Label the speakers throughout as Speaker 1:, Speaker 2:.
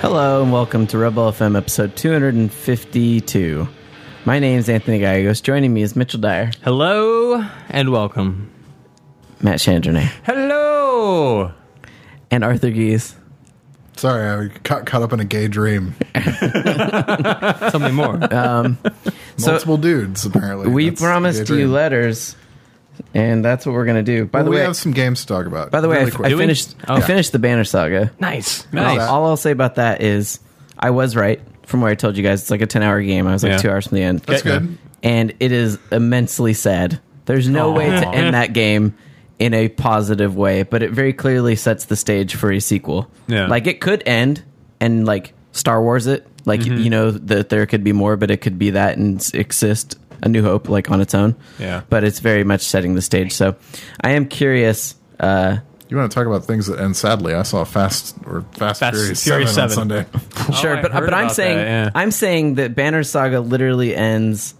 Speaker 1: Hello and welcome to Rebel FM episode 252. My name's Anthony Gallegos. Joining me is Mitchell Dyer,
Speaker 2: Hello and welcome.
Speaker 1: Matt Chandranay,
Speaker 2: Hello.
Speaker 1: and Arthur Gies.
Speaker 3: Sorry, I got caught up in a gay dream.
Speaker 2: Something more.
Speaker 3: Multiple dudes, apparently.
Speaker 1: We
Speaker 3: That's a
Speaker 1: promised
Speaker 3: gay
Speaker 1: you
Speaker 3: dream.
Speaker 1: letters, and that's what we're going to do. By
Speaker 3: Well,
Speaker 1: the
Speaker 3: we
Speaker 1: way,
Speaker 3: have some games to talk about.
Speaker 1: by the way, I- I,
Speaker 2: Do we?
Speaker 1: finished.
Speaker 2: Oh.
Speaker 1: I finished the Banner Saga.
Speaker 2: nice.
Speaker 1: All-
Speaker 2: Nice.
Speaker 1: All I'll say about that is I was right from where I told you guys. It's like a ten-hour game. I was like
Speaker 2: Yeah.
Speaker 1: two hours from the end.
Speaker 3: that's good.
Speaker 1: and it is immensely sad. There's no way to
Speaker 2: Aw.
Speaker 1: end that game in a positive way, but it very clearly sets the stage for a sequel.
Speaker 2: Yeah.
Speaker 1: Like it could end and like Star Wars it, like
Speaker 2: Mm-hmm.
Speaker 1: you know that there could be more, but it could be that and s- exist a new hope like on its own.
Speaker 2: Yeah.
Speaker 1: But it's very much setting the stage. So I am curious uh
Speaker 3: You want to talk about things that end sadly? I saw Fast or Fast,
Speaker 2: Fast
Speaker 3: Furious,
Speaker 2: Furious
Speaker 3: 7, on
Speaker 2: 7.
Speaker 3: Sunday.
Speaker 1: sure,
Speaker 2: Oh, I
Speaker 4: uh,
Speaker 1: but uh,
Speaker 2: heard
Speaker 1: but I'm
Speaker 2: about
Speaker 1: saying
Speaker 2: that, yeah.
Speaker 1: I'm saying that Banner Saga literally ends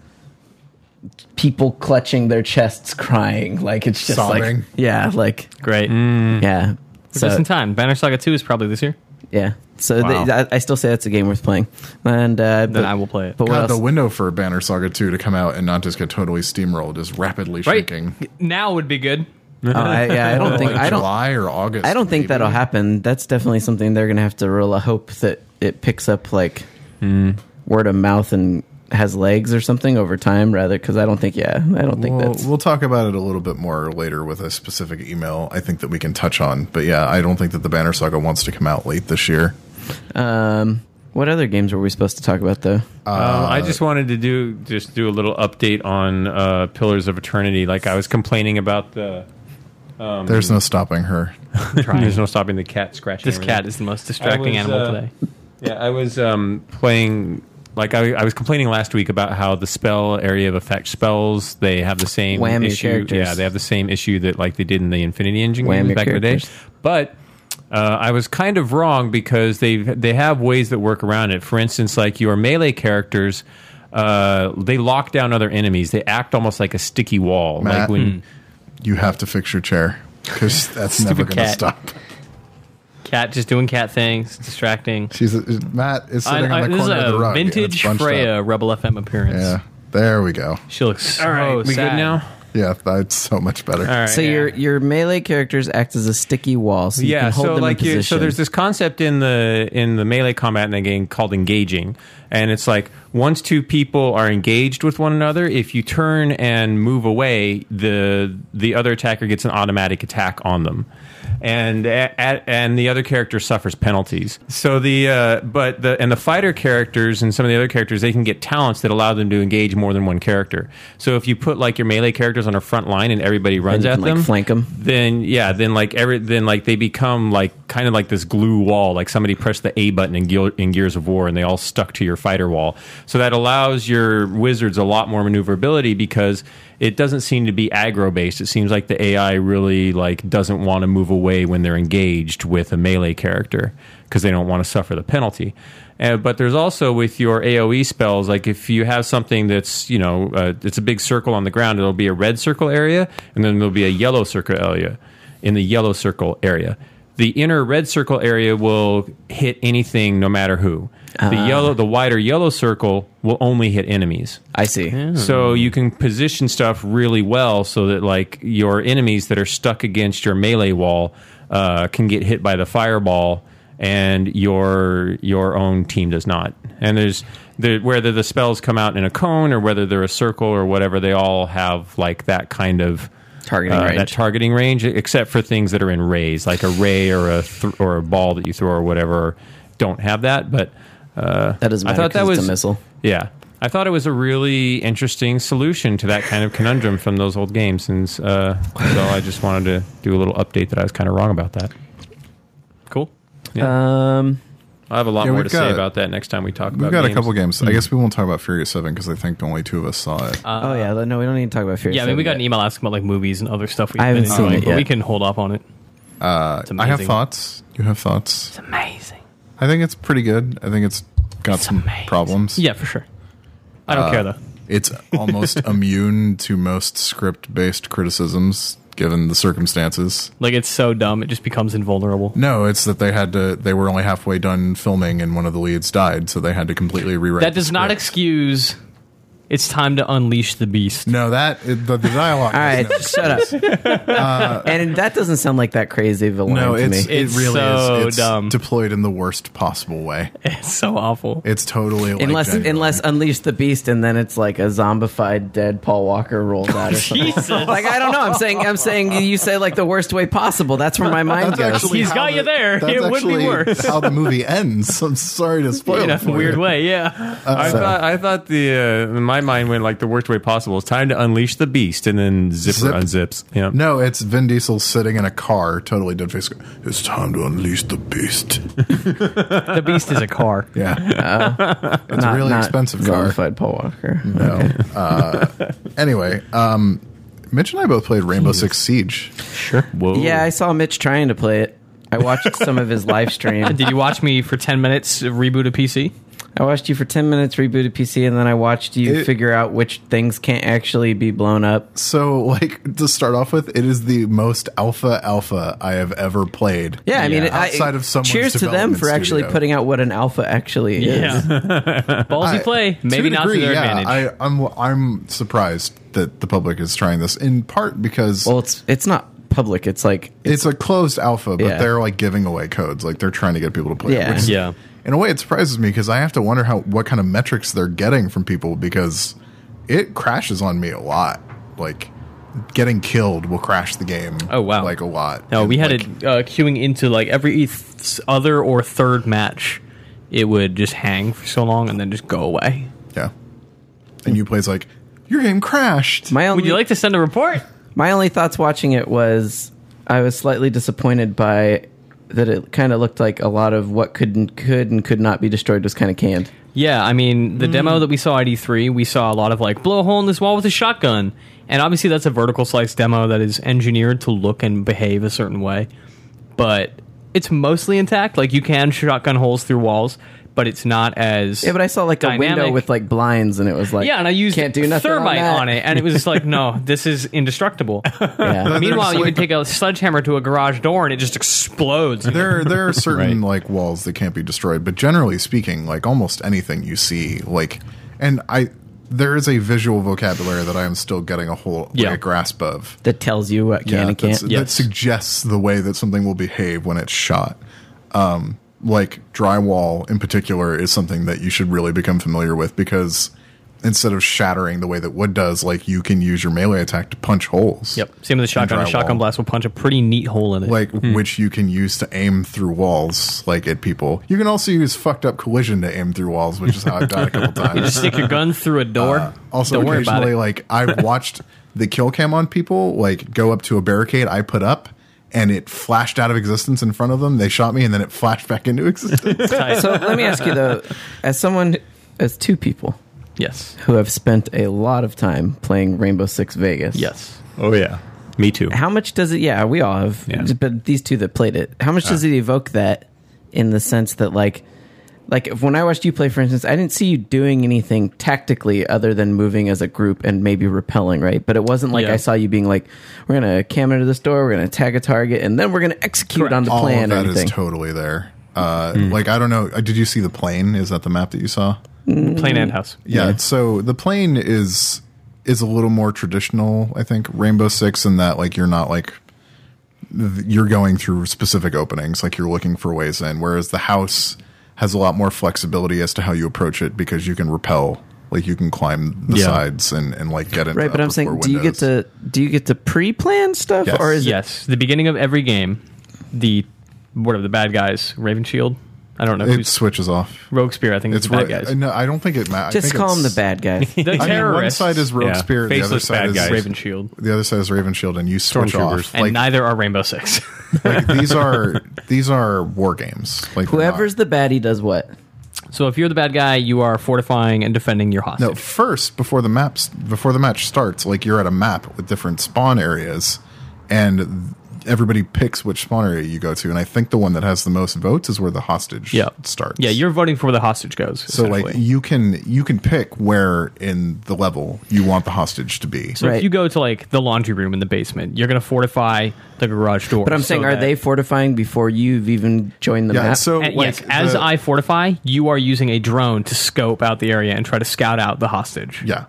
Speaker 1: people clutching their chests crying like it's just like
Speaker 3: Sobbing.
Speaker 1: yeah like
Speaker 2: Great.
Speaker 1: yeah so
Speaker 2: Mm. Just in time. Banner Saga 2 is probably this year.
Speaker 1: yeah so
Speaker 2: Wow.
Speaker 1: the, I, I still say that's a game worth playing and uh,
Speaker 2: Then I will play it.
Speaker 1: but what
Speaker 3: God, the
Speaker 1: else?
Speaker 3: window for Banner Saga 2 to come out and not just get totally steamrolled is rapidly shrinking.
Speaker 2: Now would be good.
Speaker 1: Oh, I, yeah I don't think
Speaker 3: Like
Speaker 1: I don't
Speaker 3: July or August.
Speaker 1: I don't think
Speaker 3: maybe.
Speaker 1: that'll happen that's definitely something they're gonna have to roll a hope that it picks up like
Speaker 2: Hmm.
Speaker 1: word of mouth and has legs or something over time rather because I don't think yeah I don't think
Speaker 3: We'll,
Speaker 1: that's
Speaker 3: we'll talk about it a little bit more later with a specific email I think that we can touch on. But yeah, I don't think that the Banner Saga wants to come out late this year.
Speaker 1: Um, what other games were we supposed to talk about though?
Speaker 3: Uh,
Speaker 4: Um, I just wanted to do just do a little update on uh, Pillars of Eternity. Like I was complaining about the
Speaker 2: Um,
Speaker 3: There's no stopping her.
Speaker 4: there's no stopping the cat scratching.
Speaker 2: This
Speaker 4: everything.
Speaker 2: cat is the most distracting
Speaker 4: I was,
Speaker 2: animal
Speaker 4: uh,
Speaker 2: today.
Speaker 4: Yeah, I was um, playing. Like I, I was complaining last week about how the spell area of effect spells they have the same
Speaker 1: Whammy
Speaker 4: issue.
Speaker 1: characters.
Speaker 4: Yeah, they have the same issue that like they did in the Infinity Engine games
Speaker 1: Whammy
Speaker 4: back in the
Speaker 1: characters.
Speaker 4: day. But uh, I was kind of wrong because they they have ways that work around it. For instance, like your melee characters, uh, they lock down other enemies. They act almost like a sticky wall.
Speaker 3: Matt.
Speaker 4: Like when
Speaker 3: You have to fix your chair because that's never going to
Speaker 2: cat.
Speaker 3: stop.
Speaker 2: Cat just doing cat things, distracting.
Speaker 3: She's Matt is
Speaker 2: I,
Speaker 3: sitting
Speaker 2: I-
Speaker 3: on the
Speaker 2: this is
Speaker 3: corner of the
Speaker 2: a
Speaker 3: rug. and it's
Speaker 2: vintage
Speaker 3: bunched
Speaker 2: Freya
Speaker 3: up.
Speaker 2: Rebel FM appearance.
Speaker 3: Yeah, there we go.
Speaker 2: She looks so
Speaker 4: Hmm. all right, we
Speaker 2: sad.
Speaker 4: good now?
Speaker 3: Yeah, that's so much better.
Speaker 4: All right,
Speaker 1: so your
Speaker 4: yeah.
Speaker 1: your melee characters act as a sticky wall, so you
Speaker 4: yeah,
Speaker 1: can hold
Speaker 4: so
Speaker 1: them
Speaker 4: like
Speaker 1: in
Speaker 4: you,
Speaker 1: position.
Speaker 4: so there's this concept in the in the melee combat in the game called engaging, and it's like once two people are engaged with one another, if you turn and move away, the the other attacker gets an automatic attack on them, and a- a- and the other character suffers penalties. So the uh, but the and the fighter characters and some of the other characters they can get talents that allow them to engage more than one character. So if you put like your melee characters on a front line and everybody runs
Speaker 1: you
Speaker 4: at
Speaker 1: can, like,
Speaker 4: them,
Speaker 1: flank 'em.
Speaker 4: then yeah, then like every then like they become like kind of like this glue wall. Like somebody pressed the A button in, Gear, in Gears of War, and they all stuck to your fighter wall. So that allows your wizards a lot more maneuverability because it doesn't seem to be aggro based. It seems like the AI really like doesn't want to move away when they're engaged with a melee character because they don't want to suffer the penalty. Uh, but there's also with your AOE spells, like if you have something that's you know uh, it's a big circle on the ground, it'll be a red circle area, and then there'll be a yellow circle area. In the yellow circle area, the inner red circle area will hit anything, no matter who. The yellow, the wider yellow circle will only hit enemies.
Speaker 1: I see.
Speaker 4: So you can position stuff really well so that like your enemies that are stuck against your melee wall uh, can get hit by the fireball and your your own team does not. And there's the, whether the spells come out in a cone or whether they're a circle or whatever, they all have like that kind of uh,
Speaker 1: Targeting range.
Speaker 4: That targeting range, except for things that are in rays, like a ray or a th- or a ball that you throw or whatever, don't have that. But uh,
Speaker 1: That doesn't
Speaker 4: I
Speaker 1: matter
Speaker 4: thought that
Speaker 1: 'cause it's
Speaker 4: was
Speaker 1: a missile.
Speaker 4: yeah. I thought it was a really interesting solution to that kind of conundrum from those old games, and uh, so I just wanted to do a little update that I was kind of wrong about that.
Speaker 2: Cool.
Speaker 1: Um,
Speaker 4: I'll have a lot
Speaker 3: Yeah,
Speaker 4: more
Speaker 3: we've
Speaker 4: to
Speaker 3: got-
Speaker 4: say about that next time we talk about.
Speaker 3: We've got
Speaker 4: games.
Speaker 3: a couple games.
Speaker 2: Hmm.
Speaker 3: I guess we won't talk about Furious Seven because I think only two of us saw it.
Speaker 4: uh,
Speaker 1: oh yeah, no, we don't need to talk about Fury.
Speaker 2: Yeah, I mean, we got an
Speaker 1: Seven
Speaker 2: email asking about like movies and other stuff. We've
Speaker 1: I haven't
Speaker 2: been
Speaker 1: seen
Speaker 2: enjoying,
Speaker 1: it
Speaker 2: but
Speaker 1: yet.
Speaker 2: We can hold off on it.
Speaker 3: Uh,
Speaker 2: amazing.
Speaker 3: I have thoughts. You have thoughts.
Speaker 2: Amazing.
Speaker 3: I think it's pretty good. I think it's got some
Speaker 2: amazing.
Speaker 3: problems.
Speaker 2: Yeah, for sure. Uh, I don't care though.
Speaker 3: It's almost immune to most script based criticisms given the circumstances.
Speaker 2: Like it's so dumb, it just becomes invulnerable.
Speaker 3: No, it's that they had to. They were only halfway done filming, and one of the leads died, so they had to completely rewrite.
Speaker 2: That
Speaker 3: the
Speaker 2: does not
Speaker 3: script.
Speaker 2: excuse. It's time to unleash the beast.
Speaker 3: No, that the, the dialogue.
Speaker 1: All right, shut up. and that doesn't sound like that crazy of a line
Speaker 3: Uh, No,
Speaker 1: to
Speaker 3: it's,
Speaker 1: me.
Speaker 3: it
Speaker 2: It's
Speaker 3: really
Speaker 2: so
Speaker 3: is. It's
Speaker 2: dumb.
Speaker 3: deployed in the worst possible way.
Speaker 2: It's so awful.
Speaker 3: It's totally like
Speaker 1: unless
Speaker 3: genuine.
Speaker 1: unless Unleash the Beast, and then it's like a zombified dead Paul Walker rolls out or something.
Speaker 2: Jesus,
Speaker 1: like I don't know. I'm saying I'm saying you say like the worst way possible. That's where my mind
Speaker 3: That's
Speaker 1: goes.
Speaker 3: actually
Speaker 2: He's
Speaker 3: how
Speaker 2: got
Speaker 3: the-
Speaker 2: you there.
Speaker 3: That's
Speaker 2: It would be
Speaker 3: actually
Speaker 2: worse.
Speaker 3: How the movie ends. I'm sorry to spoil
Speaker 2: in
Speaker 3: it
Speaker 2: a
Speaker 3: for
Speaker 2: weird
Speaker 3: you. Uh,
Speaker 2: way, yeah.
Speaker 4: I thought I thought the uh, my mind went like the worst way possible. It's time to unleash the beast, and then zipper
Speaker 3: Zip.
Speaker 4: unzips. Yeah.
Speaker 3: No, it's Vin Diesel sitting in a car, totally dead face. going, It's time to unleash the beast.
Speaker 2: the beast is a car.
Speaker 3: Yeah, it's a really expensive Hmm. car.
Speaker 1: Zombified Paul Walker.
Speaker 3: No. Uh, anyway, um, Mitch and I both played Rainbow Six Siege.
Speaker 4: Whoa.
Speaker 1: Yeah, I saw Mitch trying to play it. I watched some of his live stream.
Speaker 2: Did you watch me for ten minutes reboot a PC?
Speaker 1: I watched you for ten minutes reboot a PC, and then I watched you
Speaker 3: It-
Speaker 1: figure out which things can't actually be blown up.
Speaker 3: So, like to start off with, it is the most alpha alpha I have ever played.
Speaker 1: Yeah, I mean,
Speaker 2: Yeah.
Speaker 1: I-
Speaker 3: Outside of someone's
Speaker 1: cheers to them
Speaker 3: development
Speaker 1: for actually
Speaker 3: studio.
Speaker 1: putting out what an alpha actually is.
Speaker 2: Ballsy play,
Speaker 3: To
Speaker 2: maybe
Speaker 3: a
Speaker 2: not to
Speaker 3: degree,
Speaker 2: their
Speaker 3: yeah.
Speaker 2: advantage.
Speaker 3: I, I'm I'm surprised that the public is trying this in part because
Speaker 1: Well, it's it's not public. It's like
Speaker 3: it's a closed alpha, but
Speaker 1: Yeah.
Speaker 3: they're like giving away codes, like they're trying to get people to play.
Speaker 1: Yeah.
Speaker 3: it, which is-
Speaker 2: Yeah.
Speaker 3: In a way, it surprises me because I have to wonder how what kind of metrics they're getting from people because it crashes on me a lot. Like getting killed will crash the game.
Speaker 2: Oh, wow.
Speaker 3: like a lot.
Speaker 2: No,
Speaker 3: And,
Speaker 2: we had
Speaker 3: like,
Speaker 2: it uh, queuing into like every eth- other or third match. It would just hang for so long and then just go away.
Speaker 3: yeah. And you plays like your game crashed.
Speaker 1: my only
Speaker 2: Would you like to send a report?
Speaker 1: my only thoughts watching it was I was slightly disappointed by that it kind of looked like a lot of what could and could and could not be destroyed was kind of canned.
Speaker 2: Yeah, I mean, the
Speaker 1: Mm.
Speaker 2: demo that we saw at E3, we saw a lot of like blow a hole in this wall with a shotgun. And obviously, that's a vertical slice demo that is engineered to look and behave a certain way. But it's mostly intact. Like, you can shotgun holes through walls, but it's not as.
Speaker 1: Yeah, but I saw like a window
Speaker 2: Dynamic.
Speaker 1: with like blinds and it was like
Speaker 2: Yeah, and I used
Speaker 1: can't do nothing
Speaker 2: thermite
Speaker 1: on, that.
Speaker 2: on it, and it was just like, no, this is indestructible.
Speaker 1: Yeah.
Speaker 2: Meanwhile, you could take a sledgehammer to a garage door and it just explodes.
Speaker 3: there there are certain
Speaker 4: Right.
Speaker 3: like walls that can't be destroyed, but generally speaking, like almost anything you see, like and I there is a visual vocabulary that I am still getting a whole like,
Speaker 2: Yeah.
Speaker 3: a grasp of.
Speaker 1: that tells you what can and
Speaker 3: that's-
Speaker 1: can't.
Speaker 3: that suggests the way that something will behave when it's shot. Um, like drywall in particular is something that you should really become familiar with because instead of shattering the way that wood does, like you can use your melee attack to punch holes.
Speaker 2: Yep. Same with the shotgun. A
Speaker 3: drywall.
Speaker 2: shotgun blast will punch a pretty neat hole in it.
Speaker 3: like which you can use to aim through walls like at people you can also use fucked up collision to aim through walls which is how i've died a couple times
Speaker 2: Stick your gun through a door.
Speaker 3: Uh, also
Speaker 2: don't worry about
Speaker 3: occasionally
Speaker 2: it.
Speaker 3: like i've watched the kill cam on people like go up to a barricade i put up and it flashed out of existence in front of them they shot me and then it flashed back into existence
Speaker 1: So let me ask you though, as someone as two people
Speaker 2: Yes.
Speaker 1: who have spent a lot of time playing Rainbow Six Vegas.
Speaker 2: Yes.
Speaker 4: Oh yeah. Me too.
Speaker 1: How much does it yeah, Ah. we all have
Speaker 4: Yeah.
Speaker 1: but these two that played it, how much does it evoke that in the sense that like like if- when I watched you play for instance, I didn't see you doing anything tactically other than moving as a group and maybe repelling, right? But it wasn't like
Speaker 2: Yeah.
Speaker 1: I saw you being like, We're gonna cam into this door, we're gonna tag a target, and then we're gonna execute on the
Speaker 3: all of
Speaker 1: plan or
Speaker 3: that is
Speaker 1: anything.
Speaker 3: totally there uh,
Speaker 2: Hmm.
Speaker 3: like i don't know uh, did you see the plane is that the map that you saw
Speaker 2: Plain and house.
Speaker 3: yeah, so the plane is is a little more traditional i think rainbow six in that like you're not like th- you're going through specific openings like you're looking for ways in whereas the house has a lot more flexibility as to how you approach it because you can repel like you can climb the
Speaker 2: Yeah.
Speaker 3: sides and and like get into
Speaker 1: Right, but
Speaker 3: upper
Speaker 1: I'm saying,
Speaker 3: floor
Speaker 1: do you get
Speaker 3: uh, windows.
Speaker 1: to do you get to pre-plan stuff,
Speaker 3: Yes.
Speaker 1: or is it
Speaker 2: Yes. The beginning of every game, the whatever the bad guys, Raven Shield. I don't know
Speaker 3: it
Speaker 2: who's
Speaker 3: switches off
Speaker 2: Rogue Spear. I think it's
Speaker 3: it's
Speaker 2: the bad
Speaker 3: ro-
Speaker 2: guys.
Speaker 3: no i don't think it matters
Speaker 1: just call them the bad guys?
Speaker 2: The
Speaker 3: I mean, one
Speaker 2: terrorists.
Speaker 3: side is rogue
Speaker 4: Yeah.
Speaker 3: spirit the other
Speaker 4: Faceless
Speaker 3: side
Speaker 4: bad
Speaker 3: is
Speaker 4: guys.
Speaker 2: Raven Shield,
Speaker 3: the other side is raven shield and you switch
Speaker 4: Stormtroopers.
Speaker 3: off
Speaker 2: and neither are Rainbow Six.
Speaker 3: like these are these are war games. Like they're
Speaker 1: Whoever's
Speaker 3: not-
Speaker 1: the baddie does what?
Speaker 2: so if you're the bad guy, you are fortifying and defending your hostage.
Speaker 3: no first before the maps before the match starts, like you're at a map with different spawn areas, and everybody picks which spawn area you go to, and I think the one that has the most votes is where the hostage
Speaker 2: Yeah.
Speaker 3: starts.
Speaker 2: Yeah, you're voting for where the hostage goes.
Speaker 3: so like
Speaker 2: essentially.
Speaker 3: you can you can pick where in the level you want the hostage to be.
Speaker 2: so
Speaker 1: Right.
Speaker 2: if you go to like the laundry room in the basement, you're going to fortify the garage door.
Speaker 1: But I'm
Speaker 2: so
Speaker 1: saying, are
Speaker 2: that-
Speaker 1: they fortifying before you've even joined the
Speaker 3: yeah,
Speaker 1: map?
Speaker 3: so
Speaker 2: And
Speaker 3: like
Speaker 2: yes, as
Speaker 3: the-
Speaker 2: I fortify, you are using a drone to scope out the area and try to scout out the hostage.
Speaker 3: yeah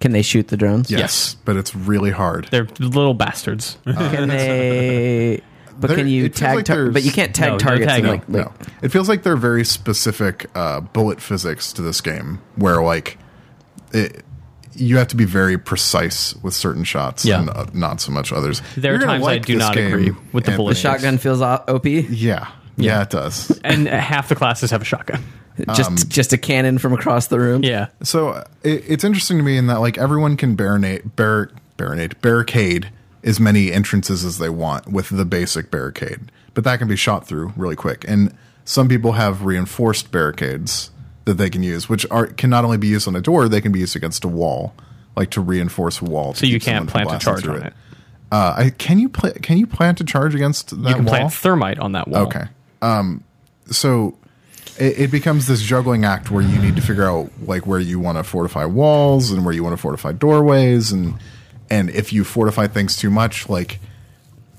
Speaker 1: Can they shoot the drones?
Speaker 3: yes,
Speaker 2: Yes.
Speaker 3: but it's really hard.
Speaker 2: They're little bastards.
Speaker 1: Can they? But
Speaker 3: There-
Speaker 1: can you
Speaker 3: it feels
Speaker 1: tag?
Speaker 3: like
Speaker 1: tar-
Speaker 3: there's-
Speaker 1: but you can't tag
Speaker 2: No, no
Speaker 1: targets. and,
Speaker 2: tagging.
Speaker 1: like, like-
Speaker 3: no. It feels like they're very specific uh, bullet physics to this game, where like it, you have to be very precise with certain shots,
Speaker 2: Yeah.
Speaker 3: and uh, not so much others.
Speaker 2: There are
Speaker 3: You're gonna
Speaker 2: times I do
Speaker 3: this
Speaker 2: not
Speaker 3: game,
Speaker 2: agree with the
Speaker 3: Anthony.
Speaker 2: bullet
Speaker 1: The shotgun feels o- op.
Speaker 3: Yeah, yeah, it does.
Speaker 2: and half the classes have a shotgun.
Speaker 1: Just
Speaker 3: um,
Speaker 1: just a cannon from across the room.
Speaker 2: Yeah.
Speaker 3: So uh, it, it's interesting to me in that like everyone can baronate, bar, baronate, barricade as many entrances as they want with the basic barricade, but that can be shot through really quick. And some people have reinforced barricades that they can use, which are can not only be used on a door, they can be used against a wall, like to reinforce a wall.
Speaker 2: So you can't plant a charge on it.
Speaker 3: Uh, I, can you pla- can you plant a charge against that
Speaker 2: You can
Speaker 3: wall?
Speaker 2: plant thermite on that wall.
Speaker 3: Okay. Um, so it, it becomes this juggling act where you need to figure out like where you want to fortify walls and where you want to fortify doorways and and if you fortify things too much, like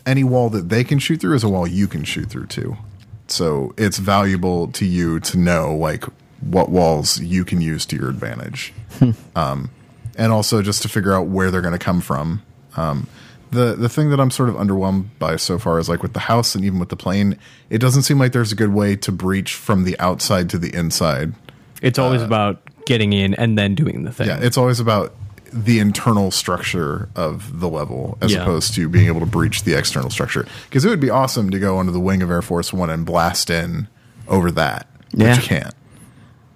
Speaker 3: any wall that they can shoot through is a wall you can shoot through too. So it's valuable to you to know like what walls you can use to your advantage and also just to figure out where they're going to come from. Um, the the thing that I'm sort of underwhelmed by so far is like with the house and even with the plane, it doesn't seem like there's a good way to breach from the outside to the inside.
Speaker 2: It's always about getting in and then doing the thing.
Speaker 3: Yeah, it's always about the internal structure of the level as
Speaker 2: Yeah.
Speaker 3: opposed to being able to breach the external structure. Because it would be awesome to go under the wing of Air Force One and blast in over that,
Speaker 1: Yeah.
Speaker 3: but you can't.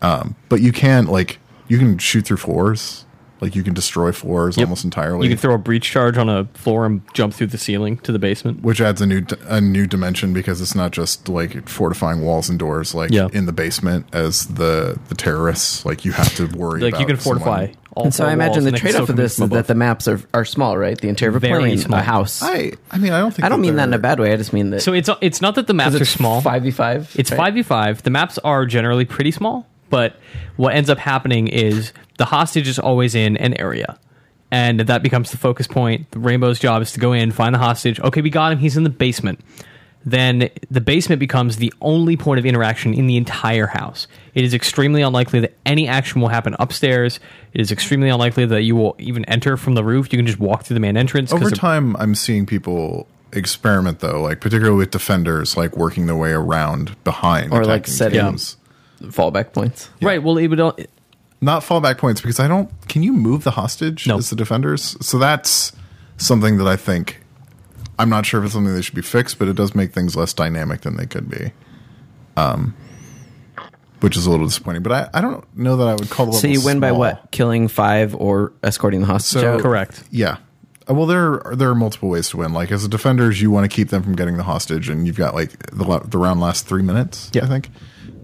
Speaker 3: Um, but you can like you can shoot through floors, like you can destroy floors almost entirely.
Speaker 2: You can throw a breach charge on a floor and jump through the ceiling to the basement.
Speaker 3: which adds a new a new dimension because it's not just like fortifying walls and doors like
Speaker 2: Yeah.
Speaker 3: in the basement as the the terrorists like you have to worry
Speaker 2: Like you
Speaker 3: about
Speaker 2: can fortify
Speaker 3: someone.
Speaker 2: all
Speaker 1: And so
Speaker 2: four
Speaker 1: I
Speaker 2: walls
Speaker 1: imagine the
Speaker 2: and they can
Speaker 1: trade-off
Speaker 2: still
Speaker 1: of
Speaker 2: come in
Speaker 1: this
Speaker 2: from
Speaker 1: is that
Speaker 2: above.
Speaker 1: the maps are, are small, right? The interior of a
Speaker 2: Very
Speaker 1: plane,
Speaker 2: small.
Speaker 1: a house. I,
Speaker 3: I I mean I don't think
Speaker 1: don't mean that in a
Speaker 3: they're-
Speaker 1: bad way. I just mean that
Speaker 2: So it's it's not that the maps are small.
Speaker 1: Five v five.
Speaker 2: It's 5v5. The maps are generally pretty small, but what ends up happening is the hostage is always in an area. And that becomes the focus point. The Rainbow's job is to go in, find the hostage. Okay, we got him. He's in the basement. Then the basement becomes the only point of interaction in the entire house. It is extremely unlikely that any action will happen upstairs. It is extremely unlikely that you will even enter from the roof. You can just walk through the main entrance. 'cause
Speaker 3: over
Speaker 2: they're-
Speaker 3: time I'm seeing people experiment though like particularly with defenders like working their way around behind
Speaker 1: Or, like,
Speaker 3: attacking
Speaker 1: setting-
Speaker 3: teams.
Speaker 1: fallback points.
Speaker 2: Right. Well, it would. al-
Speaker 3: Oh, not fallback points because I don't. Can you move the hostage
Speaker 2: No.
Speaker 3: as the defenders? So that's something that I think I'm not sure if it's something that should be fixed, but it does make things less dynamic than they could be. Um, which is a little disappointing. But I, I don't know that I would call the level.
Speaker 1: So you win by
Speaker 3: small.
Speaker 1: what? Killing five or escorting the hostage
Speaker 3: So-
Speaker 1: out?
Speaker 2: Correct.
Speaker 3: Yeah. Uh, Well, there are, there are multiple ways to win. Like as a defenders, you want to keep them from getting the hostage, and you've got like the la- the round lasts three minutes. I
Speaker 2: Yeah.
Speaker 3: think.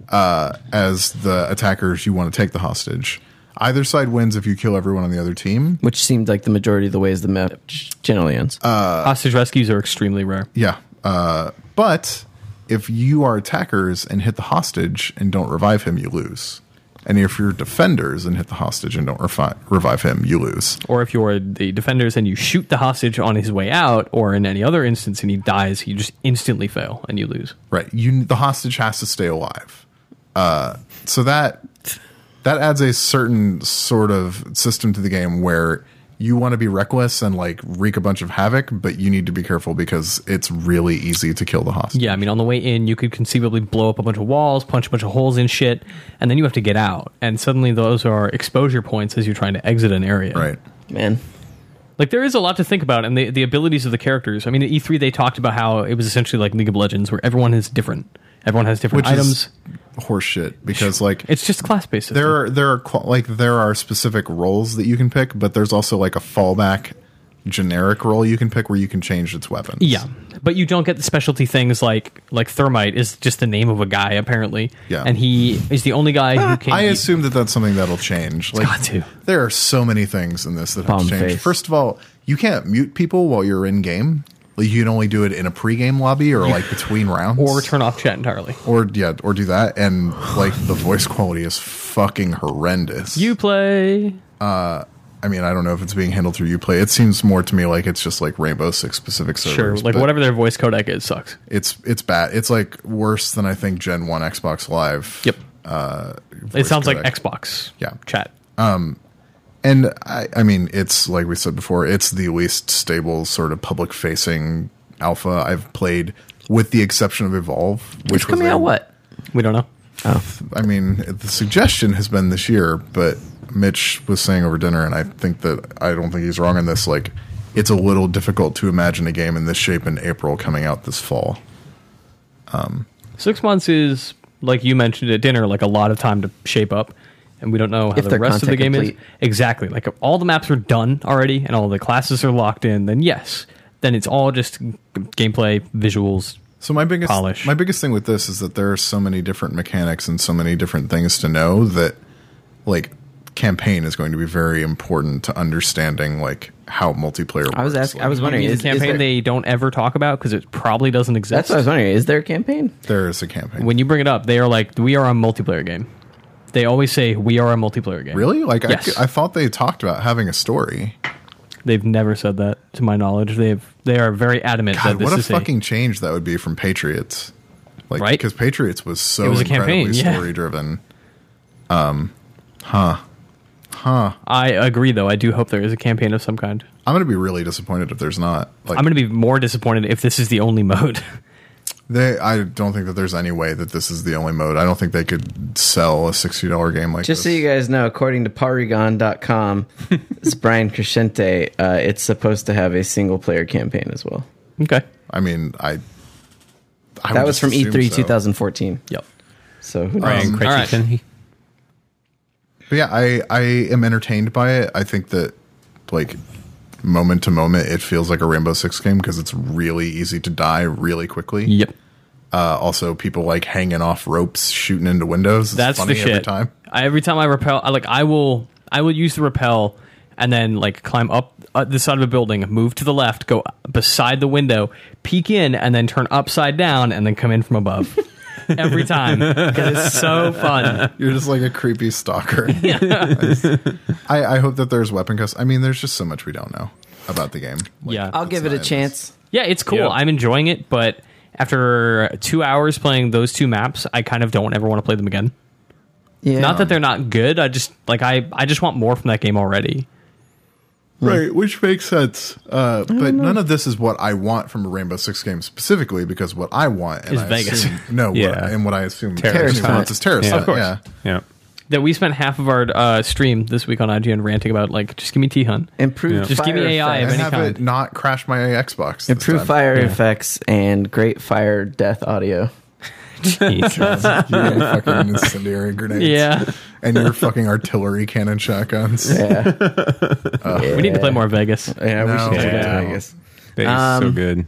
Speaker 3: Uh, as the attackers, you want to take the hostage. Either side wins if you kill everyone on the other team.
Speaker 1: Which seemed like the majority of the ways the map generally ends.
Speaker 3: uh,
Speaker 2: hostage rescues are extremely rare.
Speaker 3: Yeah. Uh, but if you are attackers and hit the hostage and don't revive him, you lose. And if you're defenders and hit the hostage and don't refi- revive him, you lose.
Speaker 2: or if you're the defenders and you shoot the hostage on his way out, or in any other instance and he dies, you just instantly fail and you lose.
Speaker 3: Right. You the hostage has to stay alive. Uh, so that that adds a certain sort of system to the game where you want to be reckless and like wreak a bunch of havoc, but you need to be careful because it's really easy to kill the hostage.
Speaker 2: Yeah, I mean, on the way in, you could conceivably blow up a bunch of walls, punch a bunch of holes in shit, and then you have to get out. And suddenly, those are exposure points as you're trying to exit an area.
Speaker 3: Right.
Speaker 1: Man.
Speaker 2: Like, there is a lot to think about, and the, the abilities of the characters. I mean, at E3, they talked about how it was essentially like League of Legends, where everyone is different. Everyone has different
Speaker 3: Which
Speaker 2: items.
Speaker 3: is horseshit because like
Speaker 2: it's just class based.
Speaker 3: there are there are qual- like there are specific roles that you can pick, but there's also like a fallback generic role you can pick where you can change its weapons.
Speaker 2: Yeah, but you don't get the specialty things like like thermite is just the name of a guy apparently.
Speaker 3: Yeah. Ah,
Speaker 2: and he is the only guy who can.
Speaker 3: I assume that that's something that'll change. Like,
Speaker 2: got to.
Speaker 3: there are so many things in this that have
Speaker 1: Bomb
Speaker 3: to change.
Speaker 1: face.
Speaker 3: First of all, you can't mute people while you're in game. Like you can only do it in a pregame lobby or like between rounds,
Speaker 2: or turn off chat entirely.
Speaker 3: or yeah, or do that. And like the voice quality is fucking horrendous.
Speaker 2: You play.
Speaker 3: I mean, I don't know if it's being handled through UPlay. It seems more to me like it's just like Rainbow Six specific servers.
Speaker 2: Sure, like
Speaker 3: but
Speaker 2: whatever their voice codec is sucks.
Speaker 3: It's it's bad. It's like worse than I think Gen One Xbox Live.
Speaker 2: Yep.
Speaker 3: Uh,
Speaker 2: It sounds like
Speaker 3: Xbox.
Speaker 2: Xbox.
Speaker 3: Yeah.
Speaker 2: chat.
Speaker 3: And I, I mean, it's like we said before, it's the least stable sort of public facing alpha I've played, with the exception of Evolve, which
Speaker 1: It's coming
Speaker 3: was a-
Speaker 1: out what?
Speaker 2: We don't know.
Speaker 3: I mean, the suggestion has been this year, but Mitch was saying over dinner, and I think that I don't think he's wrong on this. Like, it's a little difficult to imagine a game in this shape in April coming out this fall.
Speaker 2: Six months is like you mentioned at dinner, like a lot of time to shape up, and we don't know how
Speaker 1: If
Speaker 2: the
Speaker 1: they're
Speaker 2: rest of the
Speaker 1: content
Speaker 2: game is.
Speaker 1: complete.
Speaker 2: Exactly. Like if all the maps are done already, and all the classes are locked in. Then yes, then it's all just g- gameplay, visuals.
Speaker 3: So my biggest
Speaker 2: Polish.
Speaker 3: my biggest thing with this is that there are so many different mechanics and so many different things to know that like campaign is going to be very important to understanding like how multiplayer works.
Speaker 1: I was asking. I was
Speaker 2: I
Speaker 1: wondering.
Speaker 2: mean,
Speaker 1: Is,
Speaker 2: the campaign
Speaker 1: is there,
Speaker 2: they don't ever talk about because it probably doesn't exist.
Speaker 1: that's what I was wondering. Is there a campaign?
Speaker 3: there is a campaign.
Speaker 2: when you bring it up, they are like, "We are a multiplayer game." They always say, "We are a multiplayer game."
Speaker 3: really? Like I
Speaker 2: Yes.
Speaker 3: c- I, thought they talked about having a story.
Speaker 2: They've never said that, to my knowledge. They've they are very adamant that
Speaker 3: God,
Speaker 2: this
Speaker 3: what a
Speaker 2: is
Speaker 3: fucking change that would be from Patriots. Like
Speaker 2: Right?
Speaker 3: because Patriots was so
Speaker 2: It was a
Speaker 3: incredibly
Speaker 2: campaign, yeah.
Speaker 3: story driven.
Speaker 2: I agree, though. I do hope there is a campaign of some kind.
Speaker 3: I'm going to be really disappointed if there's not. Like
Speaker 2: I'm going to be more disappointed if this is the only mode.
Speaker 3: they I don't think that there's any way that this is the only mode. I don't think they could sell a $60 game like
Speaker 1: Just so
Speaker 3: this.
Speaker 1: you guys know, according to Porygon.com, it's Brian Crescente. Uh, it's supposed to have a single player campaign as well.
Speaker 2: okay.
Speaker 3: I mean, I. I
Speaker 1: That
Speaker 3: would
Speaker 1: was
Speaker 3: just
Speaker 1: from
Speaker 2: E
Speaker 1: E
Speaker 3: assume
Speaker 1: E3
Speaker 3: so.
Speaker 1: 2014.
Speaker 2: Yep.
Speaker 1: So who knows?
Speaker 4: Brian
Speaker 2: all right.
Speaker 4: Critchington.
Speaker 3: But yeah, I I am entertained by it. I think that like moment to moment, it feels like a Rainbow Six game because it's really easy to die really quickly.
Speaker 2: Yep.
Speaker 3: Uh, also, people like hanging off ropes, shooting into windows. It's
Speaker 2: That's
Speaker 3: funny
Speaker 2: the shit.
Speaker 3: every time.
Speaker 2: I, every time I repel, I, like I will, I will use the repel and then like climb up uh, the side of a building, move to the left, go beside the window, peek in, and then turn upside down, and then come in from above. every time, 'Cause it's so fun.
Speaker 3: You're just like a creepy stalker. I, I hope that there's weapon customs. I mean, there's just so much we don't know about the game. Like,
Speaker 2: Yeah.
Speaker 1: I'll give it a
Speaker 3: nice.
Speaker 1: chance.
Speaker 2: Yeah, it's cool.
Speaker 4: Yeah.
Speaker 2: I'm enjoying it, but after two hours playing those two maps, I kind of don't ever want to play them again.
Speaker 1: Yeah.
Speaker 2: Not that they're not good. I just like I I just want more from that game already.
Speaker 3: Right, which makes sense. Uh, but none of this is what I want from a Rainbow Six game specifically, because what I want and
Speaker 2: Is
Speaker 3: I
Speaker 2: Vegas.
Speaker 3: Assume, no,
Speaker 4: Yeah.
Speaker 3: what, and what I assume
Speaker 4: Terrorist
Speaker 3: everyone wants
Speaker 1: hunt.
Speaker 3: is terrorist.
Speaker 4: Yeah.
Speaker 3: hunt,
Speaker 4: Of
Speaker 2: course.
Speaker 3: Yeah.
Speaker 4: Yeah.
Speaker 2: That we spent half of our uh, stream this week on IGN ranting about like just give me T Hunt.
Speaker 1: improved.
Speaker 2: Just give me
Speaker 1: fire
Speaker 2: AI of
Speaker 1: effects.
Speaker 2: any
Speaker 3: And have
Speaker 2: kind.
Speaker 3: it not crash my Xbox. this
Speaker 1: Improved
Speaker 3: time.
Speaker 1: fire effects and great fire death audio.
Speaker 3: Your fucking incendiary grenades.
Speaker 2: yeah.
Speaker 3: And your fucking artillery cannon shotguns.
Speaker 1: Yeah.
Speaker 2: We need to play more Vegas.
Speaker 1: Yeah, we
Speaker 3: No.
Speaker 1: should take it to
Speaker 4: Yeah.
Speaker 1: Vegas.
Speaker 4: That is so
Speaker 1: Um,
Speaker 4: good.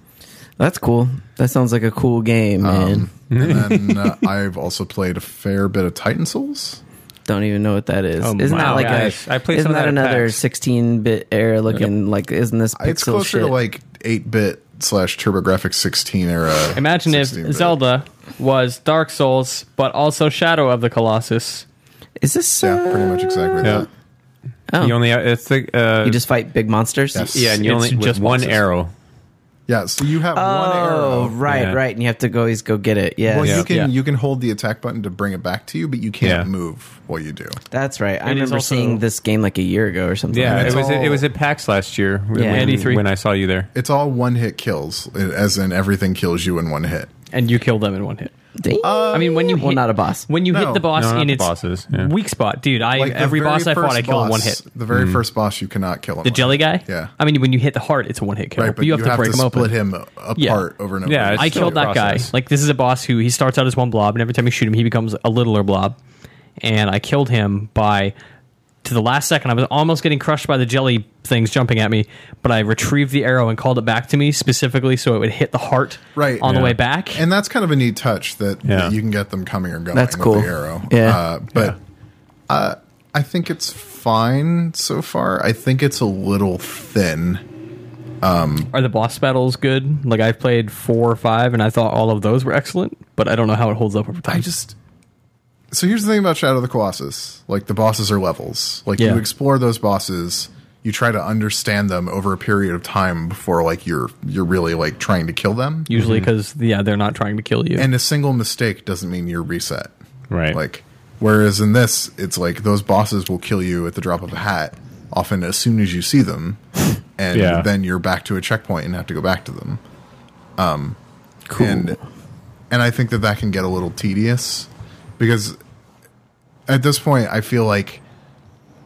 Speaker 1: That's cool. That sounds like a cool game, man.
Speaker 3: and then uh, I've also played a fair bit of Titan Souls.
Speaker 1: Don't even know what that is.
Speaker 2: Oh,
Speaker 1: isn't
Speaker 2: wow,
Speaker 1: that like
Speaker 4: guys.
Speaker 1: a?
Speaker 4: I played
Speaker 1: isn't
Speaker 4: some of
Speaker 1: that
Speaker 4: that at
Speaker 1: another
Speaker 4: PAX.
Speaker 1: 16-bit era looking like? Isn't this pixel
Speaker 3: it's closer
Speaker 1: shit?
Speaker 3: to like 8 bit slash TurboGrafx 16 era.
Speaker 2: Imagine if
Speaker 3: 16-bit.
Speaker 2: Zelda was Dark Souls, but also Shadow of the Colossus.
Speaker 1: Is this?
Speaker 3: Yeah,
Speaker 1: uh,
Speaker 3: pretty much exactly
Speaker 4: Yeah.
Speaker 3: that.
Speaker 1: Oh.
Speaker 4: You only it's the uh,
Speaker 1: You just fight big monsters.
Speaker 3: Yes.
Speaker 4: yeah, and you
Speaker 2: it's
Speaker 4: only with
Speaker 2: just
Speaker 4: one
Speaker 2: bosses.
Speaker 4: arrow.
Speaker 3: Yeah, so you have one
Speaker 1: Oh,
Speaker 3: arrow.
Speaker 1: right,
Speaker 4: Yeah.
Speaker 1: right, and you have to go always go get it. Yeah,
Speaker 3: Well, you can
Speaker 2: Yeah.
Speaker 3: you can hold the attack button to bring it back to you, but you can't
Speaker 4: Yeah.
Speaker 3: move while you do.
Speaker 1: that's right. I
Speaker 2: It is
Speaker 1: remember
Speaker 2: also-
Speaker 1: seeing this game like a year ago or something.
Speaker 4: Yeah,
Speaker 1: like
Speaker 4: it
Speaker 1: that.
Speaker 4: was
Speaker 3: all-
Speaker 4: it was at PAX last year when,
Speaker 1: Yeah.
Speaker 2: ND3.
Speaker 4: when I saw you there.
Speaker 3: It's all one hit kills, as in everything kills you in one hit.
Speaker 2: And you kill them in one hit.
Speaker 1: Dang.
Speaker 2: I mean, when you
Speaker 1: well,
Speaker 2: hit,
Speaker 1: not a boss.
Speaker 2: When you
Speaker 3: No.
Speaker 2: hit the boss
Speaker 4: No, not
Speaker 2: in
Speaker 4: the
Speaker 2: its
Speaker 4: bosses, yeah.
Speaker 2: weak spot, dude. I
Speaker 3: Like the
Speaker 2: every
Speaker 3: very
Speaker 2: boss I fought,
Speaker 3: first
Speaker 2: I killed in one
Speaker 3: boss- Mm-hmm.
Speaker 2: hit.
Speaker 3: The very first boss you cannot kill. in
Speaker 2: The
Speaker 3: one
Speaker 2: jelly
Speaker 3: hit.
Speaker 2: guy.
Speaker 3: Yeah,
Speaker 2: I mean, when you hit the heart, it's a one hit kill.
Speaker 3: right.
Speaker 2: but you have to break him
Speaker 3: split
Speaker 2: open.
Speaker 3: him apart over and over.
Speaker 4: Yeah,
Speaker 3: again.
Speaker 4: it's
Speaker 2: I
Speaker 4: still
Speaker 2: killed
Speaker 4: a
Speaker 2: that
Speaker 4: process.
Speaker 2: guy. Like this is a boss who he starts out as one blob, and every time you shoot him, he becomes a littler blob. And I killed him by to the last second. I was almost getting crushed by the jelly things jumping at me, but I retrieved the arrow and called it back to me specifically so it would hit the heart
Speaker 3: Right.
Speaker 2: on the
Speaker 4: Yeah.
Speaker 2: way back.
Speaker 3: and that's kind of a neat touch that,
Speaker 4: Yeah.
Speaker 3: that you can get them coming or going.
Speaker 1: That's
Speaker 3: with
Speaker 1: cool.
Speaker 3: The arrow.
Speaker 1: Yeah.
Speaker 3: uh, but Uh, I think it's fine so far. I think it's a little thin.
Speaker 2: Are the boss battles good? Like I've played four or five, and I thought all of those were excellent, but I don't know how it holds up over time.
Speaker 3: I just so here's the thing about Shadow of the Colossus: like the bosses are levels. Like
Speaker 2: Yeah.
Speaker 3: you explore those bosses, you try to understand them over a period of time before like you're you're really like trying to kill them.
Speaker 2: usually because yeah, they're not trying to kill you.
Speaker 3: And a single mistake doesn't mean you're reset.
Speaker 4: Right.
Speaker 3: Like whereas in this, it's like those bosses will kill you at the drop of a hat, often as soon as you see them, and
Speaker 4: Yeah.
Speaker 3: then you're back to a checkpoint and have to go back to them. Um,
Speaker 1: Cool.
Speaker 3: and and I think that that can get a little tedious because at this point I feel like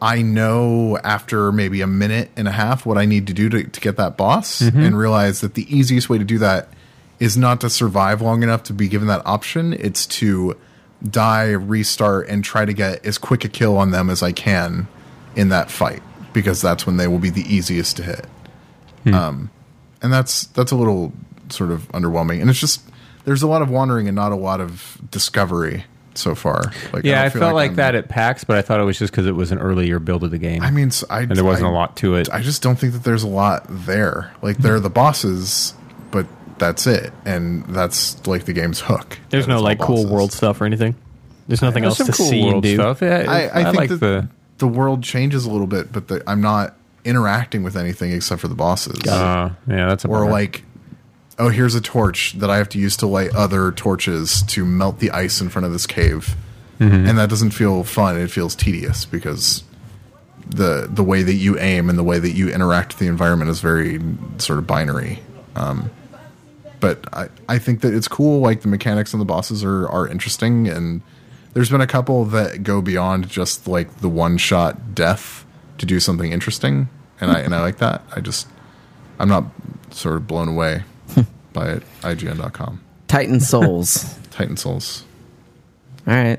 Speaker 3: I know after maybe a minute and a half what I need to do to, to get that boss
Speaker 4: Mm-hmm.
Speaker 3: and realize that the easiest way to do that is not to survive long enough to be given that option it's to die restart and try to get as quick a kill on them as I can in that fight because that's when they will be the easiest to hit
Speaker 4: Hmm.
Speaker 3: Um, and that's that's a little sort of underwhelming and it's just there's a lot of wandering and not a lot of discovery so far like
Speaker 4: Yeah,
Speaker 3: don't
Speaker 4: I,
Speaker 3: feel
Speaker 4: felt like,
Speaker 3: I'm-
Speaker 4: that at PAX, but I thought it was just because it was an earlier build of the game.
Speaker 3: i mean s- I,
Speaker 4: and there wasn't
Speaker 3: a
Speaker 4: a lot to it.
Speaker 3: i just don't think that there's a lot there like they're the bosses but that's it and that's like the game's hook
Speaker 2: There's
Speaker 3: That
Speaker 2: no
Speaker 3: it's
Speaker 2: like
Speaker 3: all
Speaker 2: cool
Speaker 3: bosses.
Speaker 2: world stuff or anything. There's nothing
Speaker 4: There's
Speaker 2: else to see and do.
Speaker 4: Yeah, it-
Speaker 3: i, I, think
Speaker 4: like
Speaker 3: that
Speaker 4: the.
Speaker 3: the, world changes a little bit but the, i'm not interacting with anything except for the bosses
Speaker 4: Uh, yeah, that's a
Speaker 3: or
Speaker 4: bummer.
Speaker 3: like oh here's a torch that i have to use to light other torches to melt the ice in front of this cave and that doesn't feel fun it feels tedious because the the way that you aim and the way that you interact with the environment is very sort of binary um, but I, I think that it's cool like the mechanics and the bosses are are interesting and there's been a couple that go beyond just like the one shot death to do something interesting and i and i like that i just I'm not sort of blown away by it. IGN.com,
Speaker 1: Titan Souls.
Speaker 3: Titan Souls,
Speaker 1: All right.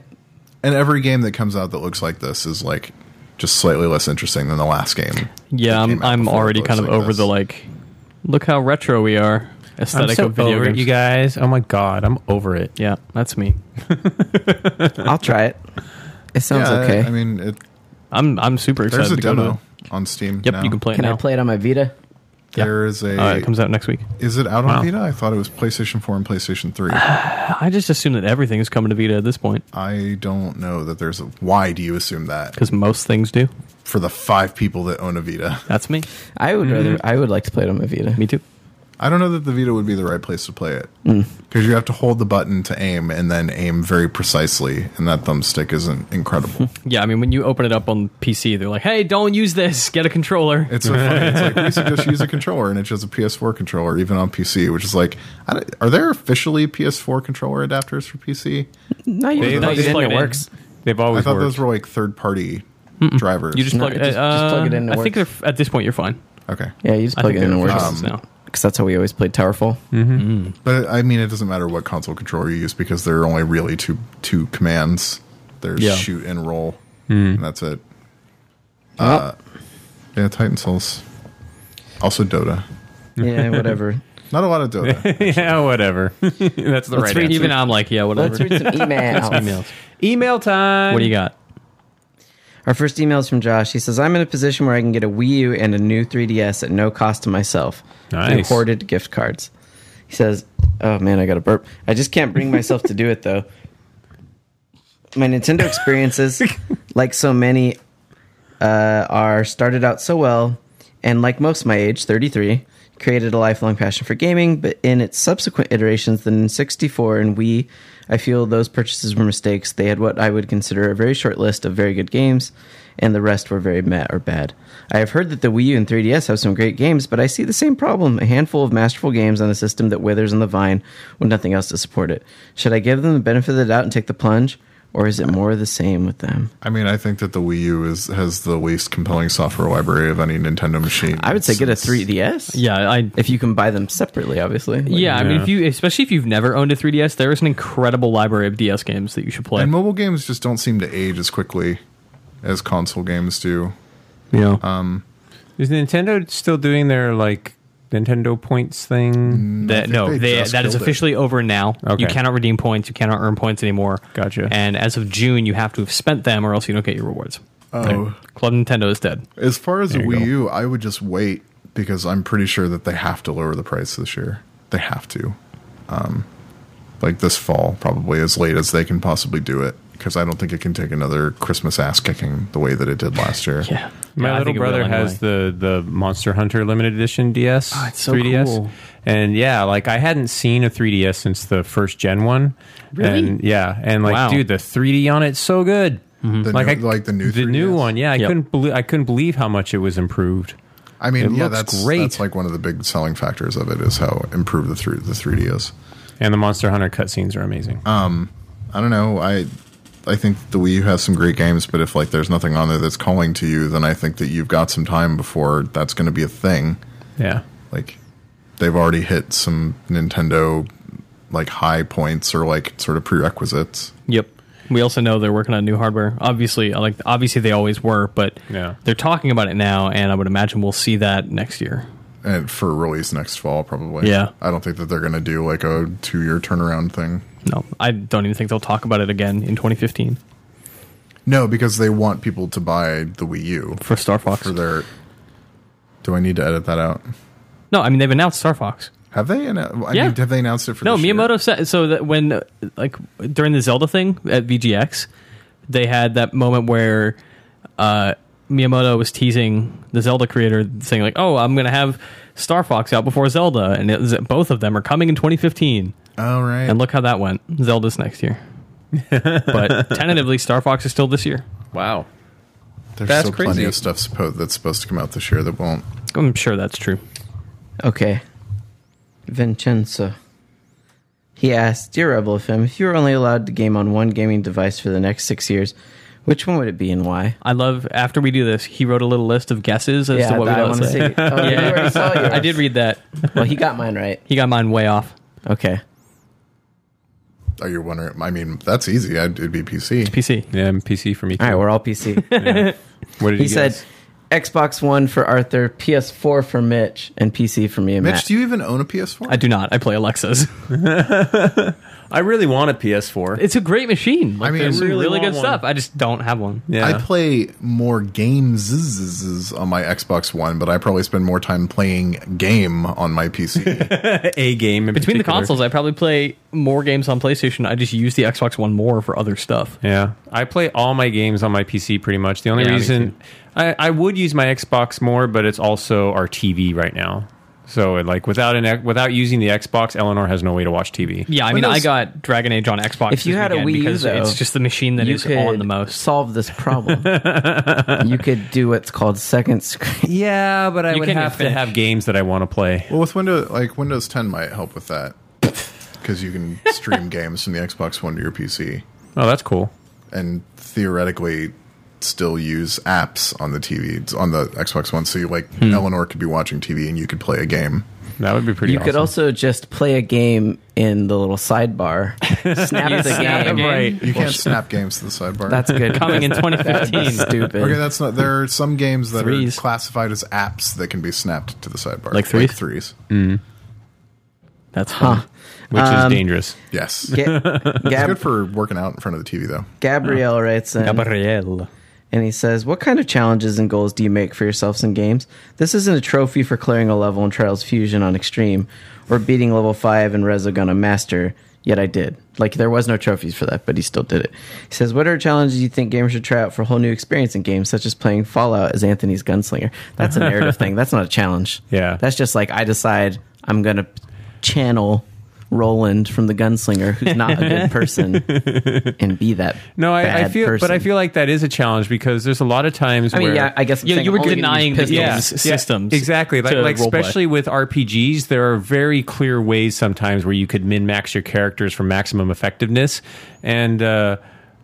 Speaker 3: and every game that comes out that looks like this is like just slightly less interesting than the last game.
Speaker 2: Yeah,
Speaker 3: that
Speaker 2: I'm,
Speaker 3: came out
Speaker 2: I'm
Speaker 3: before it
Speaker 2: already
Speaker 3: looks
Speaker 2: kind of
Speaker 3: like
Speaker 2: over
Speaker 3: this.
Speaker 2: the like, look how retro we are
Speaker 4: I'm
Speaker 2: aesthetic
Speaker 4: so
Speaker 2: of video
Speaker 4: over it,
Speaker 2: games.
Speaker 4: you guys. Oh my god, I'm over it.
Speaker 2: yeah, that's me.
Speaker 1: I'll try it. It sounds
Speaker 3: yeah,
Speaker 1: okay.
Speaker 3: I, I mean, it,
Speaker 2: I'm I'm super excited.
Speaker 3: there's a
Speaker 2: to go to
Speaker 3: demo
Speaker 2: it.
Speaker 3: on Steam.
Speaker 2: Yep,
Speaker 3: now.
Speaker 2: you can play it
Speaker 1: Can
Speaker 2: now.
Speaker 1: I play it on my Vita?
Speaker 2: yeah.
Speaker 3: There is a.
Speaker 2: Uh, it comes out next week.
Speaker 3: is it out on
Speaker 4: Wow.
Speaker 3: Vita? I thought it was PlayStation 4 and PlayStation 3.
Speaker 2: I just assume that everything is coming to Vita at this point
Speaker 3: I don't know that there's a. Why do you assume that
Speaker 2: because most things do.
Speaker 3: for the five people that own a Vita?
Speaker 2: That's me.
Speaker 1: I would rather. I would like to play it on my Vita.
Speaker 2: Me too.
Speaker 3: I don't know that the Vita would be the right place to play it because you have to hold the button to aim and then aim very precisely, and that thumbstick isn't incredible.
Speaker 2: Yeah, I mean when you open it up on PC, they're like, "Hey, don't use this. Get a controller."
Speaker 3: It's so funny. It's like we should just use a controller, and it's just a PS4 controller, even on PC, which is like, I don't- are there officially PS4 controller adapters for PC?
Speaker 1: No, you
Speaker 4: They-
Speaker 1: can
Speaker 4: no,
Speaker 1: plug
Speaker 4: you
Speaker 1: it in.
Speaker 2: plug
Speaker 1: It
Speaker 2: it in.
Speaker 1: works.
Speaker 4: They've
Speaker 3: I
Speaker 4: always
Speaker 3: thought
Speaker 4: worked.
Speaker 3: those were like third-party drivers.
Speaker 2: You just
Speaker 1: No,
Speaker 2: plug it.
Speaker 1: just-
Speaker 2: uh,
Speaker 1: just plug it in,
Speaker 2: I
Speaker 1: it
Speaker 2: think they're,
Speaker 1: works.
Speaker 2: at this point you're fine.
Speaker 3: okay,
Speaker 1: Yeah, you just
Speaker 2: I
Speaker 1: plug
Speaker 2: think
Speaker 1: it in and
Speaker 2: they're
Speaker 1: works.
Speaker 2: fixed
Speaker 1: Because
Speaker 2: now.
Speaker 1: that's how we always played Towerfall.
Speaker 3: but I mean, it doesn't matter what console controller you use because there are only really two two commands. There's
Speaker 2: Yeah.
Speaker 3: shoot and roll,
Speaker 1: Hmm.
Speaker 3: and that's it. Uh, yeah, Titan Souls. Also Dota.
Speaker 1: Yeah, whatever.
Speaker 3: Not a lot of Dota.
Speaker 4: yeah, whatever. that's the
Speaker 2: Let's
Speaker 4: right
Speaker 2: read,
Speaker 4: answer.
Speaker 2: even I'm like, yeah, whatever.
Speaker 1: Let's read some emails.
Speaker 2: emails.
Speaker 4: Email time.
Speaker 2: What do you got?
Speaker 1: Our first email is from Josh. He says, I'm in a position where I can get a Wii U and a new 3DS at no cost to myself. Through
Speaker 4: Nice.
Speaker 1: hoarded gift cards. He says, Oh man, I got a burp. I just can't bring myself to do it though. My Nintendo experiences, like so many, uh, are started out so well, and like most my age, 33, created a lifelong passion for gaming, but in its subsequent iterations, the N64 and Wii, I feel those purchases were mistakes. They had what I would consider a very short list of very good games, and the rest were very meh or bad. I have heard that the Wii U and 3DS have some great games, but I see the same problem a handful of masterful games on a system that withers on the vine with nothing else to support it. Should I give them the benefit of the doubt and take the plunge? Or is it more of the same with them?
Speaker 3: I mean, I think that the Wii U is has the least compelling software library of any Nintendo machine.
Speaker 1: I would say get a
Speaker 3: since-
Speaker 1: 3DS.
Speaker 2: Yeah, I
Speaker 1: If you can buy them separately, obviously. Like,
Speaker 2: yeah, I mean,
Speaker 4: Yeah.
Speaker 2: if you, especially if you've never owned a 3DS, there is an incredible library of DS games that you should play.
Speaker 3: And mobile games just don't seem to age as quickly as console games do.
Speaker 2: yeah,
Speaker 4: Um, Is Nintendo still doing their like Nintendo points thing?
Speaker 2: that,
Speaker 3: think
Speaker 2: no,
Speaker 3: they
Speaker 2: they-
Speaker 3: just
Speaker 2: that is
Speaker 3: killed it.
Speaker 2: officially over now.
Speaker 4: Okay.
Speaker 2: You cannot redeem points. You cannot earn points anymore.
Speaker 4: Gotcha.
Speaker 2: And as of June, you have to have spent them, or else you don't get your rewards.
Speaker 3: Oh.
Speaker 2: Club Nintendo is dead.
Speaker 3: As far as the
Speaker 4: There you
Speaker 3: Wii
Speaker 4: go.
Speaker 3: U, I would just wait because I'm pretty sure that they have to lower the price this year. They have to. Um, like this fall, probably as late as they can possibly do it, because I don't think it can take another Christmas ass kicking the way that it did last year.
Speaker 2: Yeah.
Speaker 4: My
Speaker 2: Yeah, I
Speaker 4: little
Speaker 2: think it will
Speaker 4: brother
Speaker 2: anyway. Oh,
Speaker 4: has the the Monster Hunter limited edition DS,
Speaker 2: it's so
Speaker 4: 3DS,
Speaker 2: cool.
Speaker 4: and yeah, like I hadn't seen a 3DS since the first gen one.
Speaker 2: Really?
Speaker 4: And, yeah, and like,
Speaker 2: Wow. Mm-hmm.
Speaker 4: dude, the 3D on it's so good.
Speaker 3: The
Speaker 4: Like,
Speaker 3: new,
Speaker 4: I,
Speaker 3: like the new,
Speaker 4: the new
Speaker 3: 3DS.
Speaker 4: one. Yeah, I
Speaker 2: Yep.
Speaker 4: couldn't believe I couldn't believe how much it was improved.
Speaker 3: I mean,
Speaker 4: It
Speaker 3: yeah,
Speaker 4: looks
Speaker 3: that's
Speaker 4: great.
Speaker 3: That's like one of the big selling factors of it is how improved the three the 3D is.
Speaker 4: And the Monster Hunter cutscenes are amazing.
Speaker 3: Uh. I don't know. I I think the Wii U has some great games, but if like there's nothing on there that's calling to you, then I think that you've got some time before that's going to be a thing.
Speaker 4: yeah,
Speaker 3: Like they've already hit some Nintendo like high points or like sort of prerequisites.
Speaker 2: Yep. We also know they're working on new hardware. Obviously, I like obviously they always were, but
Speaker 4: Yeah.
Speaker 2: they're talking about it now, and I would imagine we'll see that next year.
Speaker 3: And eh, for release next fall, probably.
Speaker 2: Yeah.
Speaker 3: I don't think that they're going to do like a two year turnaround thing.
Speaker 2: No, I don't even think they'll talk about it again in 2015
Speaker 3: No, because they want people to buy the Wii U
Speaker 2: for Star Fox.
Speaker 3: for their. Do I need to edit that out?
Speaker 2: no, I mean they've announced Star Fox.
Speaker 3: Have they? annou- I
Speaker 2: Yeah.
Speaker 3: mean, have they announced it for?
Speaker 2: No,
Speaker 3: this year?
Speaker 2: Miyamoto said so that when uh, like during the Zelda thing at VGX, they had that moment where uh, Miyamoto was teasing the Zelda creator, saying like, "Oh, I'm gonna have Star Fox out before Zelda," and it was, both of them are coming in 2015.
Speaker 3: Oh right.
Speaker 2: And look how that went. Zelda's next year, but tentatively, Star Fox is still this year.
Speaker 4: wow.
Speaker 3: There's
Speaker 4: That's
Speaker 3: still plenty
Speaker 4: crazy.
Speaker 3: of stuff suppo- that's supposed to come out this year that won't.
Speaker 2: I'm sure that's true.
Speaker 1: Okay. Vincenzo. He asked, Dear Rebel FM, if you were only allowed to game on one gaming device for the next six years, which one would it be and why?
Speaker 2: I love after we do this. He wrote a little list of guesses as to what
Speaker 1: that
Speaker 2: we
Speaker 1: I
Speaker 2: want
Speaker 1: wanna
Speaker 2: to say.
Speaker 1: see. Oh, you
Speaker 2: Yeah.
Speaker 1: already saw yours.
Speaker 2: I did read that.
Speaker 1: Well, he got mine right.
Speaker 2: He got mine way off.
Speaker 1: Okay.
Speaker 3: Oh, you're wondering? I mean, that's easy. I'd, it'd be PC.
Speaker 2: PC.
Speaker 4: Yeah, PC for me. Too.
Speaker 1: All right, we're all PC.
Speaker 4: What did
Speaker 1: He
Speaker 4: you
Speaker 1: said
Speaker 4: guess?
Speaker 1: Xbox One for Arthur, PS4 for Mitch, and PC for me and
Speaker 3: Mitch,
Speaker 1: Matt.
Speaker 3: do you even own a PS4?
Speaker 2: I do not. I play Alexas.
Speaker 4: I really want a PS4.
Speaker 2: It's a great machine. Like,
Speaker 3: I mean,
Speaker 2: there's
Speaker 3: I
Speaker 2: really,
Speaker 4: really
Speaker 2: good
Speaker 4: want one.
Speaker 2: stuff. I just don't have one.
Speaker 4: yeah,
Speaker 3: I play more games on my Xbox One, but I probably spend more time playing game on my PC.
Speaker 4: a game in
Speaker 2: Between the
Speaker 4: particular.
Speaker 2: consoles, I probably play more games on PlayStation. I just use the Xbox One more for other stuff.
Speaker 4: Yeah, I play all my games on my PC pretty much. The only
Speaker 2: Yeah, me too.
Speaker 4: reason I, I would use my Xbox more, but it's also our TV right now. So it, like without an ex- without using the Xbox, Eleanor has no way to watch TV.
Speaker 2: Yeah, I mean, I
Speaker 3: Windows-
Speaker 2: got Dragon Age on Xbox.
Speaker 1: If you
Speaker 2: this
Speaker 1: had a Wii
Speaker 2: weekend
Speaker 1: U,
Speaker 2: because
Speaker 1: though,
Speaker 2: it's just the machine that
Speaker 1: You
Speaker 2: is on the most.
Speaker 1: solve this problem. you could do what's called second screen.
Speaker 4: yeah, but I
Speaker 2: You
Speaker 4: would
Speaker 2: can't
Speaker 4: have
Speaker 2: finish.
Speaker 4: to have games that I want to play.
Speaker 3: well, with Windows, like Windows 10 might help with that because you can stream games from the Xbox One to your PC
Speaker 4: Oh, that's cool.
Speaker 3: and theoretically still use apps on the TV on the Xbox One. So you like Eleanor could be watching TV and you could play a game.
Speaker 4: That would be pretty.
Speaker 1: You could
Speaker 4: awesome.
Speaker 1: also just play a game in the little sidebar. Snap the
Speaker 2: snap
Speaker 1: game.
Speaker 2: a game.
Speaker 4: right.
Speaker 3: You can't snap games to the sidebar.
Speaker 1: That's good.
Speaker 2: Coming in
Speaker 1: That's
Speaker 2: 2015.
Speaker 1: stupid.
Speaker 3: Okay, that's not. There are some games that
Speaker 2: Threes.
Speaker 3: are classified as apps that can be snapped to the sidebar,
Speaker 2: Like threes?
Speaker 3: threes.
Speaker 2: That's fun.
Speaker 4: which
Speaker 1: um,
Speaker 4: is dangerous.
Speaker 3: Yes,
Speaker 1: Ga-
Speaker 3: it's
Speaker 1: Gab-
Speaker 3: good for working out in front of the TV, though.
Speaker 1: Gabrielle writes in,
Speaker 2: Gabrielle.
Speaker 1: and he says, "What kind of challenges and goals do you make for yourselves in games? This isn't a trophy for clearing a level in Trials Fusion on Extreme, or beating level five in Resogun on Master. Yet I did. Like there was no trophies for that, but he still did it. He says, "What are challenges you think gamers should try out for a whole new experience in games, such as playing Fallout as Anthony's gunslinger? That's a narrative thing. That's not a challenge.
Speaker 4: Yeah.
Speaker 1: that's just like I decide I'm gonna channel." Roland from the gunslinger, who's not a good person, and be that.
Speaker 4: No, I, I
Speaker 1: bad
Speaker 4: feel,
Speaker 1: person.
Speaker 4: but I feel like that is a challenge because there's a lot of times.
Speaker 1: I mean,
Speaker 4: where,
Speaker 1: yeah, I guess I'm
Speaker 2: Yeah,
Speaker 1: saying
Speaker 2: you were
Speaker 1: only
Speaker 2: denying
Speaker 1: use
Speaker 2: the
Speaker 1: pistols.
Speaker 2: games. systems
Speaker 4: exactly. Like,
Speaker 2: to
Speaker 4: like
Speaker 2: roleplay.
Speaker 4: especially with RPGs, there are very clear ways sometimes where you could min max your characters for maximum effectiveness. And uh,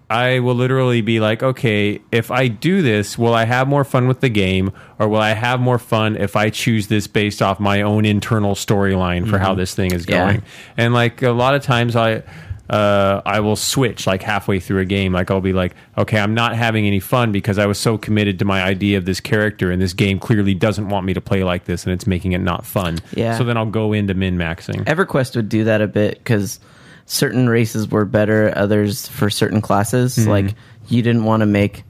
Speaker 4: I will literally be like, okay, if I do this, will I have more fun with the game, or will I have more fun if I choose this based off my own internal storyline for
Speaker 2: Mm-hmm.
Speaker 4: how this thing is
Speaker 1: Yeah.
Speaker 4: going? and like a lot of times i uh, I will switch like halfway through a game. Like I'll be like, okay, I'm not having any fun because I was so committed to my idea of this character, and this game clearly doesn't want me to play like this, and it's making it not fun.
Speaker 1: Yeah.
Speaker 4: So then I'll go into min maxing.
Speaker 1: EverQuest would do that a bit because certain races were better, others for certain Mm-hmm. classes. Like you didn't want to make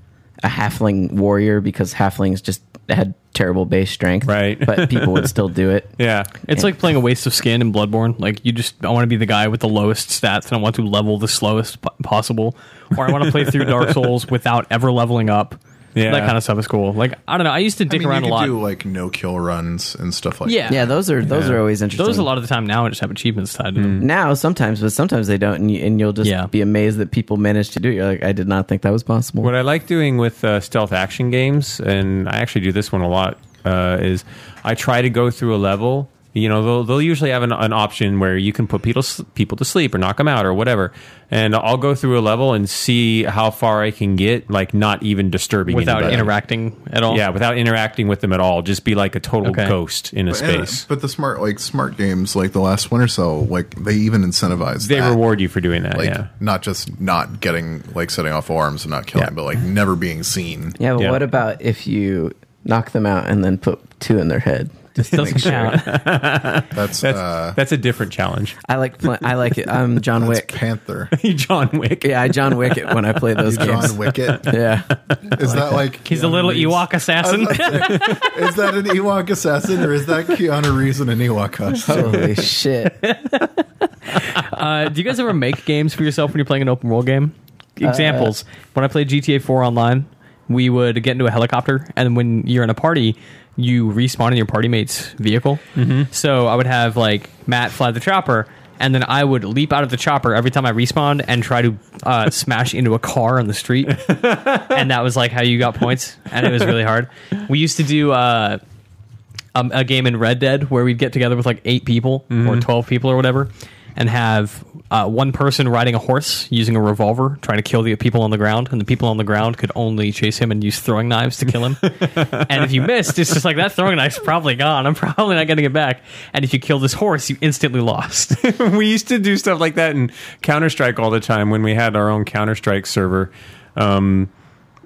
Speaker 1: a halfling warrior because halflings just had terrible base strength,
Speaker 4: Right.
Speaker 1: But people would still do it.
Speaker 4: Yeah.
Speaker 2: It's like playing a waste of skin in Bloodborne. Like you just, I want to be the guy with the lowest stats, and I want to level the slowest p- possible, or I want to play through Dark Souls without ever leveling up.
Speaker 4: Yeah.
Speaker 2: that kind of stuff is cool. Like I don't know, I used to
Speaker 3: I
Speaker 2: dick
Speaker 3: mean, you
Speaker 2: around a
Speaker 3: could
Speaker 2: lot.
Speaker 3: do like no kill runs and stuff like
Speaker 2: yeah,
Speaker 1: Yeah, those are those are always interesting.
Speaker 2: Those a lot of the time now I just Mm. have achievements tied to them.
Speaker 1: now sometimes, but sometimes they don't, and, you, and you'll just
Speaker 2: Yeah.
Speaker 1: be amazed that people manage to do it. You're like, I did not think that was possible.
Speaker 4: What I like doing with uh, stealth action games, and I actually do this one a lot, uh, is I try to go through a level. You know, they'll, they'll usually have an, an option where you can put people s- people to sleep or knock them out or whatever. And I'll go through a level and see how far I can get, like not even disturbing
Speaker 2: without
Speaker 4: anybody.
Speaker 2: interacting at all.
Speaker 4: Yeah, without interacting with them at all. Just be like a total
Speaker 2: Okay.
Speaker 4: ghost in a
Speaker 3: And-
Speaker 4: space.
Speaker 3: but the smart like smart games like the last Winter Cell, like they even incentivize
Speaker 4: they
Speaker 3: that.
Speaker 4: reward you for doing that.
Speaker 3: like
Speaker 4: yeah.
Speaker 3: not just not getting like setting off alarms and not killing,
Speaker 4: Yeah.
Speaker 3: but like never being seen.
Speaker 1: yeah, but
Speaker 4: Yeah.
Speaker 1: what about if you knock them out and then put two in their head? Just to
Speaker 2: doesn't
Speaker 1: make sure.
Speaker 2: count.
Speaker 3: That's,
Speaker 4: That's,
Speaker 3: uh,
Speaker 4: that's a different challenge.
Speaker 1: I like pl- I like it. I'm John
Speaker 3: that's
Speaker 1: Wick.
Speaker 3: Panther.
Speaker 4: John Wick.
Speaker 1: yeah, I John Wick it when I play those games.
Speaker 3: John Wicket.
Speaker 1: Yeah,
Speaker 3: Is that like
Speaker 2: He's a little
Speaker 3: Reeves?
Speaker 2: Ewok assassin.
Speaker 3: Is that an Ewok assassin or is that Keanu Reeves in an Ewok costume?
Speaker 1: holy shit.
Speaker 2: Uh, do you guys ever make games for yourself when you're playing an open world game? Examples. when I played GTA 4 online, we would get into a helicopter, and when you're in a party, you respawn in your party mate's vehicle. So I would have like Matt fly the chopper, and then I would leap out of the chopper every time I respawned and try to uh, smash into a car on the street. and that was like how you got points, and it was really hard. We used to do. Uh, um, a game in Red Dead where we'd get together with like eight people or 12 people or whatever and have uh, one person riding a horse using a revolver trying to kill the people on the ground and the people on the ground could only chase him and use throwing knives to kill him and if you missed it's just like that throwing knife's probably gone i'm probably not getting it back and if you kill this horse you instantly lost
Speaker 4: we used to do stuff like that in Counter Strike all the time when we had our own Counter Strike server. Um,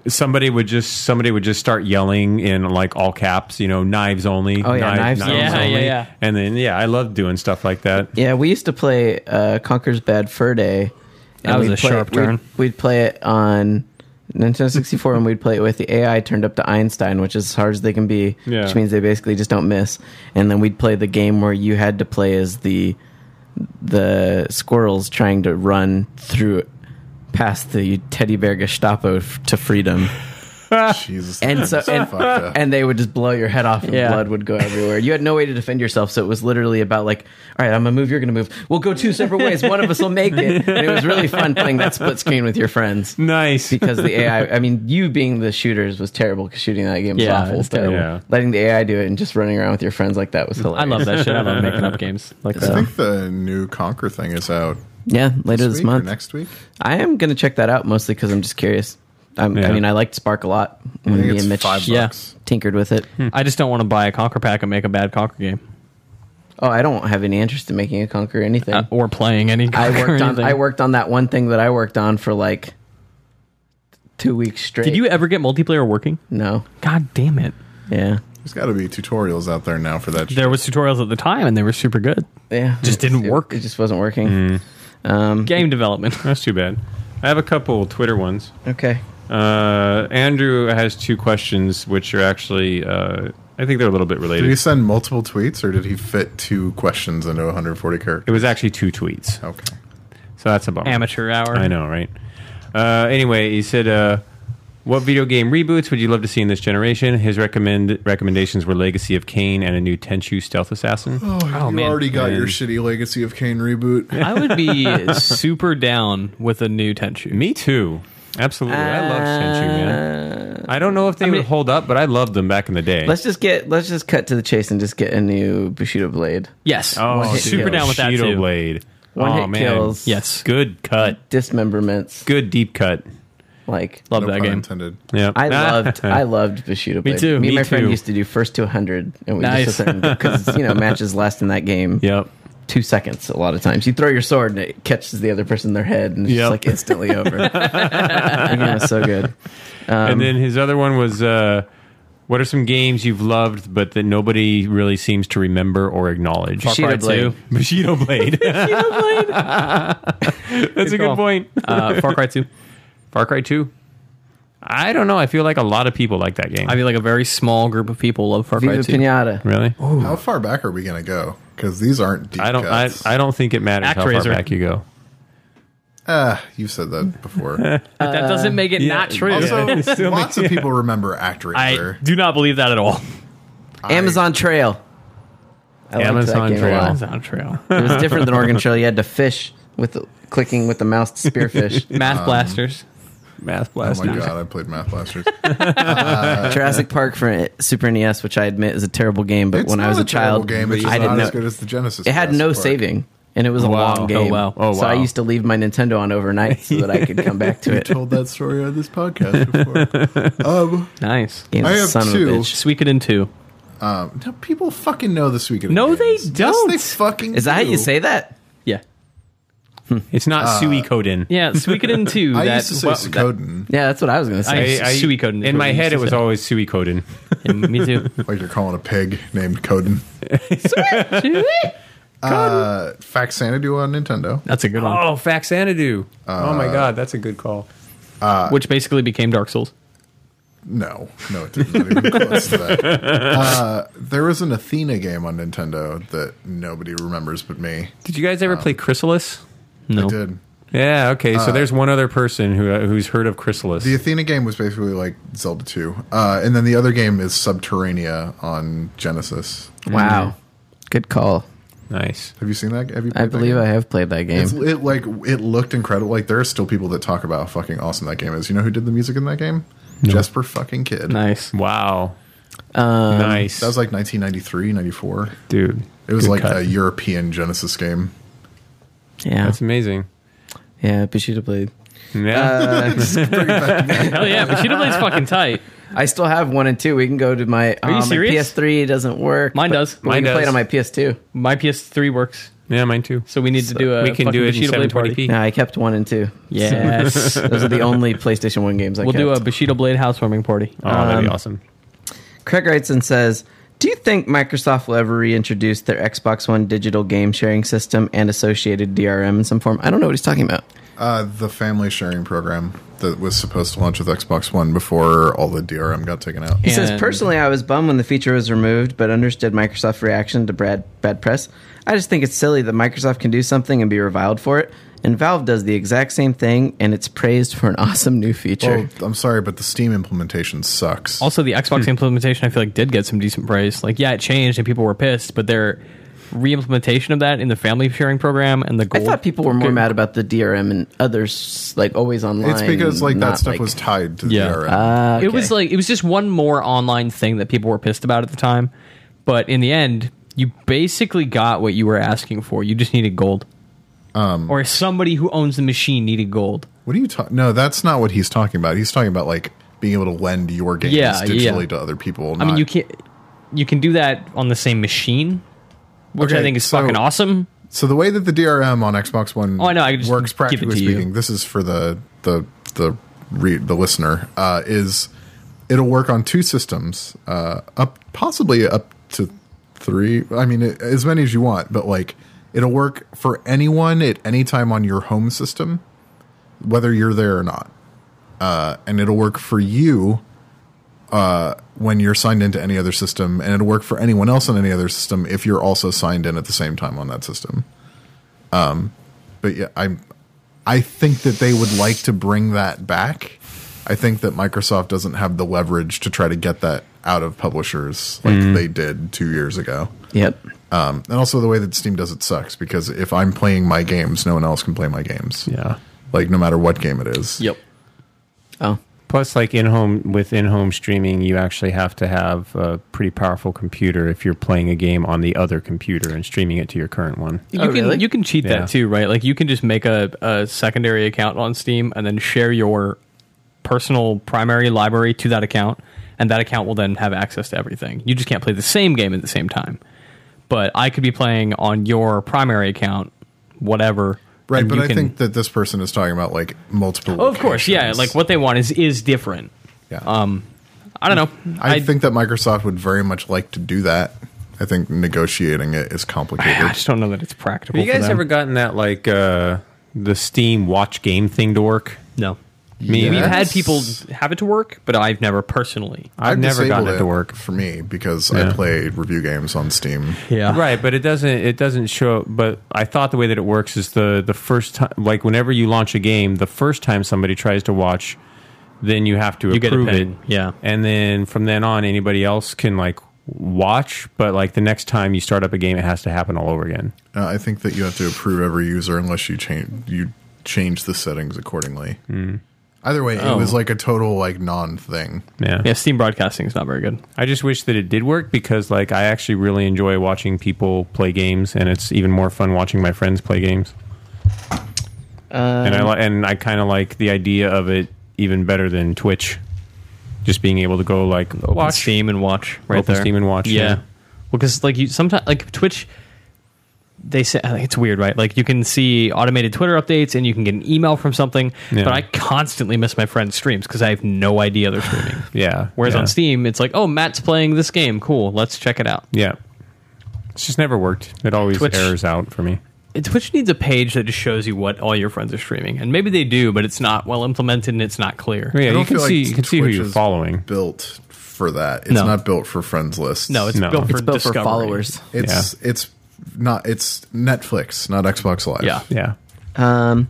Speaker 4: somebody would just somebody would just start yelling in like all caps, you know, knives only.
Speaker 1: Oh, yeah,
Speaker 4: knife-
Speaker 1: knives
Speaker 2: only. Yeah, yeah, yeah.
Speaker 4: And then yeah, I loved doing stuff like that.
Speaker 1: Yeah, we used to play uh, Conker's Bad Fur Day.
Speaker 2: That was
Speaker 1: we'd
Speaker 2: a sharp
Speaker 1: we'd-
Speaker 2: turn.
Speaker 1: We'd, play it on Nintendo 64, and we'd play it with the AI turned up to Einstein, which is as hard as they can be,
Speaker 4: Yeah.
Speaker 1: which means they basically just don't miss. And then we'd play the game where you had to play as the the squirrels trying to run through past the teddy bear Gestapo f- to freedom,
Speaker 3: Jesus.
Speaker 1: And
Speaker 3: that
Speaker 1: so-
Speaker 3: is
Speaker 1: and-
Speaker 3: fucked up.
Speaker 1: and they would just blow your head off, and
Speaker 2: Yeah.
Speaker 1: blood would go everywhere. You had no way to defend yourself, so it was literally about like, all right, I'm gonna move, you're gonna move. We'll go two separate ways. One of us will make it. And it was really fun playing that split screen with your friends
Speaker 4: Nice.
Speaker 1: because the AI. I mean, you being the shooters was terrible because shooting that game was
Speaker 2: Yeah,
Speaker 1: awful.
Speaker 2: it's
Speaker 1: but
Speaker 2: terrible.
Speaker 4: Yeah.
Speaker 1: Letting the AI do it and just running around with your friends like that was hilarious.
Speaker 2: i love that shit i love making up games like
Speaker 3: I
Speaker 2: that
Speaker 3: think the new Conquer thing is out
Speaker 1: Yeah, later
Speaker 3: this,
Speaker 1: this,
Speaker 3: week
Speaker 1: month.
Speaker 3: or next week.
Speaker 1: I am gonna check that out mostly because I'm just curious. I'm,
Speaker 4: Yeah.
Speaker 1: I mean, I liked Spark a lot
Speaker 3: I
Speaker 1: when
Speaker 3: think
Speaker 1: me
Speaker 3: it's
Speaker 1: and Mitch
Speaker 3: five
Speaker 2: yeah. Hmm.
Speaker 3: bucks.
Speaker 1: tinkered with it.
Speaker 2: i just don't want to buy a conquer pack and make a bad conquer game
Speaker 1: Oh, I don't have any interest in making a conquer anything.
Speaker 2: uh, or playing any
Speaker 1: I
Speaker 2: Conquer or
Speaker 1: worked on
Speaker 2: anything.
Speaker 1: I worked on that one thing that I worked on for like two weeks straight.
Speaker 2: did you ever get multiplayer working
Speaker 1: No.
Speaker 2: god damn it
Speaker 1: Yeah.
Speaker 3: There's got to be tutorials out there now for that. shit.
Speaker 2: there was tutorials at the time and they were super good
Speaker 3: Mm-hmm.
Speaker 1: Yeah.
Speaker 2: Just didn't
Speaker 1: It-
Speaker 2: work.
Speaker 1: It just wasn't working. Um,
Speaker 2: game development
Speaker 4: That's too bad. I have a couple Twitter ones.
Speaker 1: okay.
Speaker 4: Uh, Andrew has two questions, which are actually uh, I think they're a little bit
Speaker 3: Did he
Speaker 4: related.
Speaker 3: send multiple tweets or did he fit two questions into 140
Speaker 4: It
Speaker 3: characters?
Speaker 4: was actually two tweets,
Speaker 3: Okay.
Speaker 4: so that's a bummer.
Speaker 2: amateur hour
Speaker 4: I know, right? Uh, anyway, he said, uh, "What video game reboots would you love to see in this generation?" His recommend recommendations were Legacy of Kane and a new Tenchu Stealth Assassin.
Speaker 3: Oh, you
Speaker 2: man.
Speaker 3: already got
Speaker 4: Man.
Speaker 3: your shitty Legacy of Kane reboot.
Speaker 2: i would be super down with a new tenchu
Speaker 4: Me too. Absolutely, I love Tenchu, man. I don't know if they
Speaker 2: mean-
Speaker 4: would hold up, but I loved them back in the day.
Speaker 1: Uh, Let's just get let's just cut to the chase and just get a new Bushido blade.
Speaker 2: yes
Speaker 4: oh,
Speaker 1: hit
Speaker 2: super
Speaker 1: kills.
Speaker 2: down with that
Speaker 4: Bushido
Speaker 2: too
Speaker 4: Blade.
Speaker 1: One
Speaker 4: oh
Speaker 1: hit
Speaker 4: man,
Speaker 1: kills.
Speaker 2: yes
Speaker 4: good cut,
Speaker 1: Dismemberments.
Speaker 4: good deep cut.
Speaker 1: Like
Speaker 2: love
Speaker 3: no
Speaker 2: that
Speaker 3: pun
Speaker 2: game
Speaker 3: intended.
Speaker 4: Yeah,
Speaker 1: I loved I loved Bushido blade.
Speaker 2: too,
Speaker 1: Me, and
Speaker 4: me
Speaker 1: my friend
Speaker 4: too.
Speaker 1: used to do first two hundred and we
Speaker 2: Nice.
Speaker 1: just because you know matches last in that game.
Speaker 4: Yep.
Speaker 1: two seconds a lot of times. You throw your sword and it catches the other person in their head and it's
Speaker 4: Yep.
Speaker 1: just like instantly over. yeah, it's so good.
Speaker 2: Um,
Speaker 4: and then his other one was, uh, "What are some games you've loved but that nobody really seems to remember or acknowledge?"
Speaker 2: Far Cry
Speaker 1: Bushido Blade.
Speaker 2: 2
Speaker 4: Bushido Blade. That's a good
Speaker 2: call.
Speaker 4: point.
Speaker 2: uh, far cry 2
Speaker 4: Far Cry 2. I don't know. I feel like a lot of people like that game.
Speaker 2: I feel like a very small group of people love Far Cry
Speaker 1: Viva
Speaker 2: 2.
Speaker 1: Pinata.
Speaker 4: really?
Speaker 1: Oh,
Speaker 3: How far back are we going to go? Because these aren't deep
Speaker 4: I don't. I,
Speaker 3: cuts.
Speaker 4: I don't think it matters how
Speaker 2: Actraiser.
Speaker 4: far back you go.
Speaker 3: Ah, you've said that before.
Speaker 2: But that doesn't make it
Speaker 4: yeah.
Speaker 2: not true.
Speaker 3: also, lots of people remember Oh Actraiser.
Speaker 2: I do not believe that at all.
Speaker 3: I-
Speaker 1: Amazon Trail. I liked that
Speaker 4: Amazon
Speaker 1: game a
Speaker 4: Trail.
Speaker 1: lot.
Speaker 2: That's not true.
Speaker 1: It was different than Oregon Trail. You had to fish with the, clicking with the mouse to spearfish.
Speaker 2: Math blasters.
Speaker 4: Math
Speaker 3: Um, Oh
Speaker 4: blast.
Speaker 3: my god, I played Math Blasters.
Speaker 1: Jurassic Park for Super NES, which I admit is a terrible game, but
Speaker 3: It's
Speaker 1: when I
Speaker 3: not
Speaker 1: was a,
Speaker 3: terrible
Speaker 1: child,
Speaker 3: game, it's just
Speaker 1: I
Speaker 3: not
Speaker 1: didn't
Speaker 3: as
Speaker 1: know
Speaker 3: good as the Genesis.
Speaker 1: it had
Speaker 3: Jurassic
Speaker 1: no
Speaker 3: Park.
Speaker 1: saving, and it was a
Speaker 4: Wow.
Speaker 1: long
Speaker 4: Oh,
Speaker 1: game.
Speaker 2: wow.
Speaker 4: Oh,
Speaker 1: So I
Speaker 4: wow.
Speaker 1: used to leave my Nintendo on overnight so that I could come back to it.
Speaker 3: Told that story on this podcast before. um,
Speaker 2: Nice.
Speaker 1: Game's
Speaker 3: I
Speaker 1: a
Speaker 3: have
Speaker 1: son
Speaker 3: two.
Speaker 1: Of a bitch.
Speaker 2: Suikoden 2.
Speaker 3: no, people fucking know this weekend.
Speaker 2: No, they don't.
Speaker 3: Yes, they fucking.
Speaker 1: Is that how
Speaker 3: do.
Speaker 1: you say that?
Speaker 2: Yeah.
Speaker 4: It's not
Speaker 1: Uh,
Speaker 4: Suikoden.
Speaker 2: Yeah, Suikoden 2.
Speaker 3: I
Speaker 2: that,
Speaker 3: used to say
Speaker 2: well,
Speaker 3: Suikoden,
Speaker 1: Yeah, that's what I was going to say.
Speaker 4: I, I,
Speaker 2: Suikoden is what
Speaker 4: In my
Speaker 2: we used
Speaker 4: head,
Speaker 2: to
Speaker 4: it was
Speaker 2: say.
Speaker 4: always Suikoden.
Speaker 2: Yeah, me too.
Speaker 3: like you're calling a pig named Coden. Uh, Fact Sanity on Nintendo.
Speaker 2: That's a good one.
Speaker 4: Oh, Faxanadu. oh
Speaker 1: Uh,
Speaker 4: my god, that's a good call.
Speaker 2: Which basically became Dark Souls.
Speaker 3: No, no, it didn't. Not even close to that. Uh, there was an Athena game on Nintendo that nobody remembers but me.
Speaker 4: Did you guys ever
Speaker 1: um,
Speaker 4: play Chrysalis?
Speaker 2: No.
Speaker 3: I did.
Speaker 4: Yeah. Okay. so there's one other person who uh, who's heard of Chrysalis.
Speaker 3: Uh, The Athena game was basically like Zelda 2. Uh, and then the other game is Subterranea on Genesis.
Speaker 1: wow. Good call.
Speaker 4: nice.
Speaker 3: Have you seen that? Have you played
Speaker 1: I believe I
Speaker 3: that
Speaker 1: have played that game.
Speaker 3: game? It's, it like it looked incredible. Like there are still people that talk about how fucking awesome that game is. You know who did the music in that game? Jesper fucking Kid.
Speaker 2: Nice.
Speaker 4: Wow. nice.
Speaker 3: That was like 1993, 94.
Speaker 4: dude.
Speaker 3: It was
Speaker 4: good
Speaker 3: like uh,
Speaker 4: cut.
Speaker 3: a European Genesis game.
Speaker 1: yeah.
Speaker 4: That's amazing.
Speaker 1: Yeah, but should have played.
Speaker 4: Yeah.
Speaker 2: Hell Oh, yeah, but Shooter Blade's fucking tight.
Speaker 1: I still have one and two. We can go to my. Are
Speaker 2: you serious?
Speaker 1: My PS3 doesn't work.
Speaker 2: Mine
Speaker 1: but-
Speaker 2: does.
Speaker 1: but
Speaker 4: Mine
Speaker 1: we can play
Speaker 4: does.
Speaker 1: it on my PS2.
Speaker 2: My PS3 works,
Speaker 4: yeah. Mine too.
Speaker 2: so we need to do a
Speaker 4: we can do it in
Speaker 2: fucking Bushido Blade party.
Speaker 4: 720p.
Speaker 1: No, I kept one and two.
Speaker 2: Yes.
Speaker 1: Those are the only PlayStation 1 games I
Speaker 2: we'll
Speaker 1: kept.
Speaker 2: do a Bushido Blade housewarming party.
Speaker 4: Oh, that'd be awesome.
Speaker 1: Craig writes and says, "Do you think Microsoft will ever reintroduce their Xbox One digital game sharing system and associated DRM in some form?" I don't know what he's talking about.
Speaker 3: Uh, the family sharing program that was supposed to launch with Xbox One before all the DRM got taken out.
Speaker 1: He says,
Speaker 2: And-
Speaker 1: "Personally, I was bummed when the feature was removed, but understood Microsoft's reaction to bad, bad press. I just think it's silly that Microsoft can do something and be reviled for it, and Valve does the exact same thing, and it's praised for an awesome new feature."
Speaker 3: Well, Oh, I'm sorry, but the Steam implementation sucks.
Speaker 2: Also, the Xbox implementation I feel like did get some decent praise. Like, yeah, it changed and people were pissed, but their re-implementation of that in the family sharing program and the
Speaker 1: I
Speaker 2: gold.
Speaker 1: thought people were more mad about the DRM and others, like always online.
Speaker 3: It's because like that
Speaker 1: not,
Speaker 3: stuff
Speaker 1: like-
Speaker 3: was tied to the
Speaker 2: Yeah. Uh,
Speaker 3: DRM.
Speaker 2: It was like it was just one more online thing that people were pissed about at the time, but in the end, you basically got what you were asking for. You just needed gold, um, or somebody who owns the machine needed gold.
Speaker 3: what are you talking? No, that's not what he's talking about. He's talking about like being able to lend your games
Speaker 2: Yeah,
Speaker 3: digitally
Speaker 2: yeah.
Speaker 3: to other people.
Speaker 2: I mean, you can you can do that on the same machine, which I
Speaker 3: Okay,
Speaker 2: think is
Speaker 3: so-
Speaker 2: fucking awesome.
Speaker 3: So the way that the DRM on Xbox One
Speaker 2: Oh, I know, I just
Speaker 3: works,
Speaker 2: give it to
Speaker 3: practically
Speaker 2: you.
Speaker 3: speaking, this is for the the the re- the listener uh, is it'll work on two systems, uh, up possibly up to three. I mean, it, as many as you want, but like it'll work for anyone at any time on your home system, whether you're there or not, uh, and it'll work for you. Uh, when you're signed into any other system, and it'll work for anyone else on any other system if you're also signed in at the same time on that system Um, but yeah, I'm. I think that they would like to bring that back. I think that Microsoft doesn't have the leverage to try to get that out of publishers like
Speaker 2: Mm.
Speaker 3: they did two years ago.
Speaker 1: yep.
Speaker 3: Um, and also, the way that Steam does it sucks because if I'm playing my games, no one else can play my games.
Speaker 4: Yeah.
Speaker 3: Like, no matter what game it is.
Speaker 1: Oh,
Speaker 4: Plus, like in home with in home streaming, you actually have to have a pretty powerful computer if you're playing a game on the other computer and streaming it to your current one.
Speaker 2: You
Speaker 1: Oh,
Speaker 2: can
Speaker 1: really?
Speaker 2: you can cheat
Speaker 4: Yeah.
Speaker 2: that too, right? Like you can just make a, a secondary account on Steam and then share your personal primary library to that account, and that account will then have access to everything. You just can't play the same game at the same time. But I could be playing on your primary account, whatever.
Speaker 3: Right.
Speaker 2: and
Speaker 3: but
Speaker 2: you
Speaker 3: I
Speaker 2: can-
Speaker 3: think that this person is talking about like multiple.
Speaker 2: Oh, of course, yeah.
Speaker 3: locations.
Speaker 2: Like what they want is is different.
Speaker 3: Yeah.
Speaker 2: Um, I don't know.
Speaker 3: I, think that Microsoft would very much like to do that. I think negotiating it is complicated.
Speaker 2: I just don't know that it's practical.
Speaker 4: Have you
Speaker 2: for
Speaker 4: guys
Speaker 2: them.
Speaker 4: ever gotten that like uh, the Steam Watch game thing to work?
Speaker 2: No.
Speaker 4: Me,
Speaker 2: We've
Speaker 4: either.
Speaker 2: had
Speaker 3: Yes.
Speaker 2: people have it to work, but I've never personally.
Speaker 4: I've, never gotten
Speaker 3: disabled
Speaker 4: it, to work.
Speaker 3: for me because
Speaker 4: Yeah.
Speaker 3: I play review games on Steam.
Speaker 2: Yeah.
Speaker 4: Right, but it doesn't. It doesn't show. But I thought the way that it works is the the first time, like whenever you launch a game, the first time somebody tries to watch, then you have to
Speaker 2: You get a
Speaker 4: approve it.
Speaker 2: pin, yeah.
Speaker 4: and then from then on, anybody else can like watch. But like the next time you start up a game, it has to happen all over again.
Speaker 3: Uh, I think that you have to approve every user unless you change you change the settings accordingly.
Speaker 4: Hmm.
Speaker 3: Either way, it
Speaker 4: Oh.
Speaker 3: was like a total like non thing.
Speaker 4: Yeah.
Speaker 2: Yeah, Steam broadcasting is not very good.
Speaker 4: I just wish that it did work because like I actually really enjoy watching people play games, and it's even more fun watching my friends play games. and
Speaker 1: Um,
Speaker 4: I li- and I kind of like the idea of it even better than Twitch, just being able to go like
Speaker 2: Open
Speaker 4: watch.
Speaker 2: Steam and watch right
Speaker 4: Open
Speaker 2: there.
Speaker 4: Steam and watch,
Speaker 2: Yeah.
Speaker 4: yeah.
Speaker 2: Well, because like you sometimes like Twitch, they say like, it's weird, right? Like you can see automated Twitter updates and you can get an email from something,
Speaker 4: Yeah.
Speaker 2: but I constantly miss my friends' streams because I have no idea they're streaming.
Speaker 4: Yeah.
Speaker 2: Whereas
Speaker 4: yeah,
Speaker 2: on Steam, it's like, oh, Matt's playing this game. Cool, let's check it out.
Speaker 4: yeah, it's just never worked. It always
Speaker 2: Twitch-
Speaker 4: errors out for me.
Speaker 2: And Twitch needs a page that just shows you what all your friends are streaming, and maybe they do, but it's not well implemented and it's not clear.
Speaker 4: Yeah,
Speaker 3: I
Speaker 4: you
Speaker 3: don't
Speaker 4: can
Speaker 3: feel like
Speaker 4: see you can see who
Speaker 3: Twitch
Speaker 4: you're
Speaker 3: is
Speaker 4: following.
Speaker 3: Built for that. It's
Speaker 2: No.
Speaker 3: not built for friends lists.
Speaker 2: No, it's
Speaker 4: No.
Speaker 2: built for
Speaker 4: It's
Speaker 1: it's built
Speaker 2: discovery.
Speaker 1: for followers.
Speaker 3: it's it's not it's Netflix, not Xbox Live.
Speaker 2: Yeah.
Speaker 4: Yeah.
Speaker 1: Um,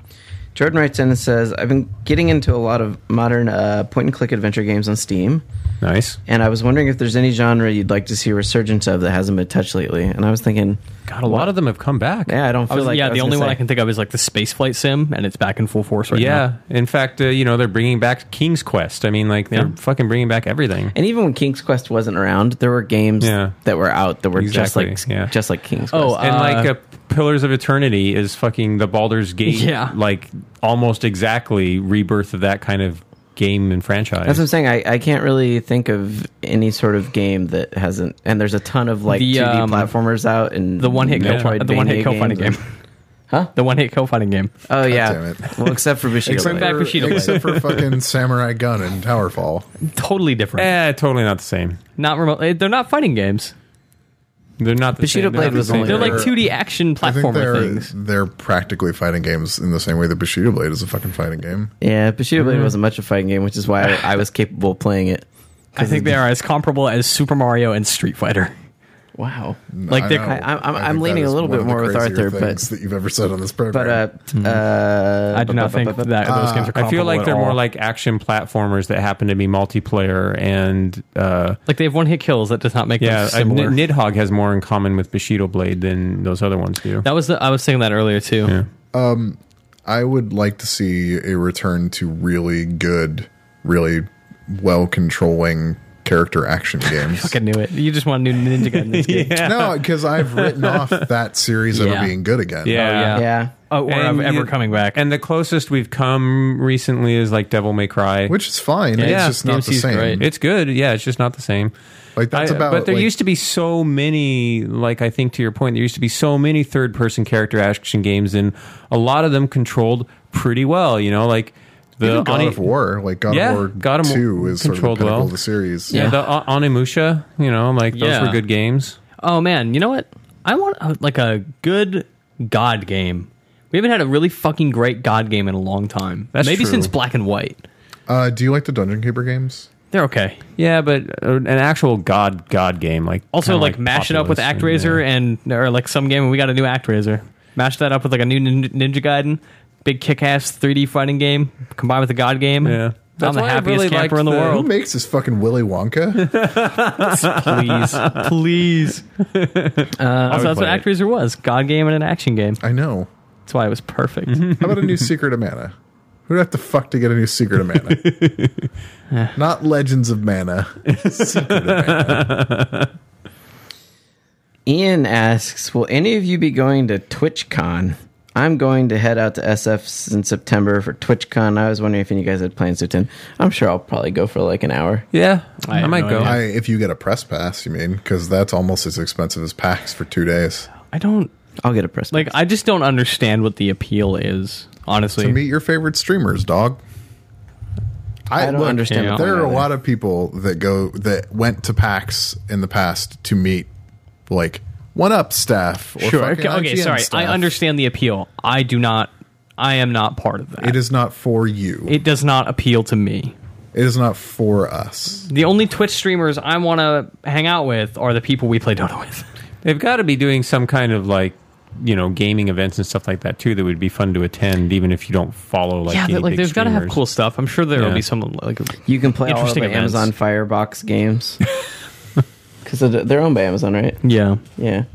Speaker 1: Jordan writes in and says, I've been getting into a lot of modern uh, point and click adventure games on Steam,
Speaker 4: Nice.
Speaker 1: and I was wondering if there's any genre you'd like to see a resurgence of that hasn't been touched lately. And I was thinking,
Speaker 4: God, a lot of them have come back.
Speaker 1: yeah, I don't
Speaker 2: I
Speaker 1: feel
Speaker 2: was,
Speaker 1: like
Speaker 2: yeah,
Speaker 1: I was
Speaker 2: the only
Speaker 1: gonna
Speaker 2: one
Speaker 1: say-
Speaker 2: I can think of is like the spaceflight sim, and it's back in full force right now.
Speaker 4: Yeah. In fact, uh, you know they're bringing back King's Quest. I mean, like they're
Speaker 2: Yeah.
Speaker 4: fucking bringing back everything.
Speaker 1: And even when King's Quest wasn't around, there were games
Speaker 4: Yeah.
Speaker 1: that were out that were
Speaker 4: Exactly,
Speaker 1: just like
Speaker 4: yeah.
Speaker 1: just like King's Quest.
Speaker 2: Oh,
Speaker 4: and
Speaker 2: Uh,
Speaker 4: like uh, Pillars of Eternity is fucking the Baldur's Gate,
Speaker 2: Yeah.
Speaker 4: like almost exactly rebirth of that kind of game and franchise.
Speaker 1: That's what I'm saying. I, I can't really think of any sort of game that hasn't. And there's a ton of like
Speaker 2: The,
Speaker 1: 2D
Speaker 2: um,
Speaker 1: platformers out and
Speaker 2: The one hit kill,
Speaker 1: Metroidvania
Speaker 2: the one hit kill fighting game.
Speaker 1: games. Huh?
Speaker 2: The one hit kill fighting game.
Speaker 1: Oh yeah.
Speaker 3: damn it.
Speaker 1: Well, except for Bushido.
Speaker 2: Except
Speaker 1: Blade.
Speaker 2: back for Bushido Blade.
Speaker 3: Except for fucking Samurai Gun and Towerfall.
Speaker 2: Totally different.
Speaker 4: Eh, totally not the same.
Speaker 2: Not remote. eh, They're not fighting games.
Speaker 4: They're not the
Speaker 1: Bushido
Speaker 4: same. They're not
Speaker 1: Blade
Speaker 4: the
Speaker 1: was
Speaker 4: same.
Speaker 1: only-
Speaker 2: They're like
Speaker 3: They're-
Speaker 2: two D action
Speaker 3: I think
Speaker 2: platformer
Speaker 3: they're
Speaker 2: things.
Speaker 3: they're practically fighting games in the same way that Bushido Blade is a fucking fighting game.
Speaker 1: Yeah, Bushido
Speaker 2: Mm-hmm.
Speaker 1: Blade wasn't much of a fighting game, which is why I, I was capable of playing it.
Speaker 2: I think they are as comparable as Super Mario and Street Fighter.
Speaker 1: Wow.
Speaker 2: Like they're
Speaker 3: know.
Speaker 1: I- I'm- I'm-
Speaker 3: think
Speaker 1: I'm
Speaker 3: that
Speaker 1: leaning a
Speaker 3: is
Speaker 1: little
Speaker 3: one
Speaker 1: bit
Speaker 3: of the
Speaker 1: more with
Speaker 3: crazier
Speaker 1: Arthur, but-
Speaker 3: things that you've ever said on this program.
Speaker 1: But uh, uh
Speaker 2: Hmm. I do not think that those games are comparable
Speaker 4: Ah. I feel like
Speaker 2: at
Speaker 4: they're more
Speaker 2: all.
Speaker 4: like action platformers that happen to be multiplayer and uh,
Speaker 2: like they have one hit kills that does not make
Speaker 4: yeah.
Speaker 2: them
Speaker 4: uh,
Speaker 2: similar.
Speaker 4: Nid- Nidhogg has more in common with Bushido Blade than those other ones do.
Speaker 2: that was the I was saying that earlier too.
Speaker 3: I would like to see a return to really good, really well controlling character action games.
Speaker 2: I knew it. You just want a new Ninja Gaiden. in this game.
Speaker 3: No, because I've written off that series ever
Speaker 2: Yeah.
Speaker 3: being good again.
Speaker 4: Yeah.
Speaker 2: yeah.
Speaker 1: yeah.
Speaker 2: Oh, or
Speaker 4: And
Speaker 2: ever
Speaker 4: you-
Speaker 2: coming back.
Speaker 4: And the closest we've come recently is like Devil May Cry.
Speaker 3: Which is fine.
Speaker 2: Yeah.
Speaker 3: it's just not the
Speaker 2: DMC is
Speaker 3: same.
Speaker 2: great.
Speaker 4: it's good, yeah. It's just not the same.
Speaker 3: Like that's
Speaker 4: I-
Speaker 3: about
Speaker 4: but there
Speaker 3: like,
Speaker 4: used to be so many like i think to your point there used to be so many third person character action games and a lot of them controlled pretty well you know like the
Speaker 3: even God
Speaker 4: Oni-
Speaker 3: of War, like God
Speaker 4: Yeah,
Speaker 3: of War
Speaker 4: God of War
Speaker 3: Two, is sort of the
Speaker 4: controlled
Speaker 3: pinnacle
Speaker 4: well.
Speaker 3: of the series.
Speaker 4: yeah, the O- Onimusha, you know, like those
Speaker 2: Yeah.
Speaker 4: were good games.
Speaker 2: Oh man, you know what? I want a, like a good God game. We haven't had a really fucking great God game in a long time.
Speaker 4: That's
Speaker 2: Maybe
Speaker 4: true.
Speaker 2: since Black and White.
Speaker 3: Uh, do you like the Dungeon Keeper games?
Speaker 2: They're okay.
Speaker 4: Yeah, but uh, an actual god god game like
Speaker 2: Also,
Speaker 4: kinda
Speaker 2: like, mash it up with
Speaker 4: Populous
Speaker 2: ActRaiser
Speaker 4: and,
Speaker 2: and, or like some game. We got a new ActRaiser. Mash that up with like a new Nin- Ninja Gaiden, big kick-ass 3D fighting game combined with a God game.
Speaker 4: Yeah.
Speaker 2: I'm
Speaker 4: That's
Speaker 2: the
Speaker 4: why I
Speaker 2: happiest
Speaker 4: really
Speaker 2: camper in the
Speaker 4: liked the-
Speaker 3: Who
Speaker 2: world.
Speaker 3: makes this fucking Willy Wonka?
Speaker 2: please, please. also, that's what
Speaker 4: play it.
Speaker 2: ActRaiser was: God game and an action game.
Speaker 3: I know.
Speaker 2: That's why it was perfect.
Speaker 4: Mm-hmm.
Speaker 3: How about a new Secret of Mana? Who'd have to fuck to get a new Secret of Mana? Not Legends of Mana. Secret of Mana.
Speaker 1: Ian asks, "Will any of you be going to TwitchCon?" I'm going to head out to SF in September for TwitchCon. I was wondering if any of you guys had plans to attend. I'm sure I'll probably go for like an hour.
Speaker 4: Yeah,
Speaker 2: I
Speaker 4: I,
Speaker 2: have
Speaker 4: might
Speaker 2: no
Speaker 4: go.
Speaker 2: idea.
Speaker 3: I, if you get a press pass, you mean? Because that's almost as expensive as packs for two days.
Speaker 2: I don't
Speaker 1: I'll get a press.
Speaker 2: Like I just don't understand what the appeal is, honestly.
Speaker 3: To meet your favorite streamers, dog.
Speaker 1: I don't understand
Speaker 2: the
Speaker 3: There
Speaker 1: point
Speaker 3: are a
Speaker 1: either.
Speaker 3: lot of people that go that went to PAX in the past to meet like one up staff. Or
Speaker 2: sure.
Speaker 3: fucking
Speaker 2: Okay, okay,
Speaker 3: IGN
Speaker 2: sorry.
Speaker 3: staff.
Speaker 2: I understand the appeal. I do not I am not part of that.
Speaker 3: It is not for you.
Speaker 2: it does not appeal to me.
Speaker 3: it is not for us.
Speaker 2: The only Twitch streamers I want to hang out with are the people we play Dota with.
Speaker 4: They've got to be doing some kind of like you know gaming events and stuff like that too. That would be fun to attend, even if you don't follow like
Speaker 2: yeah,
Speaker 4: any
Speaker 2: but, like
Speaker 4: big
Speaker 2: they've got to have
Speaker 4: streamers.
Speaker 2: cool stuff. I'm sure there will
Speaker 4: Yeah.
Speaker 2: be some like
Speaker 1: You can play all of
Speaker 2: Interesting
Speaker 1: the
Speaker 2: events.
Speaker 1: Amazon Firebox games because they're owned by Amazon, right?
Speaker 2: yeah,
Speaker 1: Yeah,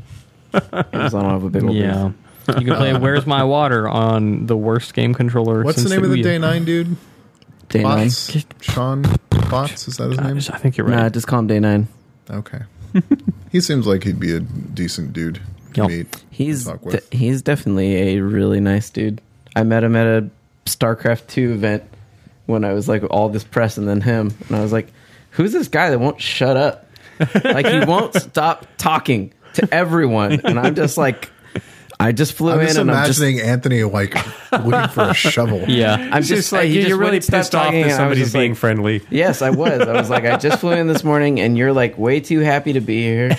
Speaker 1: Amazon will have a big old
Speaker 2: yeah.
Speaker 1: booth.
Speaker 2: You can play Where's My Water on the worst game controller.
Speaker 3: What's the
Speaker 2: since
Speaker 3: name of the
Speaker 2: Wii.
Speaker 3: day nine dude?
Speaker 1: Day nine.
Speaker 3: Bots? Sean Bots? Is that his name?
Speaker 2: I just- I think you're
Speaker 1: Nah,
Speaker 2: right.
Speaker 1: just call him Day Nine.
Speaker 3: Okay. he seems like he'd be a decent dude to
Speaker 2: Yep.
Speaker 3: meet. and
Speaker 1: He's
Speaker 3: talk
Speaker 1: de-
Speaker 3: with.
Speaker 1: he's definitely a really nice dude. I met him at a StarCraft two event when I was like all this press and then him, and I was like, "Who's this guy that won't shut up? like he won't stop talking to everyone." And I'm just like, I just flew
Speaker 3: I'm
Speaker 1: in
Speaker 3: just
Speaker 1: and I'm just
Speaker 3: imagining Anthony like looking for a shovel.
Speaker 2: yeah,
Speaker 1: I'm
Speaker 4: It's just, like
Speaker 1: he
Speaker 4: you're
Speaker 1: just
Speaker 4: really
Speaker 1: wouldn't stop
Speaker 4: pissed off
Speaker 1: talking,
Speaker 4: that
Speaker 1: and I was
Speaker 4: somebody's
Speaker 1: just like,
Speaker 4: being friendly.
Speaker 1: Yes, I was. I was like, I just flew in this morning, and you're like way too happy to be here.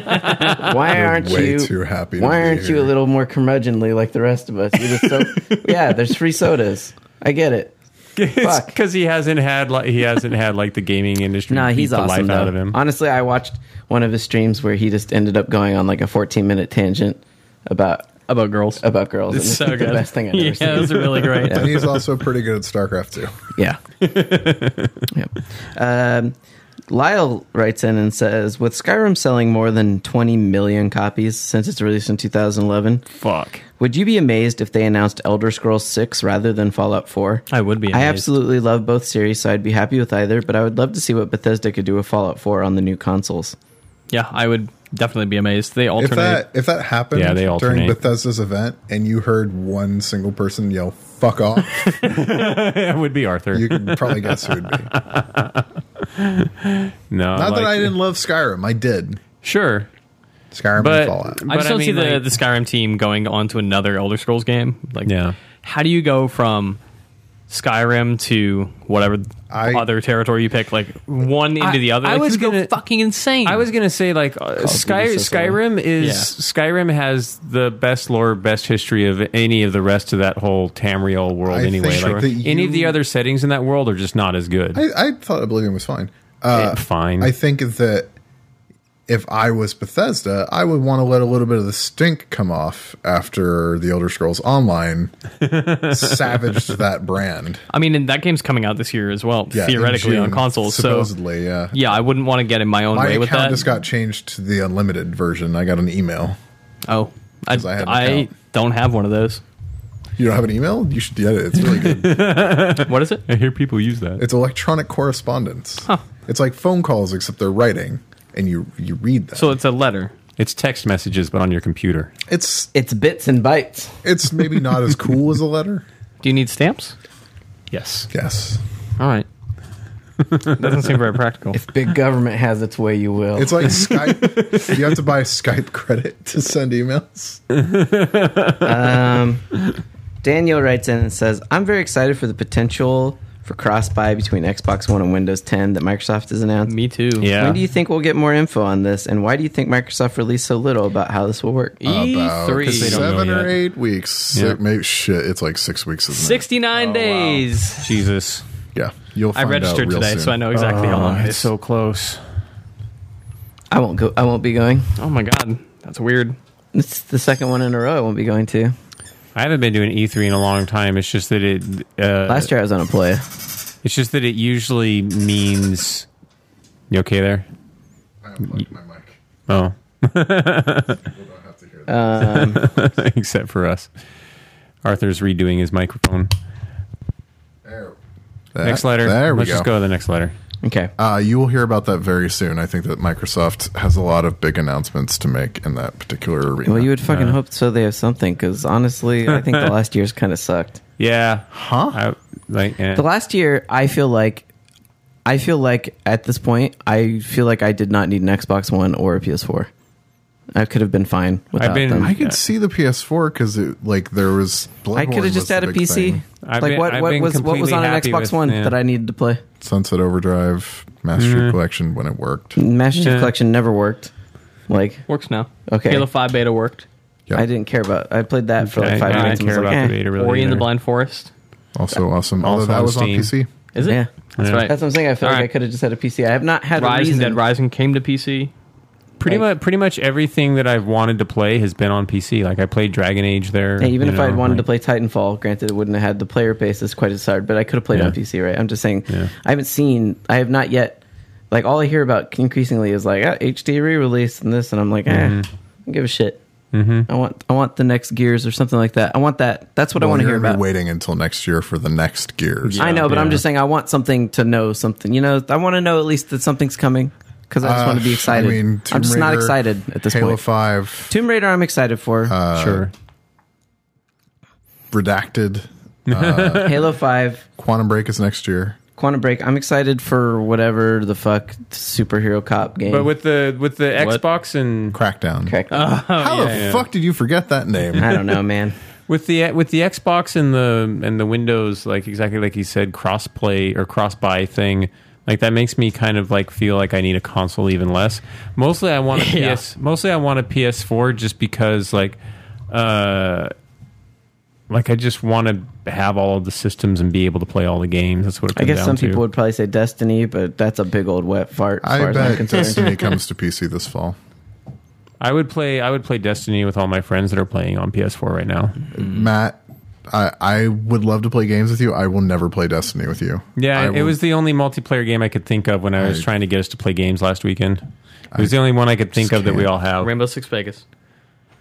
Speaker 1: Why aren't
Speaker 3: way
Speaker 1: you
Speaker 3: too happy to
Speaker 1: Why
Speaker 3: be
Speaker 1: aren't
Speaker 3: here."
Speaker 1: you a little more curmudgeonly like the rest of us? You're just so yeah. There's free sodas. I get it.
Speaker 4: It's
Speaker 1: Fuck.
Speaker 4: because he hasn't had like he hasn't had like the gaming industry.
Speaker 1: Nah,
Speaker 4: beat
Speaker 1: he's
Speaker 4: the
Speaker 1: awesome
Speaker 4: life
Speaker 1: though.
Speaker 4: out of him.
Speaker 1: Honestly, I watched one of his streams where he just ended up going on like a 14 minute tangent about
Speaker 2: about girls.
Speaker 1: about girls.
Speaker 2: It's
Speaker 1: and
Speaker 2: so
Speaker 1: the
Speaker 2: good.
Speaker 1: best thing I've ever
Speaker 2: yeah,
Speaker 1: seen.
Speaker 2: it was really great.
Speaker 3: And he's also pretty good at StarCraft too.
Speaker 1: Yeah. yep. Um, Lyle writes in and says, with Skyrim selling more than 20 million copies since its release in 2011,
Speaker 4: Fuck.
Speaker 1: would you be amazed if they announced Elder Scrolls 6 rather than Fallout 4?
Speaker 2: I would be
Speaker 1: I
Speaker 2: amazed.
Speaker 1: absolutely love both series, so I'd be happy with either, but I would love to see what Bethesda could do with Fallout 4 on the new consoles.
Speaker 2: Yeah, I would definitely be amazed. They
Speaker 3: If
Speaker 2: alternate.
Speaker 3: that if that happened
Speaker 4: Yeah, they
Speaker 3: during
Speaker 4: alternate.
Speaker 3: Bethesda's event and you heard one single person yell "fuck off,"
Speaker 4: That would be Arthur.
Speaker 3: you could probably guess who it'd be. Not
Speaker 4: no, like,
Speaker 3: that I didn't love Skyrim, I did.
Speaker 4: Sure,
Speaker 3: Skyrim
Speaker 4: But-
Speaker 3: and Fallout.
Speaker 2: I
Speaker 4: But
Speaker 2: just
Speaker 4: I
Speaker 2: don't see
Speaker 4: mean,
Speaker 2: the,
Speaker 4: like-
Speaker 2: the Skyrim team going on to another Elder Scrolls game. Like,
Speaker 4: Yeah.
Speaker 2: how do you go from Skyrim to whatever
Speaker 3: I-
Speaker 2: other territory you pick, like one into
Speaker 4: I-
Speaker 2: the other?
Speaker 4: I
Speaker 2: Like,
Speaker 4: was
Speaker 2: just go
Speaker 4: gonna-
Speaker 2: fucking insane.
Speaker 4: I was gonna say like uh, Sky,
Speaker 1: Duty Cicero.
Speaker 4: Skyrim is
Speaker 2: Yeah.
Speaker 4: Skyrim has the best lore, best history of any of the rest of that whole Tamriel world.
Speaker 3: I
Speaker 4: anyway,
Speaker 3: think
Speaker 4: like,
Speaker 3: that you-
Speaker 4: any of the other settings in that world are just not as good.
Speaker 3: I, I thought Oblivion was fine. Uh,
Speaker 4: Eh, fine.
Speaker 3: I think that if I was Bethesda, I would want to let a little bit of the stink come off after the Elder Scrolls Online savaged that brand.
Speaker 2: I mean, and that game's coming out this year as well,
Speaker 3: Yeah, in
Speaker 2: theoretically on
Speaker 3: June,
Speaker 2: consoles. So
Speaker 3: Supposedly, yeah.
Speaker 2: yeah, I wouldn't want to get in my own
Speaker 3: My
Speaker 2: way with
Speaker 3: account
Speaker 2: that.
Speaker 3: just got changed to the unlimited version. I got an email.
Speaker 2: oh, I,
Speaker 3: I had an
Speaker 2: I,
Speaker 3: account.
Speaker 2: don't have one of those.
Speaker 3: You don't have an email? You should get it. It's really good.
Speaker 2: What is it?
Speaker 4: I hear people use that.
Speaker 3: it's electronic correspondence. It's like phone calls, except they're writing, and you you read them.
Speaker 2: So it's a letter.
Speaker 4: It's text messages, but on your computer.
Speaker 3: it's
Speaker 1: It's bits and bytes.
Speaker 3: it's maybe not as cool as a letter.
Speaker 2: Do you need stamps?
Speaker 4: Yes.
Speaker 3: Yes.
Speaker 2: All right. Doesn't seem very practical.
Speaker 1: If big government has its way, you will.
Speaker 3: It's like Skype. You have to buy Skype credit to send emails.
Speaker 1: Daniel writes in and says, I'm very excited for the potential for cross buy between Xbox One and Windows 10 that Microsoft has announced.
Speaker 2: Me too.
Speaker 4: Yeah.
Speaker 1: When do you think we'll get more info on this, and why do you think Microsoft released so little about how this will work?
Speaker 3: About
Speaker 4: they
Speaker 2: E3.
Speaker 4: don't-
Speaker 3: seven
Speaker 4: know
Speaker 3: or
Speaker 4: yet.
Speaker 3: eight weeks. Si-
Speaker 4: Yeah.
Speaker 3: maybe shit. It's like six weeks. Isn't Oh,
Speaker 2: 69 days.
Speaker 4: Jesus.
Speaker 3: It? Yeah, you'll.
Speaker 2: I
Speaker 3: Find
Speaker 2: registered
Speaker 3: out real
Speaker 2: today,
Speaker 3: soon.
Speaker 2: so I know exactly
Speaker 1: Oh,
Speaker 2: how long it is.
Speaker 4: close.
Speaker 1: I won't go. I won't be going.
Speaker 2: oh my god, that's weird.
Speaker 1: It's the second one in a row. I won't be going to.
Speaker 4: I haven't been doing E3 in a long time. It's just that it. Uh,
Speaker 1: Last year I was on a play.
Speaker 4: It's just that it usually means. You okay there?
Speaker 3: I unplugged my mic.
Speaker 4: Oh,
Speaker 3: People don't have to hear that.
Speaker 4: except for us. Arthur's redoing his microphone.
Speaker 3: there.
Speaker 4: Next letter.
Speaker 3: Uh, There we
Speaker 4: Let's just go to the next letter.
Speaker 1: Okay.
Speaker 3: Uh, you will hear about that very soon. I think that Microsoft has a lot of big announcements to make in that particular arena.
Speaker 1: Well, you would fucking hope so. They have something because honestly, I think the last year's kind of sucked.
Speaker 4: Yeah.
Speaker 3: huh?
Speaker 4: I, like, eh.
Speaker 1: The last year, I feel like, I feel like at this point, I feel like I did not need an Xbox One or a PS4. I could have been fine without
Speaker 4: been-
Speaker 1: them.
Speaker 3: I could
Speaker 4: Yeah.
Speaker 3: see the PS4 because it like there was.
Speaker 1: I could
Speaker 3: Bloodborne
Speaker 1: have
Speaker 3: was
Speaker 1: just had
Speaker 3: the
Speaker 1: a
Speaker 3: big
Speaker 1: PC.
Speaker 3: thing.
Speaker 4: I've
Speaker 1: like
Speaker 4: been-
Speaker 1: what,
Speaker 4: I've
Speaker 1: what
Speaker 4: been
Speaker 1: was what was
Speaker 4: completely
Speaker 1: on an
Speaker 4: happy
Speaker 1: Xbox
Speaker 4: with-
Speaker 1: One
Speaker 4: yeah.
Speaker 1: that I needed to play?
Speaker 3: Sunset Overdrive Master
Speaker 4: Mm-hmm.
Speaker 3: Chief Collection when it worked.
Speaker 1: Master Chief
Speaker 4: Yeah.
Speaker 1: Collection never worked. Like
Speaker 2: Works now.
Speaker 1: Okay.
Speaker 2: Halo 5 beta worked.
Speaker 3: Yep.
Speaker 1: I didn't care about. I played that for like five
Speaker 4: I, I
Speaker 1: minutes.
Speaker 4: care
Speaker 1: and was
Speaker 4: about
Speaker 1: like,
Speaker 4: the
Speaker 1: eh.
Speaker 4: beta really.
Speaker 2: Ori in the
Speaker 4: either.
Speaker 2: Blind Forest.
Speaker 3: Also awesome. Although
Speaker 4: Also
Speaker 3: that
Speaker 4: on
Speaker 3: was on PC.
Speaker 4: Steam.
Speaker 2: Is it?
Speaker 1: Yeah.
Speaker 2: That's
Speaker 4: Yeah.
Speaker 2: right.
Speaker 1: That's what I'm saying. I feel
Speaker 2: All
Speaker 1: like I
Speaker 2: right.
Speaker 1: could have just had a PC. I have not had a
Speaker 2: Rise and
Speaker 1: reason.
Speaker 2: Dead Rising came to PC.
Speaker 4: Pretty
Speaker 1: Like-
Speaker 4: much, pretty much everything that I've wanted to play has been on PC. Like I played Dragon Age there.
Speaker 1: Yeah, even
Speaker 4: you
Speaker 1: if I'd
Speaker 4: know,
Speaker 1: wanted to
Speaker 4: like-
Speaker 1: play Titanfall, granted it wouldn't have had the player base as quite as hard, but I could have played
Speaker 4: Yeah.
Speaker 1: on PC, right? I'm just saying
Speaker 4: Yeah.
Speaker 1: I haven't seen I have not yet like all I hear about increasingly is like ah, HD re-release and this and I'm like, eh,
Speaker 4: Mm-hmm.
Speaker 1: I don't give a shit. I want I want the next Gears or something like that. I want that. That's what I
Speaker 3: Well,
Speaker 1: want to
Speaker 3: you're
Speaker 1: hear
Speaker 3: gonna be
Speaker 1: about.
Speaker 3: Waiting until next year for the next Gears.
Speaker 1: I know, but I'm
Speaker 4: yeah.
Speaker 1: just saying I want something to know something. You know, I want to know at least that something's coming because I just
Speaker 3: Uh,
Speaker 1: want to be excited.
Speaker 3: I mean,
Speaker 1: I'm
Speaker 3: Tomb
Speaker 1: just not
Speaker 3: Raider,
Speaker 1: excited at this
Speaker 3: Halo
Speaker 1: point.
Speaker 3: Five, Uh,
Speaker 1: Tomb Raider, I'm excited for.
Speaker 4: sure.
Speaker 3: Redacted,
Speaker 1: Halo Five.
Speaker 3: Quantum Break is next year.
Speaker 1: Quantum Break. I'm excited for whatever the fuck superhero cop game.
Speaker 4: But with the with the
Speaker 2: What?
Speaker 4: Xbox and Oh,
Speaker 3: Crackdown.
Speaker 1: Correct.
Speaker 3: How the fuck did you forget that name?
Speaker 1: I don't know, man.
Speaker 4: with the with the Xbox and the and the Windows, like exactly like you said, cross play or cross buy thing. Like that makes me kind of like feel like I need a console even less. Mostly, I want a
Speaker 2: Yeah.
Speaker 4: PS. Mostly, I want a PS4 just because like, uh, like I just want to have all of the systems and be able to play all the games. That's what it
Speaker 1: I
Speaker 4: comes
Speaker 1: guess
Speaker 4: down
Speaker 1: some
Speaker 4: to.
Speaker 1: people would probably say Destiny, but that's a big old wet fart as far
Speaker 3: I
Speaker 1: as I'm
Speaker 3: bet
Speaker 1: concerned.
Speaker 3: Destiny comes to PC this fall.
Speaker 4: I would play. I would play Destiny with all my friends that are playing on PS4 right now.
Speaker 3: Matt, I, I would love to play games with you. I will never play Destiny with you.
Speaker 4: Yeah,
Speaker 3: I
Speaker 4: it
Speaker 3: will-
Speaker 4: was the only multiplayer game I could think of when I was
Speaker 3: I-
Speaker 4: trying to get us to play games last weekend. It was the only one I could think
Speaker 3: just
Speaker 4: of that we
Speaker 3: can't.
Speaker 4: all have.
Speaker 2: Rainbow Six Vegas.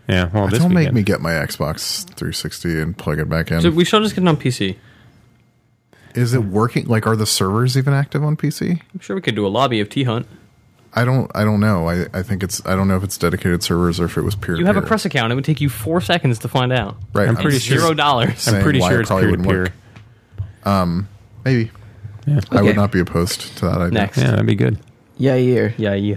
Speaker 4: Yeah, well, this
Speaker 3: Don't make
Speaker 4: weekend.
Speaker 3: me get my Xbox 360 and plug it back in.
Speaker 2: So we should just get it on PC.
Speaker 3: Is it working? Like, are the servers even active on PC?
Speaker 2: I'm sure we could do a lobby of T Hunt.
Speaker 3: I don't. I don't know. I, I think it's. I don't know if it's dedicated servers or if it was peer.
Speaker 2: You have a press account. It would take you four seconds to find out.
Speaker 3: right?
Speaker 4: I'm pretty
Speaker 2: Pretty
Speaker 4: sure-
Speaker 2: Zero dollars.
Speaker 4: I'm
Speaker 3: saying
Speaker 4: pretty
Speaker 3: why
Speaker 4: sure
Speaker 3: it
Speaker 4: it's
Speaker 3: probably
Speaker 4: peer to
Speaker 3: wouldn't
Speaker 4: peer.
Speaker 3: work. Maybe. I
Speaker 1: Okay.
Speaker 3: would not be opposed to that idea.
Speaker 2: Next.
Speaker 4: Yeah, that'd be good.
Speaker 1: Yeah, yeah.
Speaker 2: Yeah, yeah.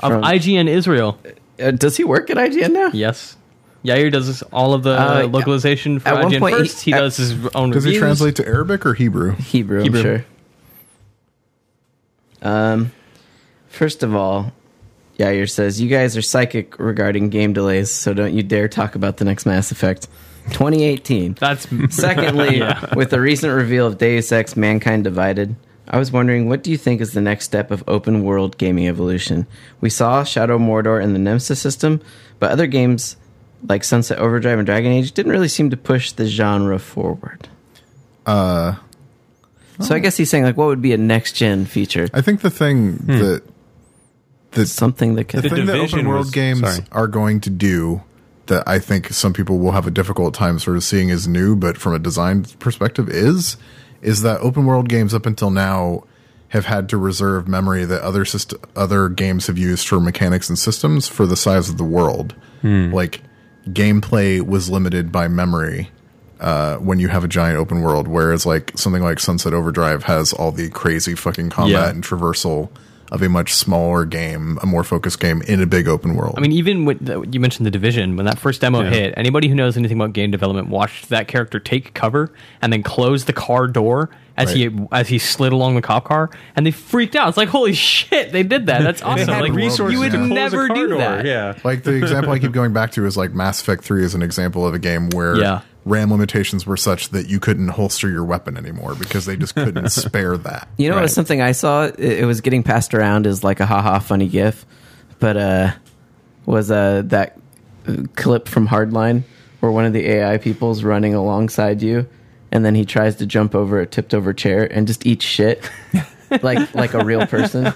Speaker 2: Of
Speaker 1: From-
Speaker 2: IGN Israel.
Speaker 1: Uh, does he work at IGN now?
Speaker 2: Yes. Yair does this- all of the
Speaker 1: Uh,
Speaker 2: localization for
Speaker 1: at one
Speaker 2: IGN
Speaker 1: point he-
Speaker 2: first. He,
Speaker 1: at-
Speaker 2: does his own
Speaker 3: Does
Speaker 2: reviews.
Speaker 3: it translate to Arabic or Hebrew?
Speaker 1: Hebrew,
Speaker 2: Hebrew.
Speaker 1: I'm sure. Um, first of all, Yair says you guys are psychic regarding game delays, so don't you dare talk about the next Mass Effect 2018.
Speaker 2: That's
Speaker 1: Secondly, with the recent reveal of Deus Ex Mankind Divided, I was wondering what do you think is the next step of open world gaming evolution? We saw Shadow of Mordor in the Nemesis system, but other games like Sunset Overdrive and Dragon Age didn't really seem to push the genre forward. Uh so I guess he's saying like what would be a next gen feature?
Speaker 3: I think the thing that
Speaker 1: Something that
Speaker 3: the
Speaker 1: could
Speaker 3: thing that
Speaker 4: Division
Speaker 3: open world
Speaker 4: was-
Speaker 3: games
Speaker 4: sorry.
Speaker 3: are going to do that I think some people will have a difficult time sort of seeing as new, but from a design perspective is is that open world games up until now have had to reserve memory that other syst- other games have used for mechanics and systems for the size of the world.
Speaker 4: Hmm.
Speaker 3: Like gameplay was limited by memory uh, when you have a giant open world, whereas like something like Sunset Overdrive has all the crazy fucking combat
Speaker 2: Yeah.
Speaker 3: and traversal of a much smaller game, a more focused game in a big open world.
Speaker 2: I mean, even when the, you mentioned the division, when that first demo hit, anybody who knows anything about game development watched that character take cover and then close the car door as he as he slid along the cop car, and they freaked out. It's like, holy shit, they did that. That's awesome.
Speaker 4: had
Speaker 2: like
Speaker 3: resources
Speaker 2: you would
Speaker 3: to close a
Speaker 2: never do that.
Speaker 4: Yeah,
Speaker 3: like the example I keep going back to is like Mass Effect 3 is an example of a game where
Speaker 2: Yeah.
Speaker 3: RAM limitations were such that you couldn't holster your weapon anymore because they just couldn't spare that.
Speaker 1: You know, it was something I saw. It, it was getting passed around as like a haha funny gif, but uh, was uh that uh, clip from Hardline where one of the AI people's running alongside you, and then he tries to jump over a tipped over chair and just eats shit. like like a real person,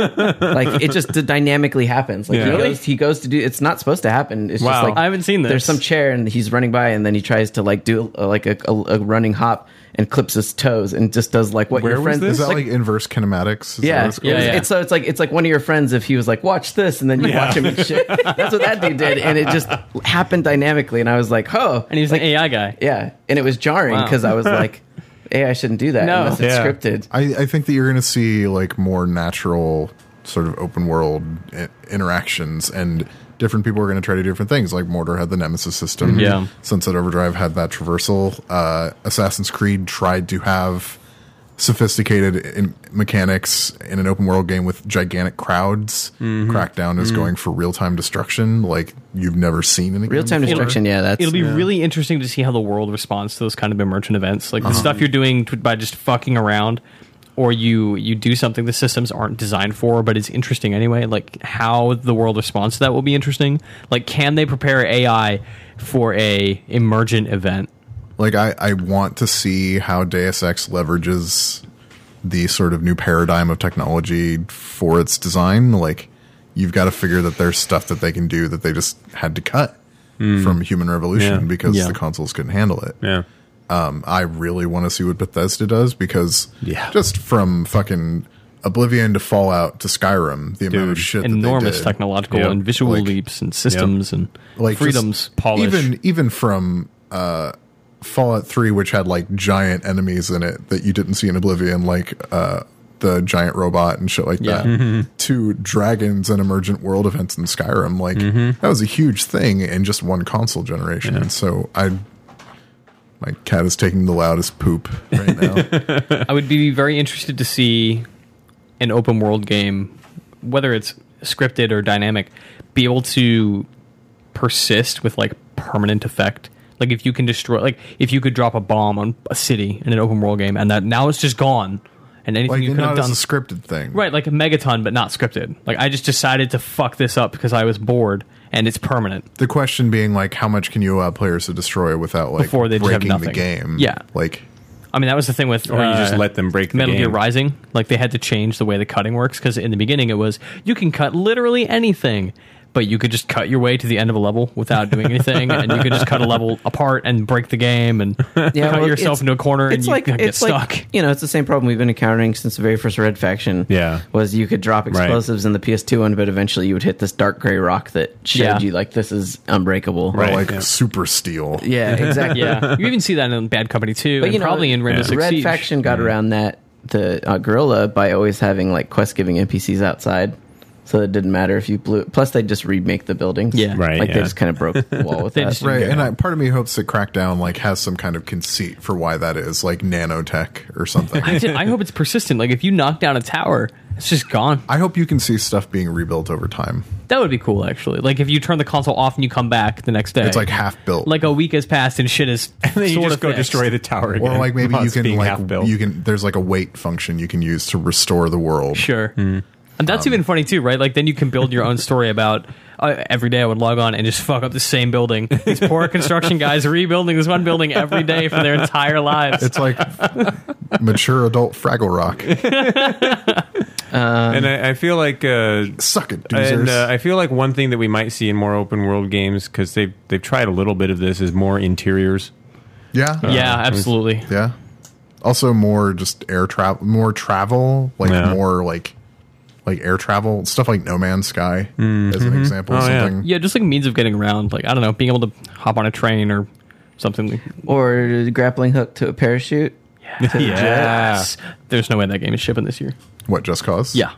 Speaker 1: like it just dynamically happens. Like
Speaker 4: Yeah.
Speaker 1: he
Speaker 4: Really?
Speaker 1: goes, he goes to do. It's not supposed to happen. It's
Speaker 4: Wow.
Speaker 1: just like
Speaker 2: I haven't seen this.
Speaker 1: There's some chair and he's running by, and then he tries to like do uh, like a, a, a running hop and clips his toes and just does like what
Speaker 4: Where
Speaker 1: your
Speaker 4: was
Speaker 1: friend
Speaker 4: this?
Speaker 3: Is
Speaker 1: it's
Speaker 3: that
Speaker 1: like-
Speaker 3: like, inverse kinematics? Is that
Speaker 1: yeah,
Speaker 3: what it's called?
Speaker 1: it's-
Speaker 2: yeah.
Speaker 1: It's so it's like it's like one of your friends if he was like, "Watch this," and then you watch him eat shit. That's what that dude did, and it just happened dynamically. And I was like, "Oh,"
Speaker 2: And he was
Speaker 1: like,
Speaker 2: an AI guy.
Speaker 1: "Yeah," and it was jarring
Speaker 2: Wow.
Speaker 1: because I was like, "Hey, I shouldn't do that
Speaker 2: No.
Speaker 1: unless it's
Speaker 4: Yeah.
Speaker 1: scripted."
Speaker 3: I, I think that you're going to see like more natural sort of open world i- interactions and different people are going to try to do different things like mortar had the nemesis system
Speaker 2: Yeah.
Speaker 3: sunset overdrive had that traversal uh, assassin's creed tried to have sophisticated in mechanics in an open world game with gigantic crowds. Crackdown is going for real time destruction like you've never seen in a game
Speaker 1: Real time
Speaker 2: It'll-
Speaker 1: destruction, yeah, that's
Speaker 2: it'll be really interesting to see how the world responds to those kind of emergent events, like
Speaker 1: Uh-huh.
Speaker 2: the stuff you're doing t- by just fucking around, or you you do something the systems aren't designed for, but it's interesting anyway. Like how the world responds to that will be interesting. Like can they prepare AI for a emergent event?
Speaker 3: Like I, I want to see how Deus Ex leverages the sort of new paradigm of technology for its design. Like you've got to figure that there's stuff that they can do that they just had to cut from Human Revolution
Speaker 4: Hmm. Yeah.
Speaker 3: because
Speaker 2: Yeah.
Speaker 3: the consoles couldn't handle it.
Speaker 4: Yeah.
Speaker 3: Um, I really want to see what Bethesda does because
Speaker 4: Yeah.
Speaker 3: just from fucking Oblivion to Fallout to Skyrim, the amount
Speaker 4: Dude,
Speaker 3: of shit
Speaker 2: Enormous
Speaker 3: that they did.
Speaker 2: technological
Speaker 4: Yep.
Speaker 2: and visual
Speaker 3: Like-
Speaker 2: leaps and systems and
Speaker 3: like just
Speaker 2: freedoms.
Speaker 4: polish.
Speaker 3: Even even from uh, Fallout Three, which had like giant enemies in it that you didn't see in Oblivion, like uh, the giant robot and shit like
Speaker 2: Yeah. Mm-hmm.
Speaker 3: that, to dragons and emergent world events in Skyrim, like
Speaker 2: Mm-hmm.
Speaker 3: that was a huge thing in just one console generation. And so I, my cat is taking the loudest poop right now.
Speaker 2: I would be very interested to see an open world game, whether it's scripted or dynamic, be able to persist with like permanent effect. Like if you can destroy, like if you could drop a bomb on a city in an open world game, and that now it's just gone, and anything
Speaker 3: like
Speaker 2: you could have
Speaker 3: not as
Speaker 2: done,
Speaker 3: a scripted thing,
Speaker 2: right? Like a megaton, but not scripted. Like I just decided to fuck this up because I was bored, and it's permanent.
Speaker 3: The question being like, how much can you allow players to destroy without like
Speaker 2: Before they just have
Speaker 3: breaking the
Speaker 2: nothing.
Speaker 3: game?
Speaker 2: Yeah.
Speaker 3: like
Speaker 2: I mean, that was the thing with
Speaker 4: Or you just
Speaker 2: uh,
Speaker 4: let them break the
Speaker 2: Metal Gear
Speaker 4: game.
Speaker 2: Rising. Like they had to change the way the cutting works because in the beginning it was you can cut literally anything, but you could just cut your way to the end of a level without doing anything, and you could just cut a level apart and break the game and
Speaker 1: yeah,
Speaker 2: cut
Speaker 1: well,
Speaker 2: yourself
Speaker 1: it's-
Speaker 2: into a corner and
Speaker 1: it's
Speaker 2: you
Speaker 1: like,
Speaker 2: get
Speaker 1: it's
Speaker 2: stuck.
Speaker 1: Like, you know, it's the same problem we've been encountering since the very first Red Faction.
Speaker 4: Yeah.
Speaker 1: was you could drop explosives in the PS2 one, but eventually you would hit this dark gray rock that showed
Speaker 2: Yeah.
Speaker 1: you like this is unbreakable.
Speaker 3: or,
Speaker 4: Right,
Speaker 3: like
Speaker 4: yeah.
Speaker 3: super steel.
Speaker 1: Yeah, exactly.
Speaker 2: yeah, you even see that in Bad Company too,
Speaker 1: But
Speaker 2: and
Speaker 1: you know,
Speaker 2: probably in Rainbow Six
Speaker 1: Red
Speaker 2: Siege.
Speaker 1: Faction
Speaker 2: Mm-hmm.
Speaker 1: got around that the uh, gorilla by always having like quest giving NPCs outside, so it didn't matter if you blew. Plus, they just remake the buildings.
Speaker 2: Yeah.
Speaker 4: Right,
Speaker 1: Like
Speaker 4: yeah.
Speaker 1: they just kind of broke the wall with
Speaker 2: They
Speaker 1: that.
Speaker 2: just-
Speaker 3: right and I, part of me hopes that crackdown like has some kind of conceit for why that is like nanotech or something
Speaker 2: I, did- I hope it's persistent. Like if you knock down a tower, it's just gone.
Speaker 3: i hope you can see stuff being rebuilt over time
Speaker 2: That would be cool, actually. Like if you turn the console off and you come back the next day,
Speaker 3: it's like half built
Speaker 2: like a week has passed and shit is
Speaker 4: And then you
Speaker 2: sort
Speaker 4: just
Speaker 2: of
Speaker 4: go
Speaker 2: fixed.
Speaker 4: destroy the tower again.
Speaker 3: or like maybe
Speaker 4: while
Speaker 3: you
Speaker 4: it's
Speaker 3: can
Speaker 4: being
Speaker 3: like
Speaker 4: half-built.
Speaker 3: you can there's like a weight function you can use to restore the world
Speaker 2: Sure. And that's even funny too, right? Like then you can build your own story about uh, every day I would log on and just fuck up the same building. These poor construction guys rebuilding this one building every day for their entire lives.
Speaker 3: it's like mature adult fraggle rock
Speaker 4: and I, I feel like uh,
Speaker 3: suck it doozers.
Speaker 4: And uh, I feel like one thing that we might see in more open world games because they've they've tried a little bit of this is more interiors.
Speaker 3: yeah
Speaker 2: yeah, absolutely.
Speaker 3: yeah also more just air travel more travel like
Speaker 4: Yeah.
Speaker 3: more like like air travel stuff like no man's sky as an example of
Speaker 4: Oh, yeah.
Speaker 3: something
Speaker 2: Yeah, just like means of getting around. Like I don't know, being able to hop on a train or something.
Speaker 1: or grappling hook to a parachute.
Speaker 2: Yes. There's no way that game is shipping this year.
Speaker 3: What just cause?
Speaker 2: Yeah.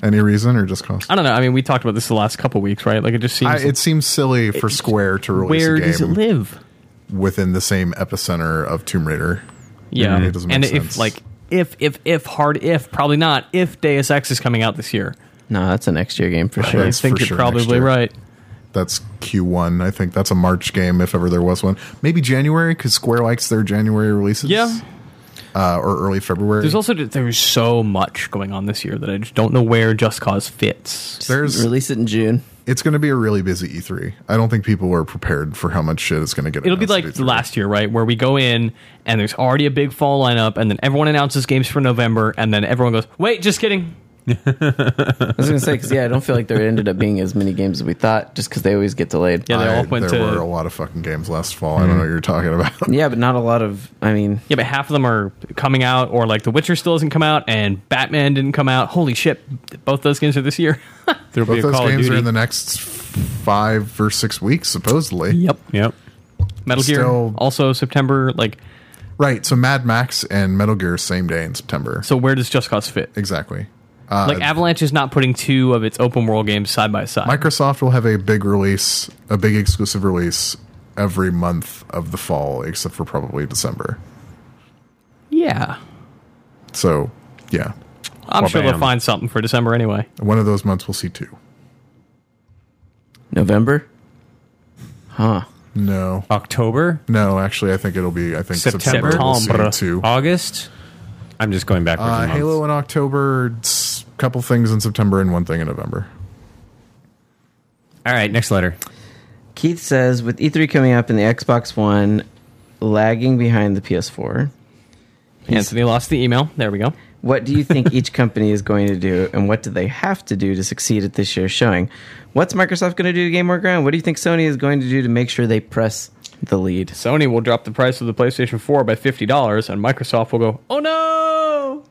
Speaker 3: Any reason or just cause?
Speaker 2: I don't know. I mean, we talked about this the last couple weeks, right? Like it just seems
Speaker 3: I, it seems silly for Square to release
Speaker 2: where
Speaker 3: a game
Speaker 2: does it live?
Speaker 3: within the same epicenter of Tomb Raider.
Speaker 2: Yeah,
Speaker 3: Mhm. It doesn't make
Speaker 2: and if
Speaker 3: sense.
Speaker 2: like if if if hard if probably not if Deus Ex is coming out this year,
Speaker 1: No, that's a next year game for sure.
Speaker 3: That's
Speaker 2: I think
Speaker 3: for
Speaker 2: you're
Speaker 3: sure next
Speaker 2: probably
Speaker 3: year.
Speaker 2: right.
Speaker 3: That's Q1. I think that's a March game if ever there was one. Maybe January because Square likes their January releases.
Speaker 2: Yeah.
Speaker 3: Uh, or early February.
Speaker 2: There's also there's so much going on this year that I just don't know where Just Cause fits.
Speaker 3: There's-
Speaker 1: release it in June.
Speaker 3: it's going to be a really busy E3. I don't think people are prepared for how much shit is going to get.
Speaker 2: It'll be
Speaker 3: announced E
Speaker 2: like
Speaker 3: at E3.
Speaker 2: last year, right, where we go in and there's already a big fall lineup, and then everyone announces games for November, and then everyone goes, "Wait, just kidding."
Speaker 1: I was gonna say because yeah, I don't feel like there ended up being as many games as we thought, just because they always get delayed.
Speaker 2: Yeah, they
Speaker 3: I-
Speaker 2: all went
Speaker 3: there
Speaker 2: to Hmm.
Speaker 3: were a lot of fucking games last fall. I don't know what you're talking about.
Speaker 1: Yeah, but not a lot of. I mean,
Speaker 2: yeah, but half of them are coming out, or like The Witcher still hasn't come out, and Batman didn't come out. Holy shit, both those games are this year.
Speaker 4: There'll be
Speaker 3: Both
Speaker 4: a
Speaker 3: those
Speaker 4: Call of
Speaker 3: games
Speaker 4: Duty.
Speaker 3: are in the next five or six weeks, supposedly.
Speaker 2: yep,
Speaker 4: yep.
Speaker 2: Metal
Speaker 3: Still-
Speaker 2: Gear also September. Like,
Speaker 3: Right. So Mad Max and Metal Gear same day in September.
Speaker 2: so where does Just Cause fit?
Speaker 3: Exactly. Uh,
Speaker 2: like Avalanche is not putting two of its open world games side by side.
Speaker 3: Microsoft will have a big release, a big exclusive release every month of the fall, except for probably December.
Speaker 2: yeah,
Speaker 3: So, yeah,
Speaker 2: I'm
Speaker 4: Well,
Speaker 2: sure
Speaker 4: bam.
Speaker 2: they'll find something for December anyway.
Speaker 3: one of those months we'll see two.
Speaker 1: November? Huh.
Speaker 3: No,
Speaker 4: October,
Speaker 3: no, actually, I think it'll be. I think September,
Speaker 4: September,
Speaker 3: we'll
Speaker 2: September.
Speaker 3: see two.
Speaker 4: August. I'm just going backwards.
Speaker 3: Uh,
Speaker 4: in months.
Speaker 3: Halo in October, s- couple things in September, and one thing in November.
Speaker 4: All right, next letter.
Speaker 1: Keith says with E3 coming up and the Xbox One lagging behind the PS4,
Speaker 2: Anthony lost the email. There we go.
Speaker 1: What do you think each company is going to do, and what do they have to do to succeed at this year's showing? What's Microsoft going to do to gain more ground? What do you think Sony is going to do to make sure they press the lead?
Speaker 2: Sony will drop the price of the PlayStation 4 by fifty dollars, and Microsoft will go, "Oh no!"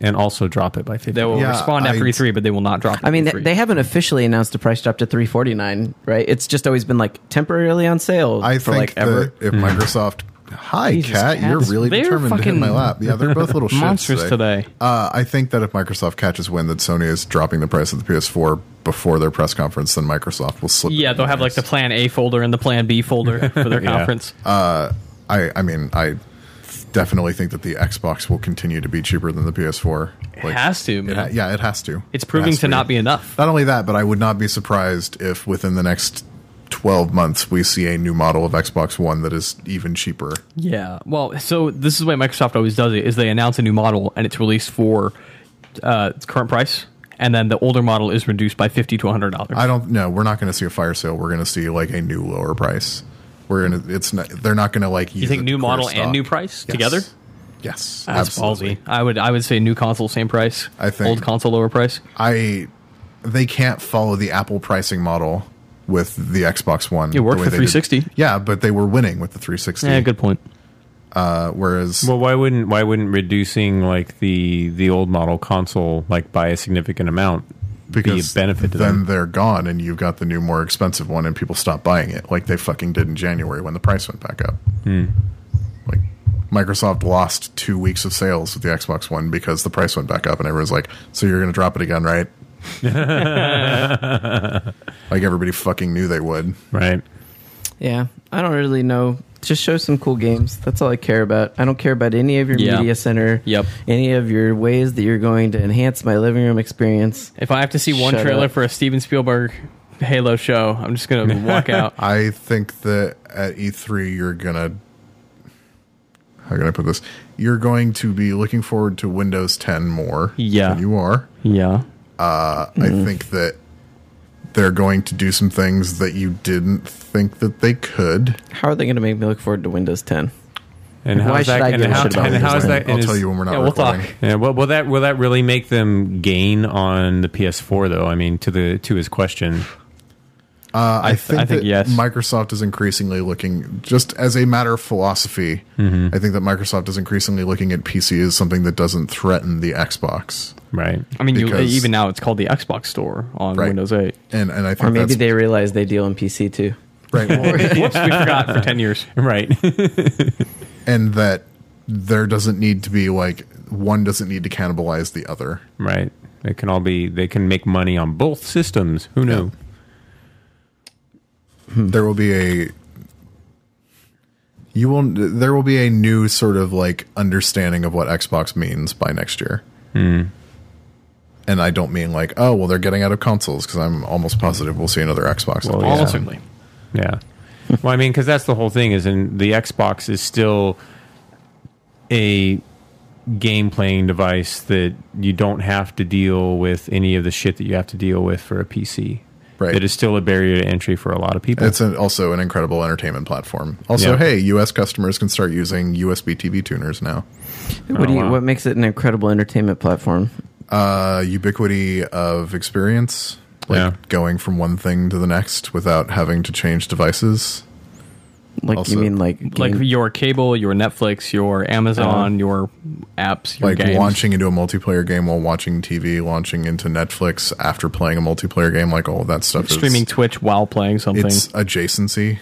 Speaker 4: And also drop it by 50.
Speaker 2: They will
Speaker 3: Yeah,
Speaker 2: respond after
Speaker 3: I-
Speaker 2: E3, but they will not drop. it E
Speaker 1: I mean,
Speaker 2: at
Speaker 1: they,
Speaker 2: E3.
Speaker 1: they haven't officially announced a price drop to three forty nine, right? It's just always been like temporarily on sale
Speaker 3: I
Speaker 1: for
Speaker 3: think
Speaker 1: like ever.
Speaker 3: that if Microsoft, hi
Speaker 1: Jesus,
Speaker 3: cat, you're
Speaker 1: cats.
Speaker 3: really
Speaker 2: They're
Speaker 3: determined to hit
Speaker 2: fucking
Speaker 3: my lap. Yeah, they're both little shits
Speaker 2: monsters today.
Speaker 3: Uh, I think that if Microsoft catches wind that Sony is dropping the price of the PS4 before their press conference, then Microsoft will slip.
Speaker 2: yeah,
Speaker 3: it
Speaker 2: they'll
Speaker 3: in
Speaker 2: have like the
Speaker 3: theirs.
Speaker 2: Plan A folder and the Plan B folder for their
Speaker 4: Yeah.
Speaker 2: conference.
Speaker 3: I, I mean, I definitely think that the Xbox will continue to be cheaper than the PS4. Like,
Speaker 2: it has to, man.
Speaker 3: it ha- yeah, it has to.
Speaker 2: it's
Speaker 3: It
Speaker 2: proving
Speaker 3: has
Speaker 2: to not be enough.
Speaker 3: Not only that, but I would not be surprised if within the next. 12 months we see a new model of Xbox One that is even cheaper.
Speaker 2: Yeah. Well, so this is the way Microsoft always does it: is they announce a new model and it's released for uh, its current price, and then the older model is reduced by fifty to hundred dollars.
Speaker 3: I don't know. We're not going to see a fire sale. We're going to see like a new lower price. We're going to, it's not, they're not going to like,
Speaker 2: You think new model and new price together?
Speaker 3: Yes.
Speaker 2: That's
Speaker 3: absolutely.
Speaker 2: ballsy. I would I would say new console same price.
Speaker 3: I think-
Speaker 2: old console lower price.
Speaker 3: I they can't follow the Apple pricing model with the Xbox One. It
Speaker 2: worked for 360.
Speaker 3: Yeah, but they were winning with the 360.
Speaker 2: Yeah, good point.
Speaker 3: Uh, whereas
Speaker 4: Well, why wouldn't why wouldn't reducing like the the old model console like by a significant amount
Speaker 3: because
Speaker 4: be a benefit to
Speaker 3: then
Speaker 4: them?
Speaker 3: they're gone and you've got the new more expensive one and people stop buying it like they fucking did in January when the price went back up. Like Microsoft lost 2 weeks of sales with the Xbox One because the price went back up and everyone's like, "So you're going to drop it again, right?" like everybody fucking knew they would.
Speaker 4: Right.
Speaker 1: Yeah, I don't really know. Just show some cool games. That's all I care about. I don't care about any of your
Speaker 2: Yeah.
Speaker 1: media center.
Speaker 2: Yep.
Speaker 1: Any of your ways that you're going to enhance my living room experience.
Speaker 2: If I have to see one
Speaker 1: Shut
Speaker 2: trailer
Speaker 1: up.
Speaker 2: for a Steven Spielberg Halo show, I'm just gonna walk out.
Speaker 3: I think that at E3 you're gonna how can I put this? You're going to be looking forward to Windows 10 more.
Speaker 2: Yeah.
Speaker 3: than you are.
Speaker 2: Yeah.
Speaker 3: Uh, I think that they're going to do some things that you didn't think that they could.
Speaker 1: How are they going to make me look forward to Windows 10?
Speaker 4: And
Speaker 1: Why
Speaker 4: how's
Speaker 1: should
Speaker 4: that?
Speaker 1: I
Speaker 4: and
Speaker 1: give a
Speaker 4: how,
Speaker 1: shit about
Speaker 4: and how
Speaker 1: Windows then?
Speaker 4: is that? and
Speaker 3: I'll
Speaker 4: is-
Speaker 3: tell you when we're not
Speaker 2: yeah, we'll
Speaker 3: recording.
Speaker 2: talk.
Speaker 4: Yeah, well, will that will that really make them gain on the PS4 though? I mean, to the to his question,
Speaker 3: Uh, I, think,
Speaker 2: I think
Speaker 3: that
Speaker 2: yes.
Speaker 3: Microsoft is increasingly looking, just as a matter of philosophy, I think that Microsoft is increasingly looking at PC as something that doesn't threaten the Xbox.
Speaker 4: right?
Speaker 2: I mean, you,
Speaker 3: Because-
Speaker 2: even now it's called the Xbox Store on
Speaker 3: Right.
Speaker 2: Windows 8.
Speaker 3: And and I think
Speaker 1: Or maybe
Speaker 3: that's
Speaker 1: they realize they deal in PC too.
Speaker 3: right. well,
Speaker 2: Whoops, we forgot for 10 years.
Speaker 4: Right.
Speaker 3: and that there doesn't need to be like one doesn't need to cannibalize the other.
Speaker 4: right. They can all be. They can make money on both systems. Who knew? Hmm.
Speaker 3: There will be a you will there will be a new sort of like understanding of what Xbox means by next year.
Speaker 4: Hmm.
Speaker 3: And I don't mean like oh well they're getting out of consoles because I'm almost positive we'll see another Xbox.
Speaker 4: Hmm. Well,
Speaker 2: Almost
Speaker 4: Yeah.
Speaker 2: certainly.
Speaker 4: Yeah. well, I mean, because that's the whole thing is, in the Xbox is still a game playing device that you don't have to deal with any of the shit that you have to deal with for a PC.
Speaker 3: Right.
Speaker 4: It is still a barrier to entry for a lot of people.
Speaker 3: It's an, also an incredible entertainment platform. Also,
Speaker 4: Yeah.
Speaker 3: hey, U.S. customers can start using USB TV tuners now.
Speaker 1: What do you,
Speaker 4: wow.
Speaker 1: what makes it an incredible entertainment platform?
Speaker 3: uh, ubiquity of experience, like
Speaker 4: Yeah.
Speaker 3: going from one thing to the next without having to change devices.
Speaker 1: Like
Speaker 3: Also-
Speaker 1: you Uh-huh. mean like
Speaker 2: Like
Speaker 1: getting-
Speaker 2: your cable, your Netflix, your Amazon, your apps, your
Speaker 3: like
Speaker 2: games.
Speaker 3: launching into a multiplayer game while watching TV, launching into Netflix after playing a multiplayer game, like all of that stuff.
Speaker 2: streaming
Speaker 3: is,
Speaker 2: Twitch while playing something.
Speaker 3: it's adjacency.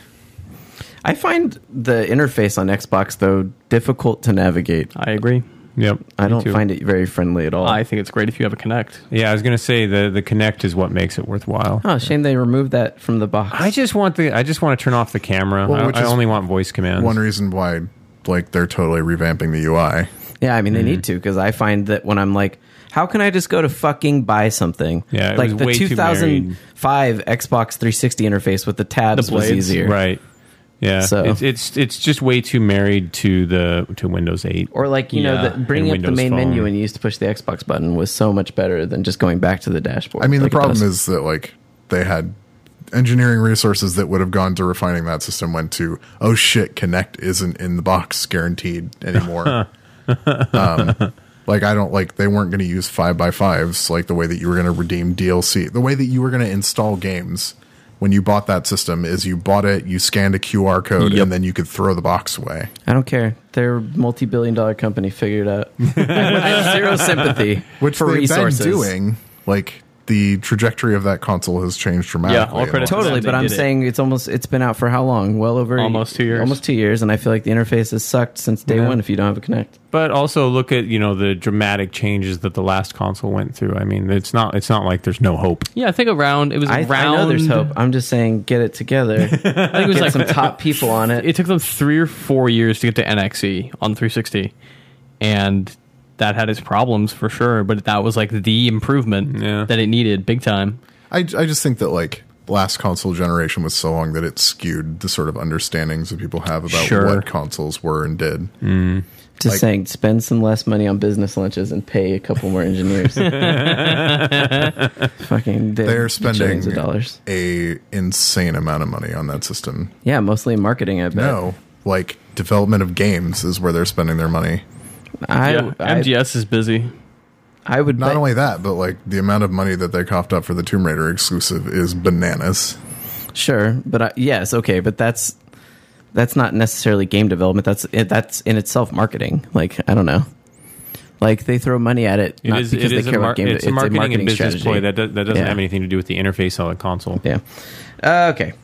Speaker 1: I find the interface on Xbox though difficult to navigate.
Speaker 2: I agree.
Speaker 4: yep.
Speaker 1: I
Speaker 4: me
Speaker 1: don't
Speaker 4: too.
Speaker 1: find it very friendly at all.
Speaker 2: I think it's great if you have a Connect.
Speaker 4: Yeah, I was gonna say the the Connect is what makes it worthwhile.
Speaker 1: oh, shame they removed that from the box.
Speaker 4: I just want the I just want to turn off the camera.
Speaker 3: Well,
Speaker 4: I-
Speaker 3: which
Speaker 4: I,
Speaker 3: is
Speaker 4: only want voice commands.
Speaker 3: One reason why, like, they're totally revamping the UI.
Speaker 1: Yeah, I mean they
Speaker 4: Mm.
Speaker 1: need to because I find that when I'm like, how can I just go to fucking buy something?
Speaker 4: Yeah, it
Speaker 1: like
Speaker 4: was
Speaker 1: the
Speaker 4: way too
Speaker 1: 2005 Xbox 360 interface with the tabs was
Speaker 2: blades,
Speaker 1: easier,
Speaker 4: Right. Yeah.
Speaker 1: So-
Speaker 4: It's, it's it's just way too married to the to Windows 8.
Speaker 1: Or like you
Speaker 4: Yeah,
Speaker 1: know, the, bringing up
Speaker 4: and
Speaker 1: the
Speaker 4: Windows
Speaker 1: main menu
Speaker 4: Phone.
Speaker 1: and you used to push the Xbox button was so much better than just going back to the dashboard.
Speaker 3: I mean,
Speaker 1: like it
Speaker 3: the problem
Speaker 1: does.
Speaker 3: is that like they had engineering resources that would have gone to refining that system went to oh shit, Connect isn't in the box guaranteed anymore. um, like I don't like they weren't going to use five by fives like the way that you were going to redeem DLC, the way that you were going to install games when you bought that system is you bought it, you scanned a QR code,
Speaker 4: Yep.
Speaker 3: and then you could throw the box away.
Speaker 1: I don't care. They're a multi-billion-dollar company. Figured out. I have zero sympathy
Speaker 3: Which
Speaker 1: for
Speaker 3: they've
Speaker 1: resources.
Speaker 3: been doing like. The trajectory of that console has changed dramatically.
Speaker 2: all
Speaker 3: in the
Speaker 2: credit to
Speaker 3: last-
Speaker 1: Totally,
Speaker 2: They
Speaker 1: but I'm
Speaker 2: did it.
Speaker 1: saying it's almost it's been out for how long? Well over
Speaker 2: Almost two years.
Speaker 1: Almost two years, and I feel like the interface has sucked since day
Speaker 4: Yeah.
Speaker 1: one. If you don't have a Connect,
Speaker 4: But also look at, you know, the dramatic changes that the last console went through. I mean, it's not it's not like there's no hope.
Speaker 2: Yeah, I think around it was
Speaker 1: I,
Speaker 2: around.
Speaker 1: I know there's hope. I'm just saying, get it together.
Speaker 2: I think it was
Speaker 1: get
Speaker 2: like
Speaker 1: some top people on it.
Speaker 2: it took them three or four years to get to NXE on 360, and that had its problems for sure. But that was like the improvement
Speaker 4: Yeah.
Speaker 2: that it needed, big time.
Speaker 3: I, I just think that like last console generation was so long that it skewed the sort of understandings that people have about
Speaker 2: Sure.
Speaker 3: what consoles were and did.
Speaker 1: just
Speaker 3: like-
Speaker 1: saying, spend some less money on business lunches and pay a couple more engineers. Fucking they-
Speaker 3: They're spending
Speaker 1: billions of dollars.
Speaker 3: a insane amount of money on that system.
Speaker 1: Yeah, mostly in marketing. I bet.
Speaker 3: No, like development of games is where they're spending their money.
Speaker 1: I,
Speaker 2: yeah,
Speaker 1: I,
Speaker 2: MGS is busy.
Speaker 1: I would
Speaker 3: Not
Speaker 1: bet-
Speaker 3: only that, but like the amount of money that they coughed up for the Tomb Raider exclusive is bananas.
Speaker 1: Sure, but I, yes, okay, but that's that's not necessarily game development. That's it- that's in itself marketing. Like I don't know, like they throw money at it,
Speaker 4: It
Speaker 1: not
Speaker 4: is
Speaker 1: because
Speaker 4: it
Speaker 1: they
Speaker 4: is
Speaker 1: care
Speaker 4: a, mar-
Speaker 1: about game.
Speaker 4: it's a marketing, and business
Speaker 1: strategy.
Speaker 4: ploy that, do- that doesn't
Speaker 1: Yeah.
Speaker 4: have anything to do with the interface on the console.
Speaker 1: Yeah. Uh, okay,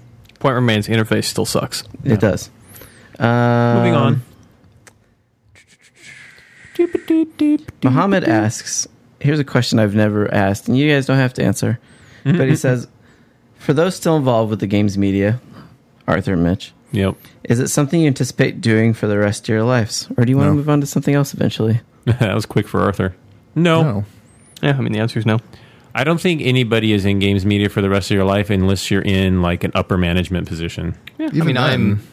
Speaker 2: Point remains, interface still sucks.
Speaker 1: it does. Um,
Speaker 4: Moving on.
Speaker 1: Muhammad asks, here's a question I've never asked, and you guys don't have to answer. But he says, for those still involved with the games media, Arthur and Mitch,
Speaker 4: Yep.
Speaker 1: is it something you anticipate doing for the rest of your lives? Or do you want
Speaker 3: No.
Speaker 1: to move on to something else eventually?
Speaker 4: that was quick for Arthur. No.
Speaker 3: No,
Speaker 2: Yeah, I mean the answer is no.
Speaker 4: I don't think anybody is in games media for the rest of your life unless you're in like an upper management position.
Speaker 2: Yeah, I
Speaker 3: Even
Speaker 2: mean
Speaker 3: then.
Speaker 2: I'm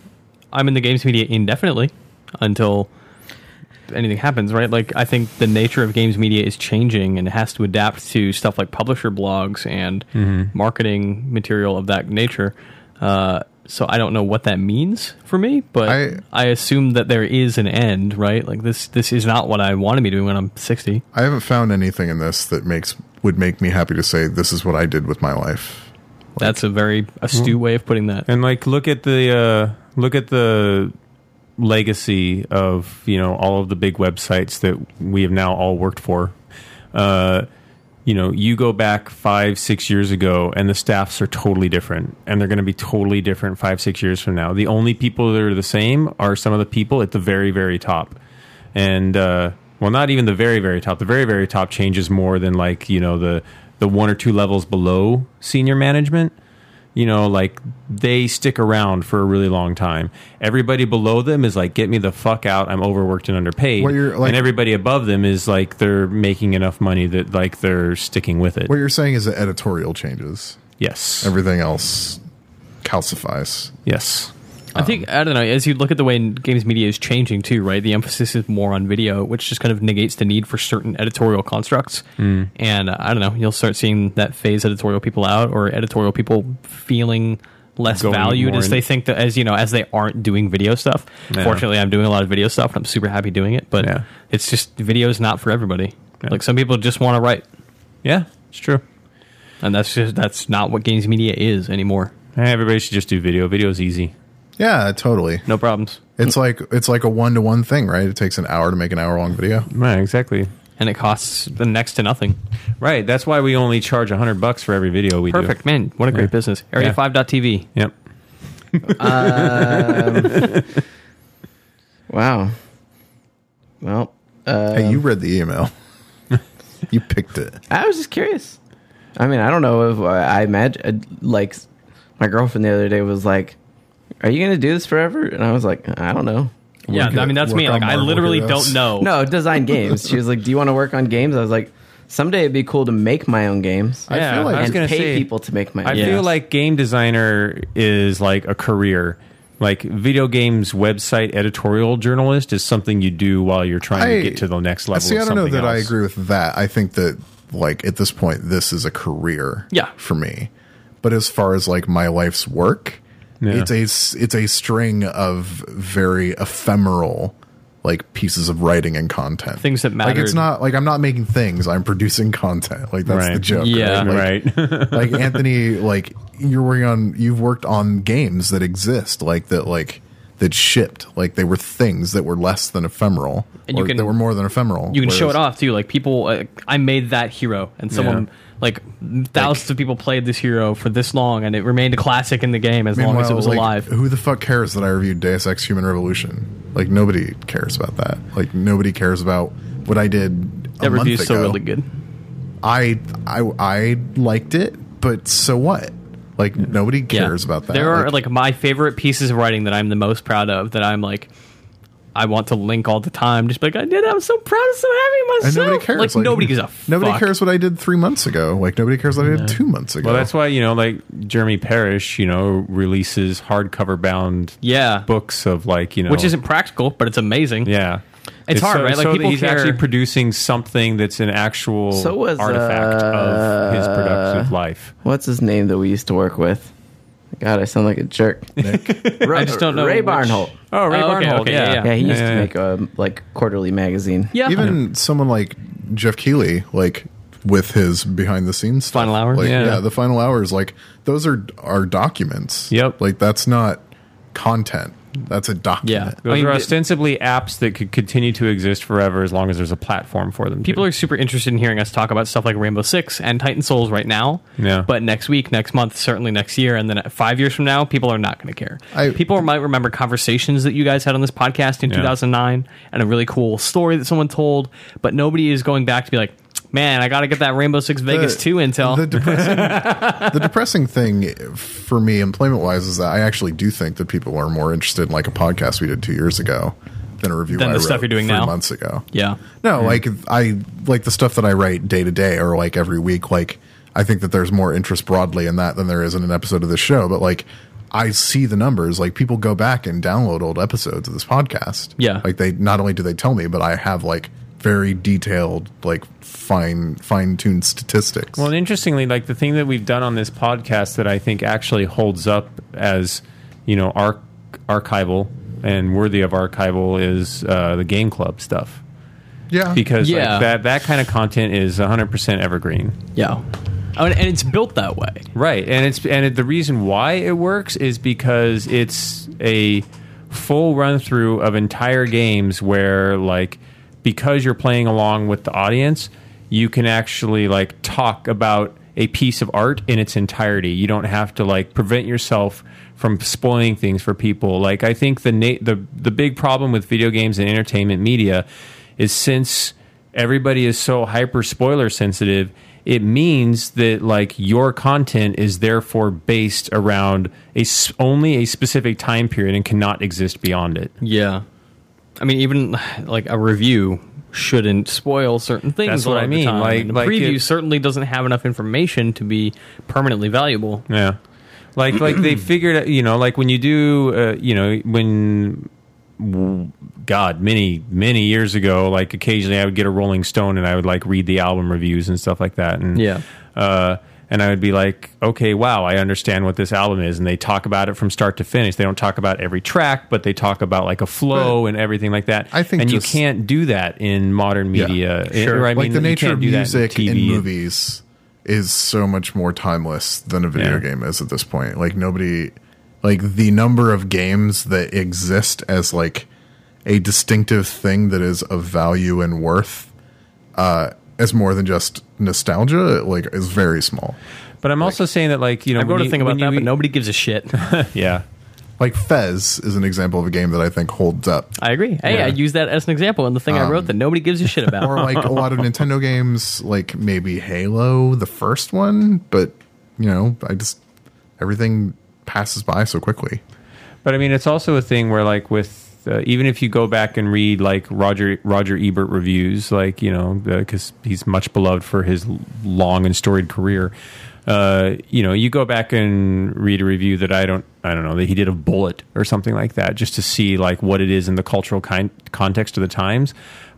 Speaker 2: I'm in the games media indefinitely until anything happens, right? Like I think the nature of games media is changing and it has to adapt to stuff like publisher blogs and
Speaker 3: Mm-hmm.
Speaker 2: marketing material of that nature. Uh, so I don't know what that means for me, but
Speaker 3: I-
Speaker 2: I, assume that there is an end, right? Like this this is not what I want to be doing when I'm 60.
Speaker 3: I haven't found anything in this that makes would make me happy to say this is what I did with my life.
Speaker 2: That's a very
Speaker 3: Hmm.
Speaker 2: astute way of putting that.
Speaker 4: And like look at the uh look at the legacy of, you know, all of the big websites that we have now all worked for. Uh you know, you go back five, six years ago, and the staffs are totally different, and they're going to be totally different five, six years from now. The only people that are the same are some of the people at the very, very top, and uh, well, not even the very, very top. The very, very top changes more than like you know the the one or two levels below senior management. You know, like they stick around for a really long time. Everybody below them is like, "Get me the fuck out! I'm overworked and underpaid."
Speaker 3: Well, you're, like-
Speaker 4: and everybody above them is like they're making enough money that like they're sticking with it.
Speaker 3: What you're saying is that editorial changes.
Speaker 4: yes.
Speaker 3: everything else calcifies.
Speaker 4: yes.
Speaker 2: I think
Speaker 4: Um,
Speaker 2: I don't know. As you look at the way games media is changing too, right? The emphasis is more on video, which just kind of negates the need for certain editorial constructs. Mm. And uh, I don't know. You'll start seeing that phase editorial people out, or editorial people feeling less
Speaker 4: Going
Speaker 2: valued
Speaker 4: more
Speaker 2: as
Speaker 4: in-
Speaker 2: they think that as you know as they aren't doing video stuff.
Speaker 4: Yeah.
Speaker 2: Fortunately, I'm doing a lot of video stuff, and I'm super happy doing it. But
Speaker 4: Yeah.
Speaker 2: it's just video is not for everybody.
Speaker 4: Yeah.
Speaker 2: Like some people just want to write,
Speaker 4: Yeah, it's true.
Speaker 2: and that's just that's not what games media is anymore.
Speaker 4: Hey, everybody should just do video. Video is easy.
Speaker 3: Yeah, totally.
Speaker 2: No problems,
Speaker 3: It's like it's like a one to one thing, right? It takes an hour to make an hour long video.
Speaker 4: Right, exactly.
Speaker 2: and it costs the next to nothing.
Speaker 4: Right, that's why we only charge 100 bucks for every video we
Speaker 2: Perfect, man. What a great
Speaker 4: Yeah.
Speaker 2: business. Area
Speaker 4: Yeah.
Speaker 2: 5.tv.
Speaker 4: do. Yep.
Speaker 1: Wow. Well, uh,
Speaker 3: hey, you read the email. you picked it.
Speaker 1: I was just curious. I mean, I don't know if uh, I, I imagine like my girlfriend the other day was like, "Are you going to do this forever?" And I was like, "I don't know."
Speaker 2: yeah,
Speaker 3: Work
Speaker 2: I
Speaker 3: it-
Speaker 2: mean that's
Speaker 3: work
Speaker 2: me. Like
Speaker 3: on
Speaker 2: I
Speaker 3: Marvel
Speaker 2: literally
Speaker 3: Heroes.
Speaker 2: don't know.
Speaker 1: No, design games. She was like, "Do you want to work on games?" I was like, "Someday it'd be cool to make my own games
Speaker 4: I
Speaker 2: Yeah,
Speaker 4: feel like
Speaker 2: I
Speaker 1: and
Speaker 4: gonna
Speaker 1: pay
Speaker 4: say-
Speaker 1: people to make my
Speaker 4: I
Speaker 1: own."
Speaker 2: Yeah.
Speaker 4: feel like game designer is like a career. Like video games website editorial journalist is something you do while you're trying to get to the next level.
Speaker 3: See,
Speaker 4: of
Speaker 3: I don't know
Speaker 4: something
Speaker 3: that I
Speaker 4: else.
Speaker 3: agree with that. I think that like at this point, this is a career.
Speaker 2: Yeah.
Speaker 3: For me, but as far as like my life's work, it's a s- it's a string of very ephemeral like pieces of writing and content
Speaker 2: Things that
Speaker 3: Like
Speaker 2: mattered.
Speaker 3: it's not like I'm not making things. I'm producing content. Like that's the
Speaker 4: Right.
Speaker 3: joke.
Speaker 2: Yeah.
Speaker 3: Like,
Speaker 4: Right.
Speaker 3: like Anthony, like you're working on, you've worked on games that exist, like that, like that shipped, like they were things that were less than ephemeral,
Speaker 2: And you
Speaker 3: or
Speaker 2: can-
Speaker 3: that were more than ephemeral.
Speaker 2: you can show it
Speaker 3: whereas-
Speaker 2: off too. Like people, uh, I made that hero, and someone
Speaker 4: Yeah.
Speaker 2: like thousands of people played this hero for this long, and it remained a classic in the game as long as it
Speaker 3: Meanwhile,
Speaker 2: was
Speaker 3: like,
Speaker 2: alive.
Speaker 3: Who the fuck cares that I reviewed Deus Ex Human Revolution? Like nobody cares about that. Like nobody cares about what I did. A
Speaker 2: That
Speaker 3: month
Speaker 2: review's still
Speaker 3: ago.
Speaker 2: really good.
Speaker 3: I I I liked it, but so what? Like nobody cares about that.
Speaker 2: There are like my favorite pieces of writing that I'm the most proud of. That I'm like, I want to link all the time. Just be like I did. I'm so proud and so happy of
Speaker 3: and
Speaker 2: myself.
Speaker 3: nobody cares.
Speaker 2: Like, nobody gives a
Speaker 3: Nobody
Speaker 2: fuck.
Speaker 3: cares what I did three months ago. Like nobody cares what I did two months ago.
Speaker 4: Well, that's why you know, like Jeremy Parrish, you know, releases hardcover bound
Speaker 2: Yeah,
Speaker 4: books of like you know,
Speaker 2: which isn't practical, but it's amazing.
Speaker 4: yeah.
Speaker 2: It's hard,
Speaker 4: so,
Speaker 2: right? Like,
Speaker 4: so that
Speaker 2: people
Speaker 4: he's
Speaker 2: care-
Speaker 4: actually producing something that's an actual
Speaker 1: So was,
Speaker 4: artifact of his productive life.
Speaker 1: What's his name that we used to work with? God, I sound like a jerk. Ro-
Speaker 2: I just don't know.
Speaker 1: Ray
Speaker 2: which-
Speaker 1: Barnholt.
Speaker 4: Oh, Ray
Speaker 2: okay,
Speaker 4: Barnholt,
Speaker 2: okay,
Speaker 4: yeah.
Speaker 1: Yeah, he used
Speaker 4: Yeah.
Speaker 1: to make a like quarterly magazine.
Speaker 2: yeah.
Speaker 3: even someone like Jeff Keighley, like with his behind the scenes stuff,
Speaker 2: Final Hour?
Speaker 3: like,
Speaker 4: Yeah.
Speaker 3: the final hours, like those are are documents.
Speaker 4: Yep.
Speaker 3: like that's not content. That's a document.
Speaker 4: Those
Speaker 2: I mean,
Speaker 4: are
Speaker 2: the-
Speaker 4: ostensibly apps that could continue to exist forever as long as there's a platform for them.
Speaker 2: People are super interested in hearing us talk about stuff like Rainbow Six and Titan Souls right now.
Speaker 4: Yeah.
Speaker 2: But next week, next month, certainly next year, and then five years from now, people are not going to care.
Speaker 3: I-
Speaker 2: people might remember conversations that you guys had on this podcast in
Speaker 4: Yeah.
Speaker 2: 2009 and a really cool story that someone told, but nobody is going back to be like, man, I got to get that Rainbow Six Vegas 2 intel.
Speaker 3: The depressing, the depressing thing for me, employment wise, is that I actually do think that people are more interested in like a podcast we did two years ago than a review
Speaker 2: Than
Speaker 3: I
Speaker 2: the stuff
Speaker 3: wrote
Speaker 2: you're doing
Speaker 3: three
Speaker 2: now.
Speaker 3: months ago.
Speaker 2: yeah.
Speaker 3: No, like I like the stuff that I write day to day or like every week. Like I think that there's more interest broadly in that than there is in an episode of this show. But like I see the numbers. Like people go back and download old episodes of this podcast.
Speaker 2: Yeah.
Speaker 3: Like they not only do they tell me, but I have like very detailed, like fine fine tuned statistics.
Speaker 4: Well, and interestingly, like the thing that we've done on this podcast that I think actually holds up as you know arch- archival and worthy of archival is uh, the game club stuff
Speaker 3: yeah.
Speaker 4: because
Speaker 2: Yeah.
Speaker 4: like, that that kind of content is 100% evergreen.
Speaker 2: Yeah. Oh, and, and it's built that way.
Speaker 4: Right, and it's and it, the reason why it works is because it's a full run through of entire games where like because you're playing along with the audience, you can actually like talk about a piece of art in its entirety. You don't have to like prevent yourself from spoiling things for people. Like I think the na- the the big problem with video games and entertainment media is since everybody is so hyper spoiler sensitive it means that like your content is therefore based around a s- only a specific time period and cannot exist beyond it
Speaker 2: Yeah. I mean, even like a review shouldn't spoil certain things.
Speaker 4: That's
Speaker 2: a
Speaker 4: what
Speaker 2: lot
Speaker 4: I
Speaker 2: of the
Speaker 4: mean,
Speaker 2: time.
Speaker 4: like-
Speaker 2: And a
Speaker 4: like
Speaker 2: preview
Speaker 4: it-
Speaker 2: certainly doesn't have enough information to be permanently valuable.
Speaker 4: yeah like like they figured out you know like when you do uh, you know when God, many many years ago, like occasionally I would get a Rolling Stone and I would like read the album reviews and stuff like that, and
Speaker 2: Yeah.
Speaker 4: uh, and I would be like, okay, wow, I understand what this album is, and they talk about it from start to finish. They don't talk about every track, but they talk about like a flow
Speaker 3: But
Speaker 4: and everything like that.
Speaker 3: I think
Speaker 4: and
Speaker 3: just-
Speaker 4: you can't do that in modern
Speaker 3: Yeah.
Speaker 4: media. It- eh, or I
Speaker 3: like
Speaker 4: mean,
Speaker 3: the
Speaker 4: you
Speaker 3: nature
Speaker 4: can't
Speaker 3: of
Speaker 4: do that
Speaker 3: music
Speaker 4: in
Speaker 3: in,
Speaker 4: TV.
Speaker 3: movies is so much more timeless than a video
Speaker 4: Yeah.
Speaker 3: game is at this point. Like nobody like the number of games that exist as like a distinctive thing that is of value and worth uh as more than just nostalgia like is very small.
Speaker 4: But I'm also saying that like you know
Speaker 2: I wrote
Speaker 4: when
Speaker 2: a
Speaker 4: you-
Speaker 2: thing about
Speaker 4: when
Speaker 2: that,
Speaker 4: you-
Speaker 2: but nobody gives a shit.
Speaker 4: yeah.
Speaker 3: Like Fez is an example of a game that I think holds up.
Speaker 2: I agree. Hey, I use that as an example in the thing I wrote that nobody gives a shit
Speaker 3: Or
Speaker 2: about.
Speaker 3: like a lot of Nintendo games, like maybe Halo, the first one, but you know, I just everything passes by so quickly.
Speaker 4: But I mean, it's also a thing where, like, with with uh, even if you go back and read like Roger Roger Ebert reviews, like you know, because he's much beloved for his long and storied career. Uh, you know, you go back and read a review that I don't, I don't know that he did of Bullet or something like that, just to see like what it is in the cultural kind, context of the times.